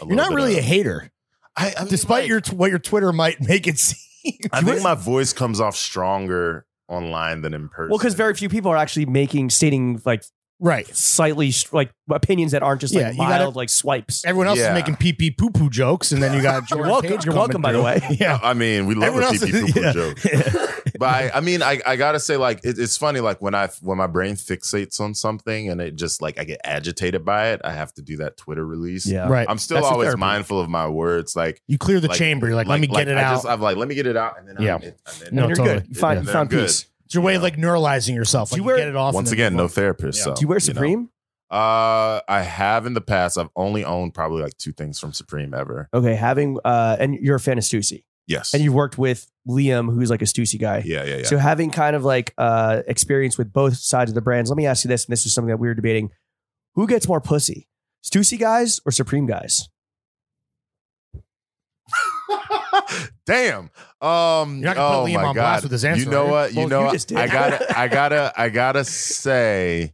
B: A
C: You're not really a hater,
B: I, I mean,
C: despite
B: like,
C: your t- what your Twitter might make it seem.
B: I think my voice comes off stronger online than in person.
A: Well, because very few people are actually making stating like
C: right.
A: slightly like opinions that aren't just
C: Yeah,
A: like
C: you
A: mild
C: gotta-
A: like swipes.
C: Everyone else
B: Yeah.
C: is making pee pee poo poo jokes, and then you got Jordan
A: welcome.
C: Page
A: You're
C: coming
A: welcome, by the
C: through.
A: way.
C: Yeah.
B: I mean, we love
C: Everyone
B: a pee
C: else is-
B: poo
C: yeah.
B: joke. But I, I mean, I, I gotta say, like, it, it's funny, like when I when my brain fixates on something and it just like I get agitated by it, I have to do that Twitter release.
A: Yeah.
C: Right.
B: I'm still
C: That's the
B: always
C: therapy.
B: mindful of my words. Like
C: You clear the
B: like-
C: chamber. You're like, let me get it
B: I
C: out.
B: Just, I'm like, let me get it out, and then
C: Yeah.
B: I'm, it, and then
C: No,
A: and you're
C: totally.
A: good. You find,
B: Yeah.
A: you found
B: Good.
A: peace.
C: It's your way of like neuralizing yourself.
A: Do
C: Like,
A: you
C: you
A: wear-
C: get it off. and
B: Once
C: then
B: again,
C: move
B: no
C: on.
B: therapist.
C: Yeah.
B: So
A: Do you wear
B: know.
A: Supreme?
B: Uh, I have in the past. I've only owned probably like two things from Supreme ever.
A: Okay, having uh, and you're a fan of Stussy,
B: Yes.
A: and you've worked with Liam, who's like a Stussy guy.
B: yeah, yeah, yeah.
A: So having kind of like uh, experience with both sides of the brands, let me ask you this, and this is something that we were debating: who gets more pussy, Stussy guys or Supreme guys?
B: Damn. Um,
C: You're not gonna
B: oh
C: put Liam
B: my God.
C: on blast with his answer,
B: You know
C: are you?
B: what? You
A: Well,
B: know
A: you
B: what?
A: just did.
B: I gotta, I gotta, I gotta say,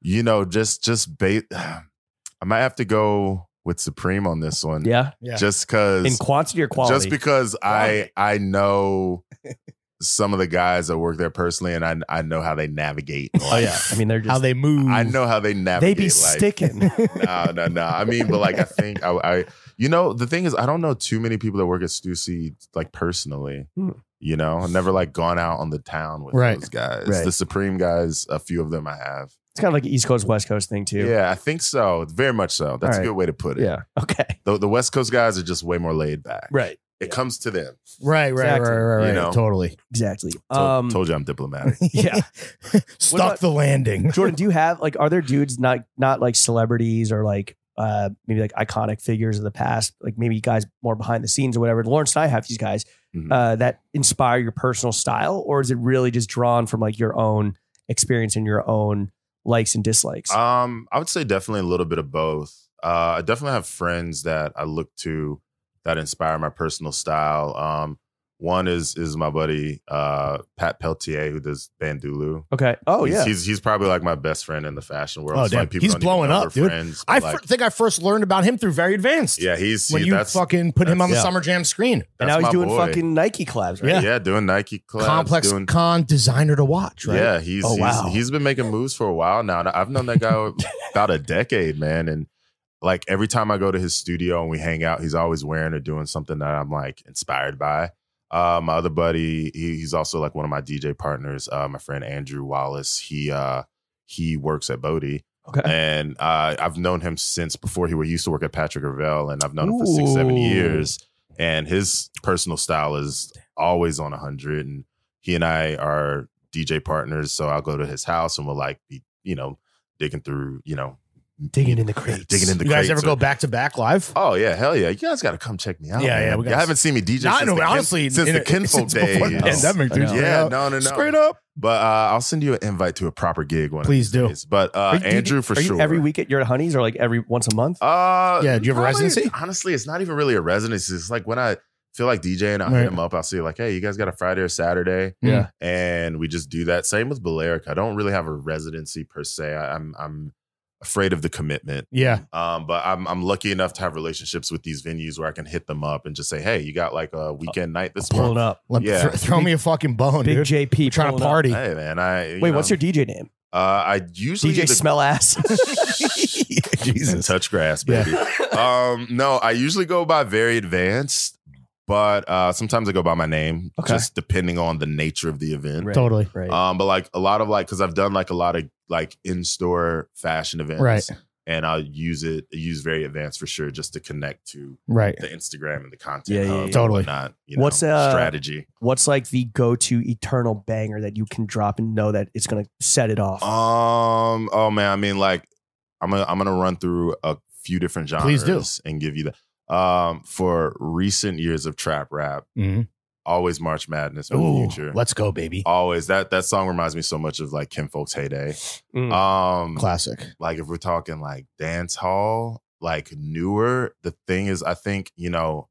B: you know, just, just bait. I might have to go with Supreme on this one.
A: Yeah,
C: Yeah.
B: Just cause,
A: in quantity or quality?
B: just because I, I know some of the guys that work there personally, and I, I know how they navigate.
A: oh yeah, I mean they're just
C: how they move.
B: I know how they
A: they
B: navigate.
A: be
B: life.
A: sticking.
B: no, no, no. I mean, but like, I think I, I, you know, the thing is, I don't know too many people that work at Stussy like personally.
A: Hmm.
B: You know, I've never like gone out on the town with
C: Right.
B: those guys.
A: Right.
B: The Supreme guys, a few of them I have.
A: It's kind of like an East Coast West Coast thing too.
B: Yeah, I think so. Very much so. That's
A: All right.
B: a good way to put it.
A: Yeah. Okay.
B: The, the West Coast guys are just way more laid back.
A: Right.
B: It comes to them.
C: Right, right,
A: Exactly.
C: right, right, right.
B: You know?
C: Totally.
A: Exactly.
B: Told,
A: Um,
B: told you I'm diplomatic.
A: Yeah.
C: Stuck
A: about-
C: the landing.
A: Jordan, do you have like are there dudes not not like celebrities or like uh maybe like iconic figures of the past, like maybe guys more behind the scenes or whatever? Lawrence and I have these guys
B: Mhm.
A: uh that inspire your personal style, or is it really just drawn from like your own experience and your own likes and dislikes?
B: Um, I would say definitely a little bit of both. Uh, I definitely have friends that I look to that inspire my personal style. Um, one is is my buddy uh, Pat Peltier who does Bandulu.
A: okay. Oh
B: he's,
A: yeah.
B: he's he's probably like my best friend in the fashion world.
C: Oh,
B: It's like
C: damn.
B: people
C: He's
B: don't even
C: blowing
B: know
C: up,
B: we're
C: dude.
B: Friends, but
C: I
B: like,
C: fir- think I first learned about him through Very Advanced.
B: yeah, he's
C: When
B: he-
C: you
B: that's,
C: fucking put him on the
A: that's-
C: summer jam screen.
A: and
B: that's
A: now he's
B: my
A: doing
B: boy.
A: fucking Nike collabs, right?
C: Yeah.
B: yeah. doing Nike collabs,
C: Complex
B: doing-
C: con designer to watch, right?
B: Yeah, he's
A: Oh,
B: he's,
A: wow.
B: he's been making moves for a while now. And I've known that guy about a decade, man. And like every time I go to his studio and we hang out, he's always wearing or doing something that I'm like inspired by. Uh, my other buddy, he, he's also like one of my DJ partners. Uh, my friend Andrew Wallace. He uh, he works at Bodie,
A: Okay.
B: and uh, I've known him since before he, were, he used to work at Patrick Revelle, and I've known him for six, seven
A: Ooh.
B: years. And his personal style is always on a hundred, and he and I are DJ partners. So I'll go to his house, and we'll like be, you know, digging through, you know,
A: Digging in the crates.
B: digging in the.
C: you guys
B: crates
C: ever
B: or-
C: go back to back live?
B: Oh yeah, hell yeah! You guys got to come check me out.
C: Yeah,
B: man.
C: yeah, we
B: Y'all
C: gotta-
B: haven't seen me DJ
C: Nah, I
B: since
C: know,
B: the kin-
C: honestly,
B: since
C: in
B: the
C: a-
B: kinfolk
C: since before
B: days.
C: the pandemic, dude.
A: I know.
C: Straight
B: Yeah,
C: up.
B: no, no, no.
C: Straight up.
B: But uh, I'll send you an invite to a proper gig one. of
C: Please
B: these
C: do.
B: days. But uh,
A: Are you- do you-
B: Andrew for
A: are you
B: sure.
A: Every week at your honeys or like every once a month?
B: Uh,
C: Yeah, do you have a
B: probably-
C: residency?
B: Honestly, it's not even really a residency. It's like when I feel like DJing, I'll
C: Right.
B: hit them up. I'll see like, hey, you guys got a Friday or Saturday?
C: Yeah.
B: And we just do that. Same with Balearic. I don't really have a residency per se. I, I'm I'm afraid of the commitment.
C: Yeah.
B: Um, but I'm I'm lucky enough to have relationships with these venues where I can hit them up and just say, hey, you got like a weekend night this
A: Pulling
B: month?
A: up.
C: Let-
B: Yeah.
C: thro- throw me a fucking bone,
A: Big
C: dude.
A: JP
C: trying to
A: pulling up.
C: party.
B: Hey man, I you
A: Wait,
B: know,
A: what's your DJ name?
B: uh I usually
A: DJ
B: the-
A: Smell Ass.
B: and touch grass, baby. um, no, I usually go by very advanced, but uh, sometimes I go by my name,
A: Okay.
B: just depending on the nature of the event.
A: Right.
C: Totally.
A: Right.
B: Um, but like a lot of like, because I've done like a lot of like in store fashion events,
C: Right.
B: And I'll use it, use very advanced for sure, just to connect to
C: Right.
B: the Instagram and the content.
A: Yeah, yeah,
B: hub
A: yeah.
B: and
C: Totally.
B: whatnot, you know,
A: What's, uh,
B: strategy?
A: What's like the go-to eternal banger that you can drop and know that it's gonna set it
B: Uh,
A: off?
B: Um. Oh man. I mean, like, I'm gonna I'm gonna run through a few different
C: Please
B: genres.
C: do.
B: And give you the um for recent years of trap rap.
C: Mhm.
B: Always March Madness from
C: Ooh,
B: the future.
C: let's go, baby.
B: Always that that song reminds me so much of like Kim Folks heyday.
A: Mm.
B: Um,
C: Classic.
B: like if we're talking like dance hall, like newer. The thing is, I think you know,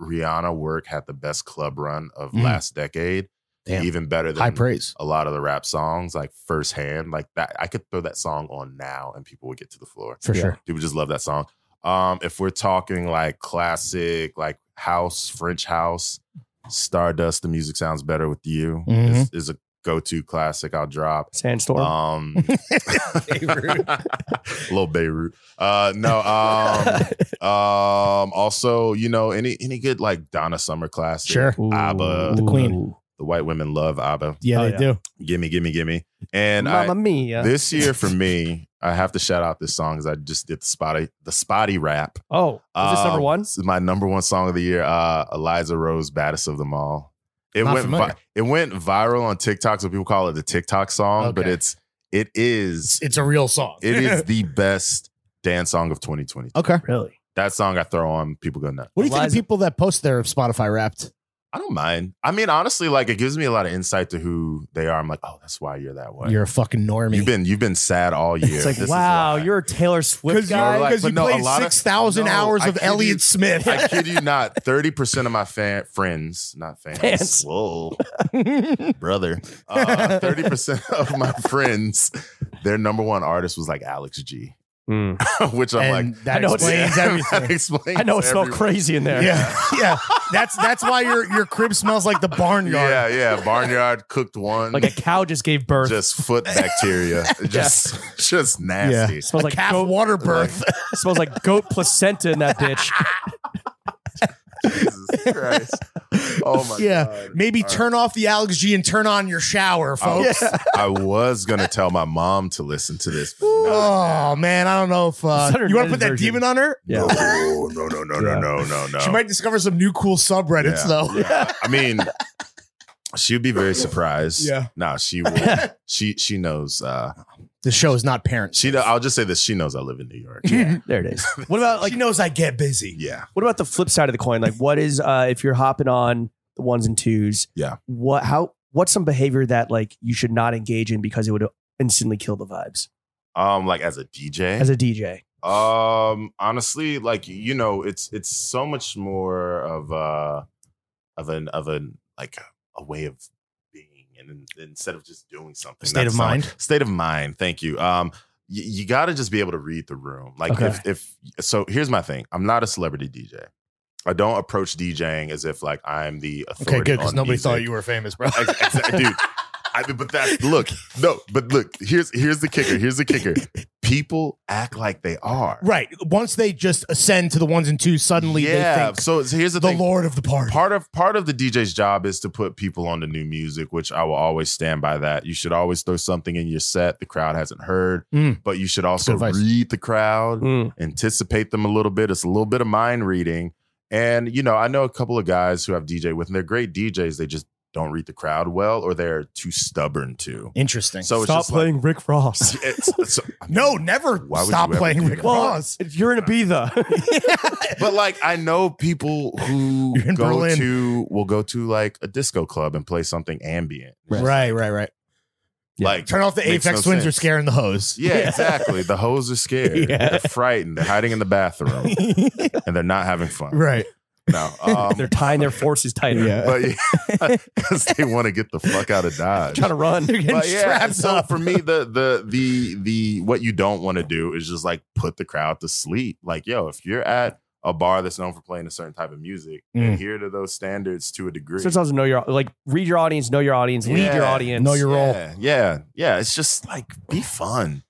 B: Rihanna work had the best club run of
C: Mm.
B: last decade.
C: Damn.
B: Even better than
C: High praise.
B: a lot of the rap songs like firsthand. Like that, I could throw that song on now and people would get to the floor.
C: For
A: Yeah.
C: sure.
B: People just love that song. Um, if we're talking like classic, like house, French house, Stardust, the music sounds better with you is,
C: Mm-hmm.
B: is a go-to classic I'll drop.
A: Sandstorm.
B: Um,
C: Beirut.
B: little Beirut. Uh, no. Um, um, also, you know, any any good like Donna Summer classic.
C: Sure.
B: ABBA.
C: The Queen.
B: The white women love ABBA.
C: Yeah,
A: Oh,
C: they
A: yeah.
C: do.
B: Gimme, gimme, gimme. And I,
A: Mamma mia.
B: this year for me, I have to shout out this song because I just did the spotty the spotty rap.
A: oh, is this
B: Um,
A: number one?
B: This is my number one song of the year. Uh, Eliza Rose, baddest of them all. It
C: Not
B: went
C: familiar.
B: vi- it went viral on TikTok, so people call it the TikTok song, but
C: Okay.
B: it's it is
C: It's a real song.
B: it is the best dance song of 2020.
C: okay.
A: Really?
B: That song I throw on, people go nuts.
C: What do you think of
A: Eliza-
C: people that post their Spotify Wrapped?
B: I don't mind. I mean, honestly, like it gives me a lot of insight to who they are. I'm like, oh, that's why you're that way.
C: You're a fucking normie.
B: have been you've been sad all year.
A: It's like,
B: This is
A: wow,
B: why.
A: you're a Taylor Swift
B: you're
A: guy.
B: like-
C: because
B: but
C: you
B: no, a
C: played
B: lot of-
C: six thousand
B: no,
C: hours
B: I
C: of
B: kid
C: Elliot
B: you-
C: Smith.
B: I kid you not. Thirty percent of my fan friends, not fans.
A: Fans.
B: Whoa, brother. Uh, Thirty percent of my friends, their number one artist was like Alex G,
A: Mm.
B: which I'm
C: and
B: like.
C: that
A: I know it's-
B: yeah,
C: explains
B: that
C: everything.
B: explains
A: I know it's so
B: everything.
A: crazy in there.
C: yeah, yeah. That's that's why your your crib smells like the barnyard.
B: Yeah, yeah. Barnyard cooked one.
A: Like a cow just gave birth.
B: just foot bacteria. just just nasty.
C: Yeah.
A: smells like
C: Calf
A: goat,
C: water birth.
A: smells like goat placenta in that bitch.
B: Jesus Christ. Oh my
C: yeah,
B: god.
C: maybe
B: All right.
C: turn off the Alex G and turn on your shower,
B: I
C: folks.
B: was, I was gonna tell my mom to listen to this. but
C: Oh man, I don't know if uh,
A: Send her
C: you want to
A: Ned's
C: put that
A: version.
C: demon on her.
A: Yeah.
B: No, no, no, no, no, no, no, no.
C: She might discover some new cool subreddits
B: Yeah.
C: though.
B: Yeah. I mean, she'd be very surprised.
C: Yeah.
B: Nah, she would. she she knows. Uh,
C: The show is not parents.
B: she. know- I'll just say that she knows I live in New York.
A: There it is. What about like
C: she knows I get busy.
B: Yeah.
A: what about the flip side of the coin? Like what is uh if you're hopping on the ones and twos,
B: Yeah.
A: What how what's some behavior that like you should not engage in because it would instantly kill the vibes
B: Um, like as a DJ.
A: as a DJ?
B: um, honestly, like you know, it's it's so much more of a of an of an like a, a way of being, and, in- instead of just doing something,
C: State of
B: That's not-
C: mind.
B: state of mind thank you um you, you got to just be able to read the room like
A: Okay.
B: if, if so here's my thing i'm not a celebrity dj i don't approach djing as if like i'm the authority
C: Okay, good because
B: on
C: nobody
B: music.
C: thought you were famous, bro.
B: Ex- ex- dude I mean, but that's look no but look here's here's the kicker here's the kicker people act like they are
C: Right. Once they just ascend to the ones and twos, suddenly they
B: yeah
C: think
B: so so here's the,
C: the
B: thing
C: lord of the party.
B: part of part of the DJ's job is to put people on to new music, which I will always stand by that. You should always throw something in your set the crowd hasn't heard,
C: Mm.
B: but you should also
C: Good advice.
B: read the crowd,
A: Mm.
B: anticipate them a little bit. It's a little bit of mind reading. And you know, I know a couple of guys who have DJ with and they're great DJs, they just don't read the crowd well or they're too stubborn to.
C: Interesting.
B: So it's just like-
A: Rick Ross.
B: it's, so-
C: no, never
B: Why would
C: stop
B: you ever
C: playing
B: do
C: Rick
B: that?
A: Well,
C: Ross.
A: you're in a Ibiza.
B: but like I know people who
C: You're in
B: go
C: Berlin.
B: to will go to like a disco club and play something ambient.
C: Right, right, right.
A: Yeah.
B: Like
C: Turn off the
B: Makes
C: Apex
B: no
C: Twins are
B: sense.
C: scaring the hose.
B: Yeah, exactly. The hoes are scared.
C: Yeah.
B: They're frightened. They're hiding in the bathroom and they're not having fun.
C: right.
B: No. Um,
A: They're tying their forces tighter.
C: Yeah.
B: but because they want to get the fuck out of Dodge.
A: Trying to run.
B: But yeah,
C: strapped
B: so
C: up.
B: for me, the the the the what you don't want to do is just like put the crowd to sleep. Like, yo, if you're at a bar that's known for playing a certain type of music,
C: Mm.
B: adhere to those standards to a degree.
A: So it's also know your like read your audience, know your audience, lead your
B: Yeah.
A: audience.
C: Know your role.
B: yeah, yeah, yeah. It's just like be fun.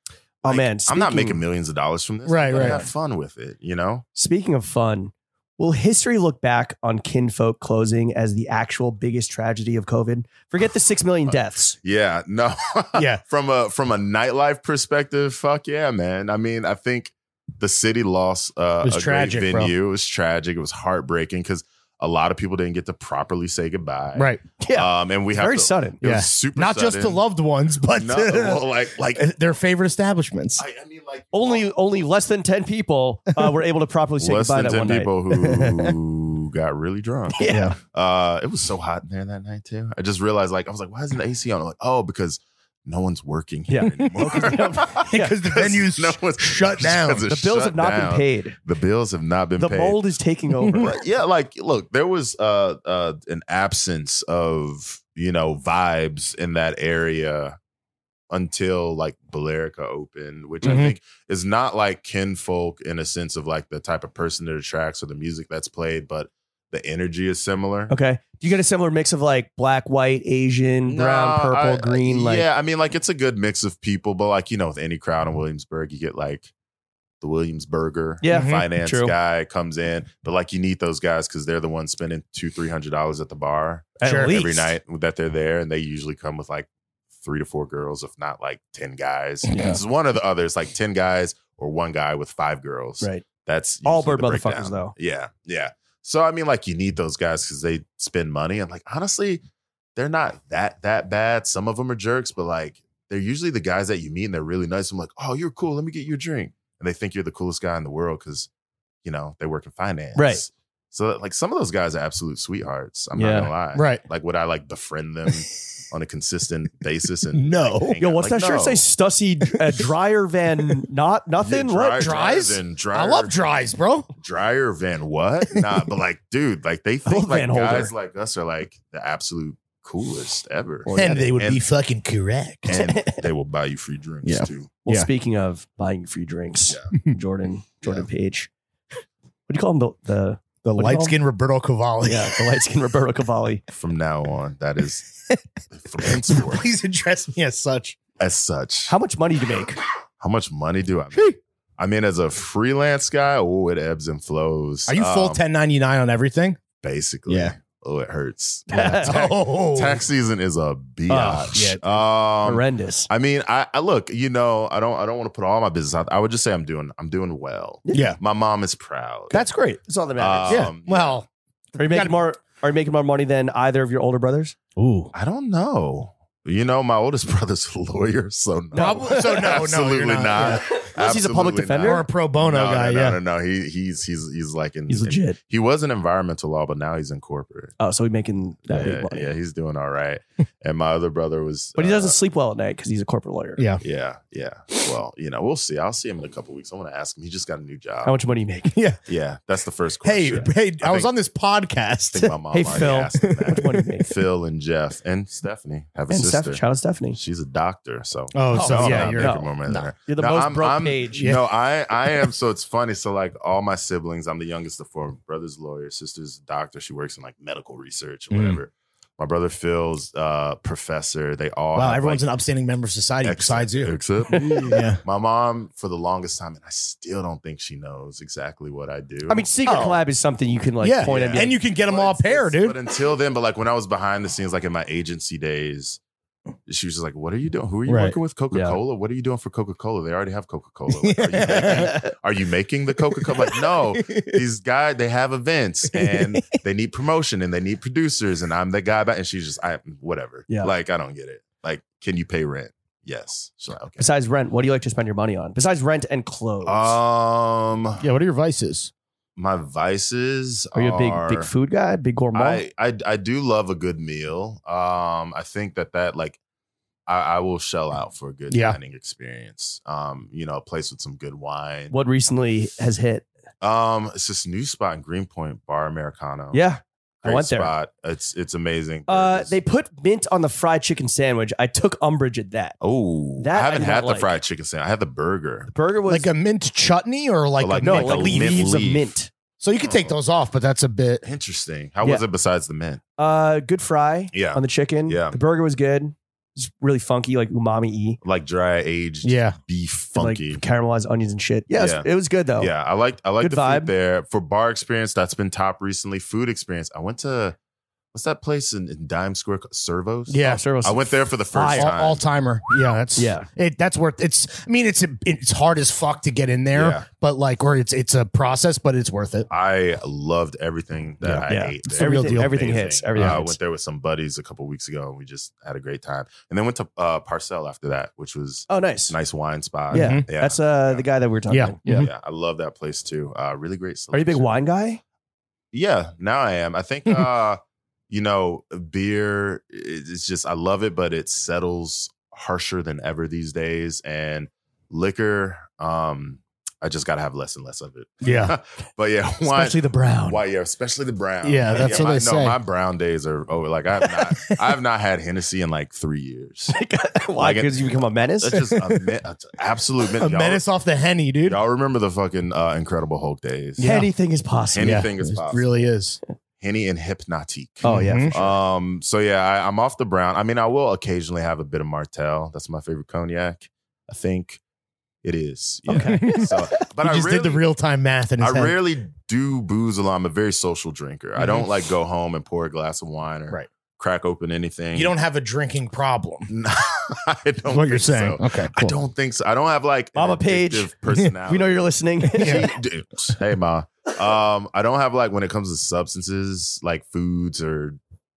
A: oh
B: Like,
A: man,
B: I'm not
A: speaking-
B: making millions of dollars from this.
C: Right,
B: but
C: right.
B: Have fun with it, you know.
A: Speaking of fun, will history look back on kinfolk closing as the actual biggest tragedy of COVID? Forget the six million deaths.
B: Yeah, no.
C: Yeah.
B: From a from a nightlife perspective, fuck yeah, man. I mean, I think the city lost uh,
C: It was
B: a
C: tragic,
B: great
C: bro.
B: venue. It was tragic. It was heartbreaking because a lot of people didn't get to properly say goodbye.
C: Right.
A: Yeah,
B: Um, and we have
A: very
B: to,
A: sudden.
B: It was
C: Yeah.
B: super.
C: Not just to
B: sudden.
C: loved ones, but
B: No,
C: to
B: well, like like
C: their favorite establishments.
B: I, I mean like
A: Only only less than ten people uh, were able to properly say
B: less
A: goodbye
B: than
A: that
B: ten
A: one night.
B: people who got really drunk.
A: Yeah.
B: Uh, it was so hot in there that night too. I just realized like I was like, why isn't the AC on? I'm like, oh, because no one's working here
A: Yeah.
B: anymore.
A: Yeah.
C: Because the venues
B: No one's-
C: shut down.
B: because
A: The
B: it's
A: bills
B: shut
A: have not
B: down.
A: been paid.
B: The bills have not been
A: The
B: paid.
A: mold is taking over.
B: But yeah, like look, there was uh uh an absence of, you know, vibes in that area until like Balerica opened, which
A: Mm-hmm.
C: Mhm.
B: I think is not like kinfolk in a sense of like the type of person that attracts or the music that's played, but the energy is similar.
A: okay. Do you get a similar mix of like black, white, Asian, brown,
B: Nah,
A: purple,
B: I-
A: green? Like
B: yeah, I mean, like it's a good mix of people, but like you know, with any crowd in Williamsburg, you get like the Williamsburger,
A: Yeah, mhm,
B: finance
A: true.
B: guy comes in, but like you need those guys because they're the ones spending two, three hundred dollars at the bar
A: at
C: Sure.
A: least.
B: every night that they're there, and they usually come with like three to four girls, if not like ten guys.
C: Yeah.
B: It's one or the other. It's like ten guys or one guy with five girls.
A: Right.
B: That's
A: All
B: usually
A: bird
B: the
A: motherfuckers
B: breakdown.
A: though.
B: Yeah, yeah. So I mean, like you need those guys because they spend money, and like honestly, they're not that that bad. Some of them are jerks, but like they're usually the guys that you meet and they're really nice. I'm like, oh, you're cool. Let me get you a drink, and they think you're the coolest guy in the world because you know they work in finance,
A: Right.
B: So like some of those guys are absolute sweethearts. I'm
A: Yeah.
B: not gonna lie.
C: Right.
B: Like would I like befriend them on a consistent basis? And
C: No.
B: like, hang
A: Yo,
B: out?
A: what's
B: Like,
A: that shirt
B: no.
A: say? Stussy uh, Dryer Van Not Nothing?
B: Yeah,
A: what?
B: Dryer-
C: Dries?
B: Dryer than Dryer,
C: I love dries, bro.
B: dryer van what? Nah, but like, dude, like they think
A: Old
B: like
A: Van Holder.
B: guys like us are like the absolute coolest ever.
C: and they would
B: And-
C: be fucking correct.
B: and they will buy you free drinks
C: Yeah.
B: too.
A: Well,
C: Yeah.
A: speaking of buying free drinks, Jordan Jordan Page. What do you call him? The the
C: the
A: What do you
C: light
A: call
C: skin Roberto Cavalli.
A: yeah the light skinned Roberto Cavalli.
B: From now on, that is from henceforth
C: Please address me as such.
B: as such.
A: How much money do you make?
B: How much money do I make? I mean, as a freelance guy, oh, it ebbs and flows.
C: Are you full
B: Um,
C: 1099 on everything?
B: Basically.
C: Yeah.
B: Oh, it hurts.
A: Yeah.
B: Tax,
C: oh.
B: tax season is a biatch. um,
A: Horrendous.
B: I mean, I, I look, you know, I don't I don't want to put all my business out. I would just say I'm doing I'm doing well.
C: Yeah.
B: My mom is proud.
C: That's great.
A: That's all that
B: matters.
C: yeah.
B: Um,
C: Well,
A: are you
C: gotta-
A: making more? Are you making more money than either of your older brothers?
C: ooh.
B: I don't know. You know, my oldest brother's a lawyer, so no.
C: Probably- so no, no, you're
B: absolutely
C: not.
B: not.
A: Unless he's a public
B: Absolutely
A: defender?
B: not.
C: Or a pro bono
B: no,
C: guy.
B: no,
C: yeah.
B: no, no, no. He he's he's he's like in,
A: He's
B: in-
A: legit.
B: he was in environmental law, but now he's in corporate.
A: Oh, so he's making that
B: yeah,
A: big money.
B: yeah, he's doing all right. and my other brother was,
A: But he
B: uh,
A: doesn't sleep well at night because he's a corporate lawyer.
C: Yeah.
B: yeah, yeah. Well, you know, we'll see. I'll see him in a couple weeks. I want to ask him. He just got a new job.
A: How much money you make?
B: yeah, that's the first
C: Hey,
B: question.
C: hey, I,
B: I
C: was
B: think-
C: on this
B: I think
C: podcast.
B: my mom
A: Hey,
B: already
A: Phil.
B: asked him
A: How much money
B: that.
A: you make?
B: Phil and Jeff and Stephanie have a
A: And
B: sister.
A: Steph, shout out Stephanie.
B: She's a doctor, so
C: Oh, so
B: No, I'm
C: yeah,
B: not
C: you're
A: no.
B: making more money than her.
A: You're the
B: No,
A: most
B: I'm-
A: broke
B: I'm-
A: page.
B: No, I I am. So it's funny. So like all my siblings, I'm the youngest of four. My brother's a lawyer, sister's a doctor. She works in like medical research or
C: Mm.
B: whatever. My brother Phil's uh, professor. They all
C: Wow,
B: have,
C: everyone's an
B: like,
C: upstanding member of society
B: ex-
C: besides you.
B: Except
C: yeah.
B: my mom for the longest time, and I still don't think she knows exactly what I do.
A: I mean, secret
C: Oh.
A: collab is something you can like
C: yeah.
A: point at.
B: yeah.
A: me.
C: And you can get them
B: But
C: all
B: it's- it's-
C: paired, dude.
B: But until then, but like when I was behind the scenes, like in my agency days, she was just like, "What are you doing? Who are you
C: Right.
B: working with? Coca Cola? What are you doing for Coca Cola? They already have Coca Cola. are, you making, are you making the Coca Cola? Like, no, Oh, these guys they have events and they need promotion and they need producers, and I'm the guy. Back. And she's just, I whatever.
A: Yeah.
B: like I don't get it. Like, can you pay rent? Yes. She's like, okay.
A: Besides rent, what do you like to spend your money on? Besides rent and clothes,
B: Um,
C: yeah, what are your vices?
B: my vices
A: are you a big big
B: are-
A: food guy? Big gourmand?
B: I, I I do love a good meal. Um, I think that that like I, I will
A: Mm.
B: shell out for a good
C: Yeah.
B: dining experience. Um, you know, a place with some good wine.
A: what recently has hit?
B: Um, it's this new spot in Greenpoint, Bar Americano.
A: Oh, Yeah, I
B: Great
A: went there.
B: spot. It's it's amazing.
A: Uh,
B: Burgers.
A: they put mint on the fried chicken sandwich. I took umbrage at that.
B: oh, I
A: That I
B: haven't
A: did not
B: had the
A: like.
B: fried chicken sandwich. I had the burger.
A: The burger was
C: Like a mint chutney or like,
B: Like
C: a,
A: no,
B: like
A: like,
B: a
A: leaves of
B: mint leaf. Oh.
A: mint.
C: So you can take those off, but that's a bit.
B: Interesting. How was
A: Yeah.
B: it besides the mint?
A: Uh, good fry
B: Yeah.
A: on the chicken.
B: Yeah.
A: the burger was good. It was really funky, like umami y,
B: Like dry aged
C: Yeah.
B: beef
A: like
B: funky.
A: caramelized onions and shit. Yeah, it was-
B: Yeah.
A: It, was, good though.
B: Yeah, I liked I liked
A: Oh. Good
B: the
A: vibe.
B: food there. For bar experience, that's been top recently. Food experience, I went to what's that place in, in Dime Square? Servos.
C: Yeah.
A: Sure Oh, was
B: I went there for the first
A: fire.
B: time.
C: All timer. Yeah. That's,
A: Yeah.
C: It, that's worth it's. I mean, it's it's hard as fuck to get in there,
B: Yeah.
C: but like, or it's it's a process, but it's worth it.
B: I loved everything that I
A: Yeah.
B: ate.
A: It's
B: there.
A: the real
B: It was
A: deal. Everything
B: amazing.
A: hits. Everything
B: Uh, I
A: hits.
B: went there with some buddies a couple weeks ago, and we just had a great time. And then went to uh, Parcel after that, which was
A: Oh, nice.
B: a nice wine spot.
A: Yeah,
C: Mhm.
B: yeah,
A: that's uh the guy that we were talking.
C: Yeah.
A: about.
B: yeah. I love that place too. Uh, really great.
A: Are you a big
B: selection.
A: wine guy?
B: Yeah, now I am. I think uh, you know, beer i- it's just I love it, but it settles harsher than ever these days and liquor um I just got to have less and less of it.
C: Yeah.
B: but yeah, wine
A: Especially the brown.
B: why yeah, especially the brown.
C: Yeah, that's what
B: my,
C: they
B: no,
C: say.
B: my brown days are over. Like I have not I have not had Hennessy in like 3 years.
A: Why?
B: Like it-
A: Because you become a menace.
B: That's just a me- a- absolute men-
C: A
B: y'all-
C: menace off the henny, dude.
B: Y'all remember the fucking uh, Incredible Hulk days?
C: Yeah.
A: Anything is possible.
B: Henny- anything is
C: it
B: possible.
C: Really is.
B: Henny and Hypnotique.
A: Oh yeah.
C: Mhm.
A: for sure.
B: Um. So yeah, I, I'm off the brown. I mean, I will occasionally have a bit of Martel. That's my favorite cognac. I think it is. Yeah.
A: Okay.
B: So, but
C: he
B: I
C: just
B: really,
C: did the real time math in his
B: I
C: head.
B: rarely do booze a lot. I'm a very social drinker. I
C: Mhm.
B: don't like go home and pour a glass of wine or
C: Right.
B: crack open anything.
C: you don't have a drinking problem.
B: I don't.
C: Is what you're
B: think so.
C: saying. Okay.
B: I don't think so. I don't have like an
A: Mama Page.
B: addictive personality.
A: We know you're listening.
B: She- dude, hey ma. Um, I don't have like when it comes to substances like foods or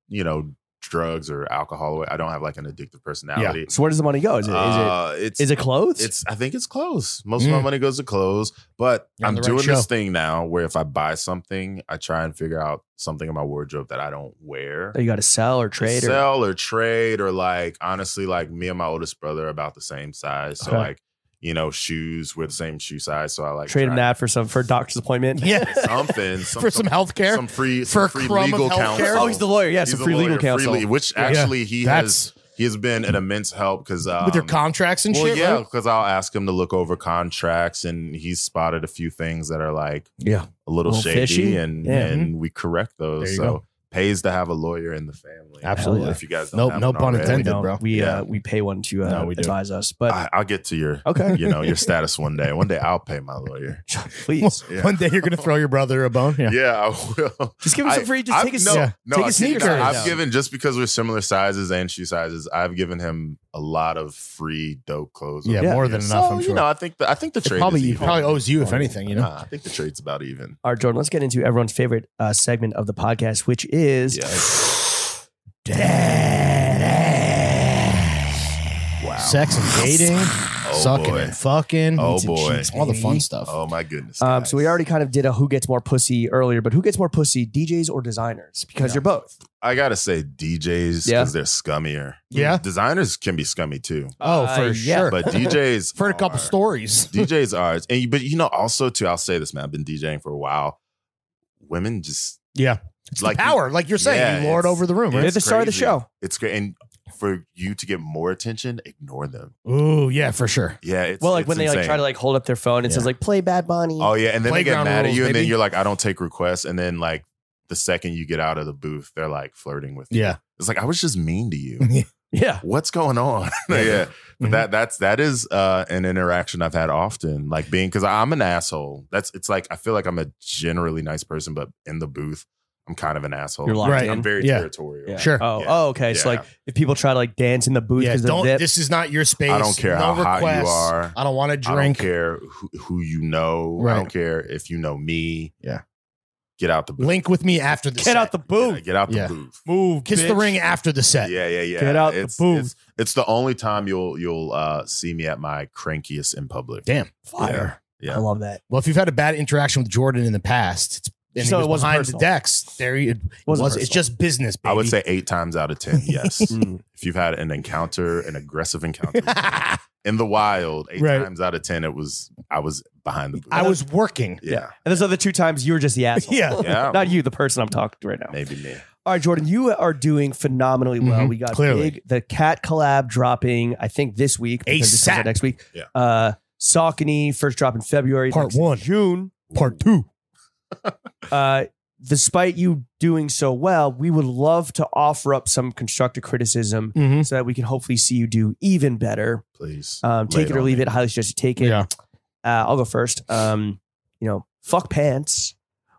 B: you know drugs or alcohol. I don't have like an addictive personality.
A: So where does the money go? Is it is it
B: Uh, it's
A: is it clothes?
B: It's I think it's clothes. Most of my
C: Mm.
B: money goes to clothes, but
C: You're on
B: I'm
C: the right
B: doing
C: show.
B: this thing now where if I buy something, I try and figure out something in my wardrobe that I don't wear.
A: Or you got to sell or trade or
B: sell or trade or like honestly like me and my oldest brother are about the same size. So
A: Okay.
B: like, you know, shoes, we're the same shoe size, so I like
A: trade him
B: try
A: that for some for a doctor's appointment.
C: Yeah.
B: something some,
C: for some health care.
B: some free
C: For
B: some
C: a
B: free
C: crumb of
B: legal
C: healthcare?
B: counsel.
A: Oh, he's the lawyer. Yeah,
B: He's
A: some
B: a
A: free legal
B: lawyer, free
A: counsel.
B: le- which
C: Yeah.
B: actually he has
C: That's
B: he has been an immense help because um,
C: with their contracts and
B: well,
C: shit.
B: yeah,
C: right?
B: because I'll ask him to look over contracts, and he's spotted a few things that are like
C: Yeah.
B: a little,
A: Little
B: shady,
A: fishy?
B: and
A: Yeah.
B: and we correct
C: There
B: those.
C: you
B: So
C: go.
B: pays to have a lawyer in the family.
C: Absolutely.
B: If you guys don't
C: Nope,
B: have
C: no
B: one
C: pun
B: already.
A: we
C: intended.
A: don't.
C: bro.
A: We
B: Yeah.
A: uh, we pay one to uh,
C: No, we do.
A: advise us, but
B: I, I'll get to your
A: okay,
B: you know your status one day. One day I'll pay my lawyer.
A: please
B: Yeah.
C: One day you're gonna throw your brother a bone. Yeah.
B: Yeah, I will.
A: just give him some
B: I-
A: free. Just
B: I've-
A: take his
B: no,
C: yeah,
B: no,
A: take
B: I
A: his
B: kid you not,
A: sneakers.
B: I've given just because we're similar sizes and shoe sizes. I've given him a lot of free dope clothes.
C: Yeah,
B: over
C: more
B: the
C: than
B: years.
C: enough,
B: So,
C: I'm
B: You
C: sure.
B: know, I think the, I think the
C: It
B: trade
C: probably
B: is
C: he
B: even.
C: probably owes you, if anything, you know.
B: Nah, I think the trade's about even.
A: All right, Jordan. Let's get into everyone's favorite uh, segment of the podcast, which is
B: Yeah. Wow.
C: Sex and dating,
B: Oh,
C: sucking
B: boy.
C: and fucking,
B: Oh,
C: meets and
B: boy.
C: cheeks, all the fun stuff.
B: Oh my goodness.
A: Um,
B: guys.
A: so we already kind of did a who gets more pussy earlier, but who gets more pussy, DJs or designers? Because
C: Yeah.
A: you're both.
B: I gotta say DJs because
A: Yeah.
B: they're scummier.
C: Yeah.
B: Designers can be scummy too,
C: Oh, for
A: Uh, yeah.
C: sure.
B: but DJs
C: for a couple
B: are-
C: stories.
B: DJs are, and you, but you know also too. I'll say this, man. I've been DJing for a while. Women just
C: Yeah.
B: it's
C: Like power, like you're saying,
B: Yeah,
C: you lord
B: it's-
C: over the room,
A: They're
C: right?
A: the star of the show.
B: It's great, and for you to get more attention, ignore them.
C: Ooh, yeah, for sure.
B: Yeah, it's
A: well, like
B: it's
A: when they like
B: insane.
A: try to like hold up their phone, it
C: Yeah.
A: says like play Bad Bunny.
B: Oh yeah, and then they get
C: Playground
B: mad at
C: rules,
B: you, and then
C: baby.
B: you're like, I don't take requests, and then like the second you get out of the booth, they're like flirting with you.
C: Yeah.
B: It's like I was just mean to you.
A: Mm-hmm. yeah.
B: What's going on? yeah, but
C: Mhm.
B: that that's that is uh, an interaction I've had often, like being because I'm an asshole. That's it's like I feel like I'm a generally nice person, but in the booth, I'm kind of an asshole.
A: You're locked
C: Right.
A: in.
B: I'm oh, very
C: Yeah.
B: territorial.
A: Yeah.
C: Sure.
A: Oh,
B: Yeah.
A: oh, okay. So
B: Yeah.
A: like if people try to like dance in the booth
C: Yeah,
A: because
C: don't.
A: they're
C: This is not your space.
B: I don't care how
C: no
B: hot you
C: requests.
B: are.
C: I don't want to drink.
B: I don't care who, who you know. I
C: Right.
B: don't care if you know me.
C: Yeah.
B: Get out the booth.
C: Link with me after the
A: get
C: set.
A: out the
B: Yeah,
A: booth.
B: Get out the
C: Yeah.
B: booth.
C: move. Kiss the
B: bitch.
C: ring after the set.
B: Yeah, yeah, yeah.
A: Get out the
B: it's,
A: booth.
B: It's, it's the only time you'll you'll uh, see me at my crankiest in public.
C: Damn.
A: Fire.
B: Yeah.
A: I love that.
C: Well, if you've had a bad interaction with Jordan in the past, it's, and
A: So
C: he
A: it
C: was
A: wasn't
C: behind
A: personal.
C: the decks, there he it was.
A: Wasn't
C: It's
A: personal.
C: just business. Baby.
B: I would say eight times out of ten, yes.
A: Mm.
B: if you've had an encounter, an aggressive encounter in the wild, eight
C: Right.
B: times out of ten, it was I was behind the booth.
C: I was working.
B: yeah,
A: And those other two times you were just the asshole.
C: Yeah.
B: Yeah.
A: Not you, the person I'm talking to right now.
B: maybe me.
A: All right, Jordan, you are doing phenomenally well.
B: Mm-hmm.
C: Mhm,
A: We got
C: clearly.
A: big the cat collab dropping, I think this week. because This comes out
C: ASAP.
A: next week.
B: Yeah.
A: Uh Saucony, first drop in February.
C: Part
A: next
C: one.
A: June.
C: Part two.
A: Uh despite you doing so well, we would love to offer up some constructive criticism
C: Mm-hmm.
A: so that we can hopefully see you do even better.
B: Please
A: Um,
B: Lay
A: take it or
B: on
A: leave
B: me.
A: it. Highly suggest you take it.
C: Yeah.
A: Uh, I'll go first. Um, you know, fuck pants.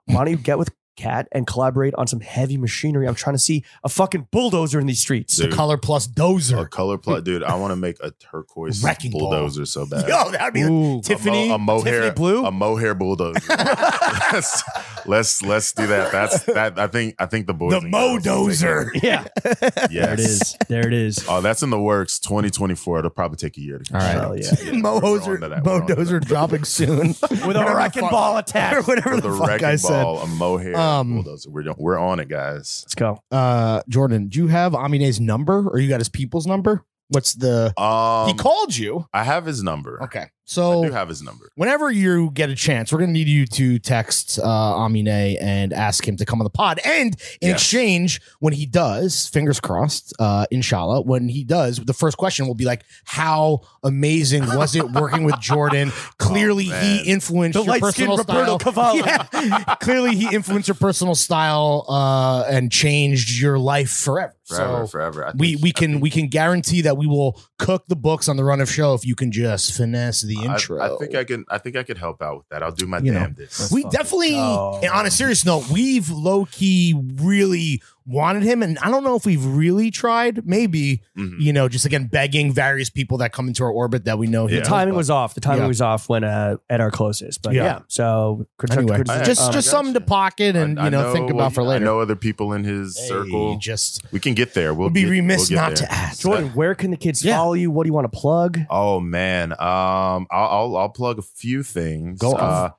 A: Why don't you get with Cat and collaborate on some heavy machinery? I'm trying to see a fucking bulldozer in these streets.
B: Dude.
C: Color plus
B: A
C: dozer.
B: color plot, dude. I want to make a turquoise
C: Wrecking ball.
B: bulldozer so bad.
C: Yo, that'd be
A: Ooh.
B: uh, A mo-
C: Tiffany.
B: a, mohair,
A: Tiffany Blue?
B: a mohair bulldozer. let's, let's let's do that. That's that. I think I think the boys
C: the
B: and girls will make
C: Modozer.
A: Yeah.
B: it. Yes.
A: There it is.
B: Oh, that's in the works. 2024. It'll probably take a year to.
C: All right.
A: Hell yeah.
B: we're on to
C: Mohoser,
B: that. We're on to
C: Modozer
B: that.
C: dropping soon.
A: With a wrecking ball
C: Or
A: attack.
C: whatever
B: For
C: the,
B: the
C: fuck
B: wrecking
C: I said.
B: ball, a mohair
C: Um,
B: bulldozer. We're doing- we're on it, guys.
A: Let's go.
C: Uh, Jordan, do you have Amine's number or you got his people's number? What's the.
B: Um,
C: he called you.
B: I have his number.
C: Okay.
B: I
C: So
B: do have his number.
C: whenever you get a chance, we're going to need you to text uh, Amine and ask him to come on the pod. And in
B: Yes.
C: exchange, when he does, fingers crossed, uh, inshallah, when he does, the first question will be like, "How amazing was it working with Jordan? Clearly,
B: Oh, man.
C: he influenced
A: The
C: your
A: light-skinned
C: personal
A: Roberto
C: style.
A: Cavalli.
C: Yeah. Clearly, he influenced your personal style uh, and changed your life forever.
B: Forever,
C: so
B: forever. I
C: we
B: think-
C: we
B: I
C: can
B: think-
C: we can guarantee that we will cook the books on the run of show if you can just finesse the
B: I-
C: intro.
B: I, think I can. I think I could help out with that. I'll do my
C: You know.
B: damnedest.
C: we
A: fucking
C: definitely
A: go.
C: and on a serious note we've low-key really wanted him. And I don't know if we've really tried, maybe,
B: Mhm.
C: you know, just again, begging various people that come into our orbit that we know.
B: Yeah.
C: here.
A: The timing was off. The timing
C: Yeah.
A: was off when uh, at our closest. But
C: Yeah.
A: yeah, so constructive
C: Anyway,
A: criticism-
C: just
A: um,
C: just
B: I
C: something to
B: gotcha.
C: pocket and
B: I- I
C: you know, think
B: well,
C: about for
B: I
C: later.
B: know other people in his
C: Hey,
B: circle.
C: just
B: We can get there. We'll
C: would be
B: get-
C: remiss
B: we'll get
C: not
B: there.
C: to ask.
A: Jordan, where can the kids
C: Yeah.
A: follow you? What do you want to plug?
B: Oh man, um, I'll, I'll I'll plug a few things. uh,
A: Go off.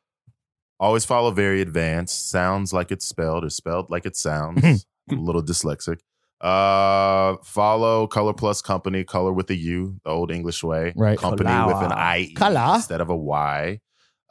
B: always follow very advanced. Sounds like it's spelled or spelled like it sounds.
A: Hmm.
B: a little dyslexic. Uh, follow Color Plus Company, Color with a U, the old English way.
C: Right.
B: Company with an
A: Color.
B: I E
C: Color.
B: instead of a Y.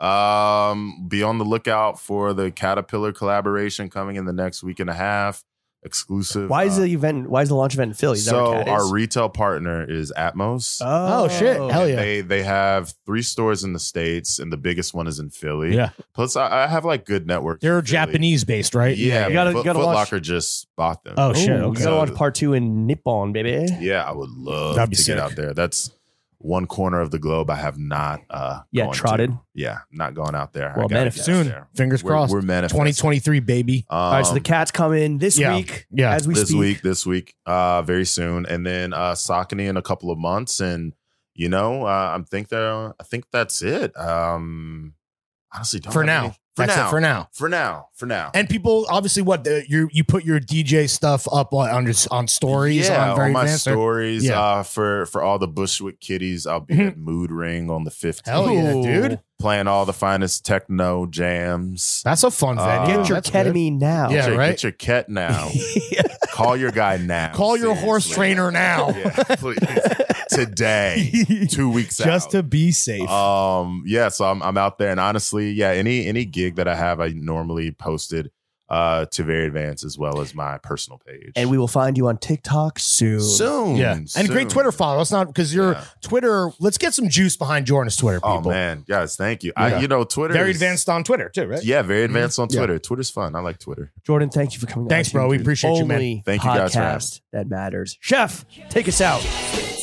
B: Um, be on the lookout for the Caterpillar collaboration coming in the next week and a half. Exclusive.
A: Why is
B: uh,
A: the event? Why is the launch event in Philly? Is that
B: so
A: where Cat
B: our
A: is?
B: retail partner is Atmos.
C: Oh, shit. Hell yeah.
B: They they have three stores in the states, and the biggest one is in Philly.
C: Yeah.
B: Plus, I, I have like good network.
C: They're Japanese based, right?
B: Yeah.
A: You gotta-
B: Foot,
A: you gotta
B: Foot
A: watch-
B: Locker just bought them.
C: Oh, shit.
A: Ooh,
C: Okay.
A: You gotta watch part two in Nippon, baby.
B: Yeah, I would love
C: That'd
B: to
C: be sick.
B: get out there. That's one corner of the globe I have not. uh
A: Yeah,
B: gone to.
A: trotted.
B: Yeah, not going out there. I
A: Well,
B: gotta
A: manifest.
B: get
C: Soon.
B: there.
C: Fingers
B: We're-
C: crossed.
B: We're manifesting.
C: 2023, baby.
B: Um,
A: All right, so the cats come in this
C: yeah.
A: week
C: Yeah.
A: as we
B: this
A: speak.
B: week, this week, uh, very soon, and then uh, Saucony in a couple of months, and you know, uh, I'm think that I think that's it. Um, honestly, don't
C: For
B: have
C: now.
B: any- for
C: That's
B: now,
C: it for now.
B: for now, for now.
C: And people, obviously, what the, you you put your DJ stuff up on on, your- on stories
B: yeah,
C: on very
B: all my
C: advanced-
B: stories.
C: Yeah. Mm-hmm.
B: Uh, for for all the Bushwick kiddies, I'll be at Mood Ring on the 15th.
C: Hell yeah, dude!
B: Playing all the finest techno jams.
C: That's a fun
B: Uh,
C: venue.
A: Get your
C: That's good.
A: ketamine now.
C: Yeah,
B: get your,
C: right?
B: Get your cat now. Call your guy now.
C: Call your horse trainer now.
B: Yeah, please. Today, two weeks out.
C: Just to be safe.
B: um yeah so I'm, I'm out there and honestly yeah any any gig that i have i normally posted uh to very advanced as well as my personal page
A: And we will find you on TikTok soon.
B: soon
C: yeah, and
B: soon.
C: great Twitter follow. Let's not because your
B: Yeah.
C: Twitter. Let's get some juice behind Jordan's Twitter.
B: oh
C: People.
B: man yes thank you
C: Yeah.
B: i you know twitter
C: very
B: is-
C: advanced on Twitter too, right?
B: yeah very advanced on
C: Yeah.
B: twitter twitter's fun i like twitter
A: Jordan, thank you for coming.
C: Thanks,
A: on
C: bro.
A: to
C: We
A: the
C: appreciate you, man.
A: only
B: Thank you guys for
A: podcast that matters. Chef, take us out.
D: Just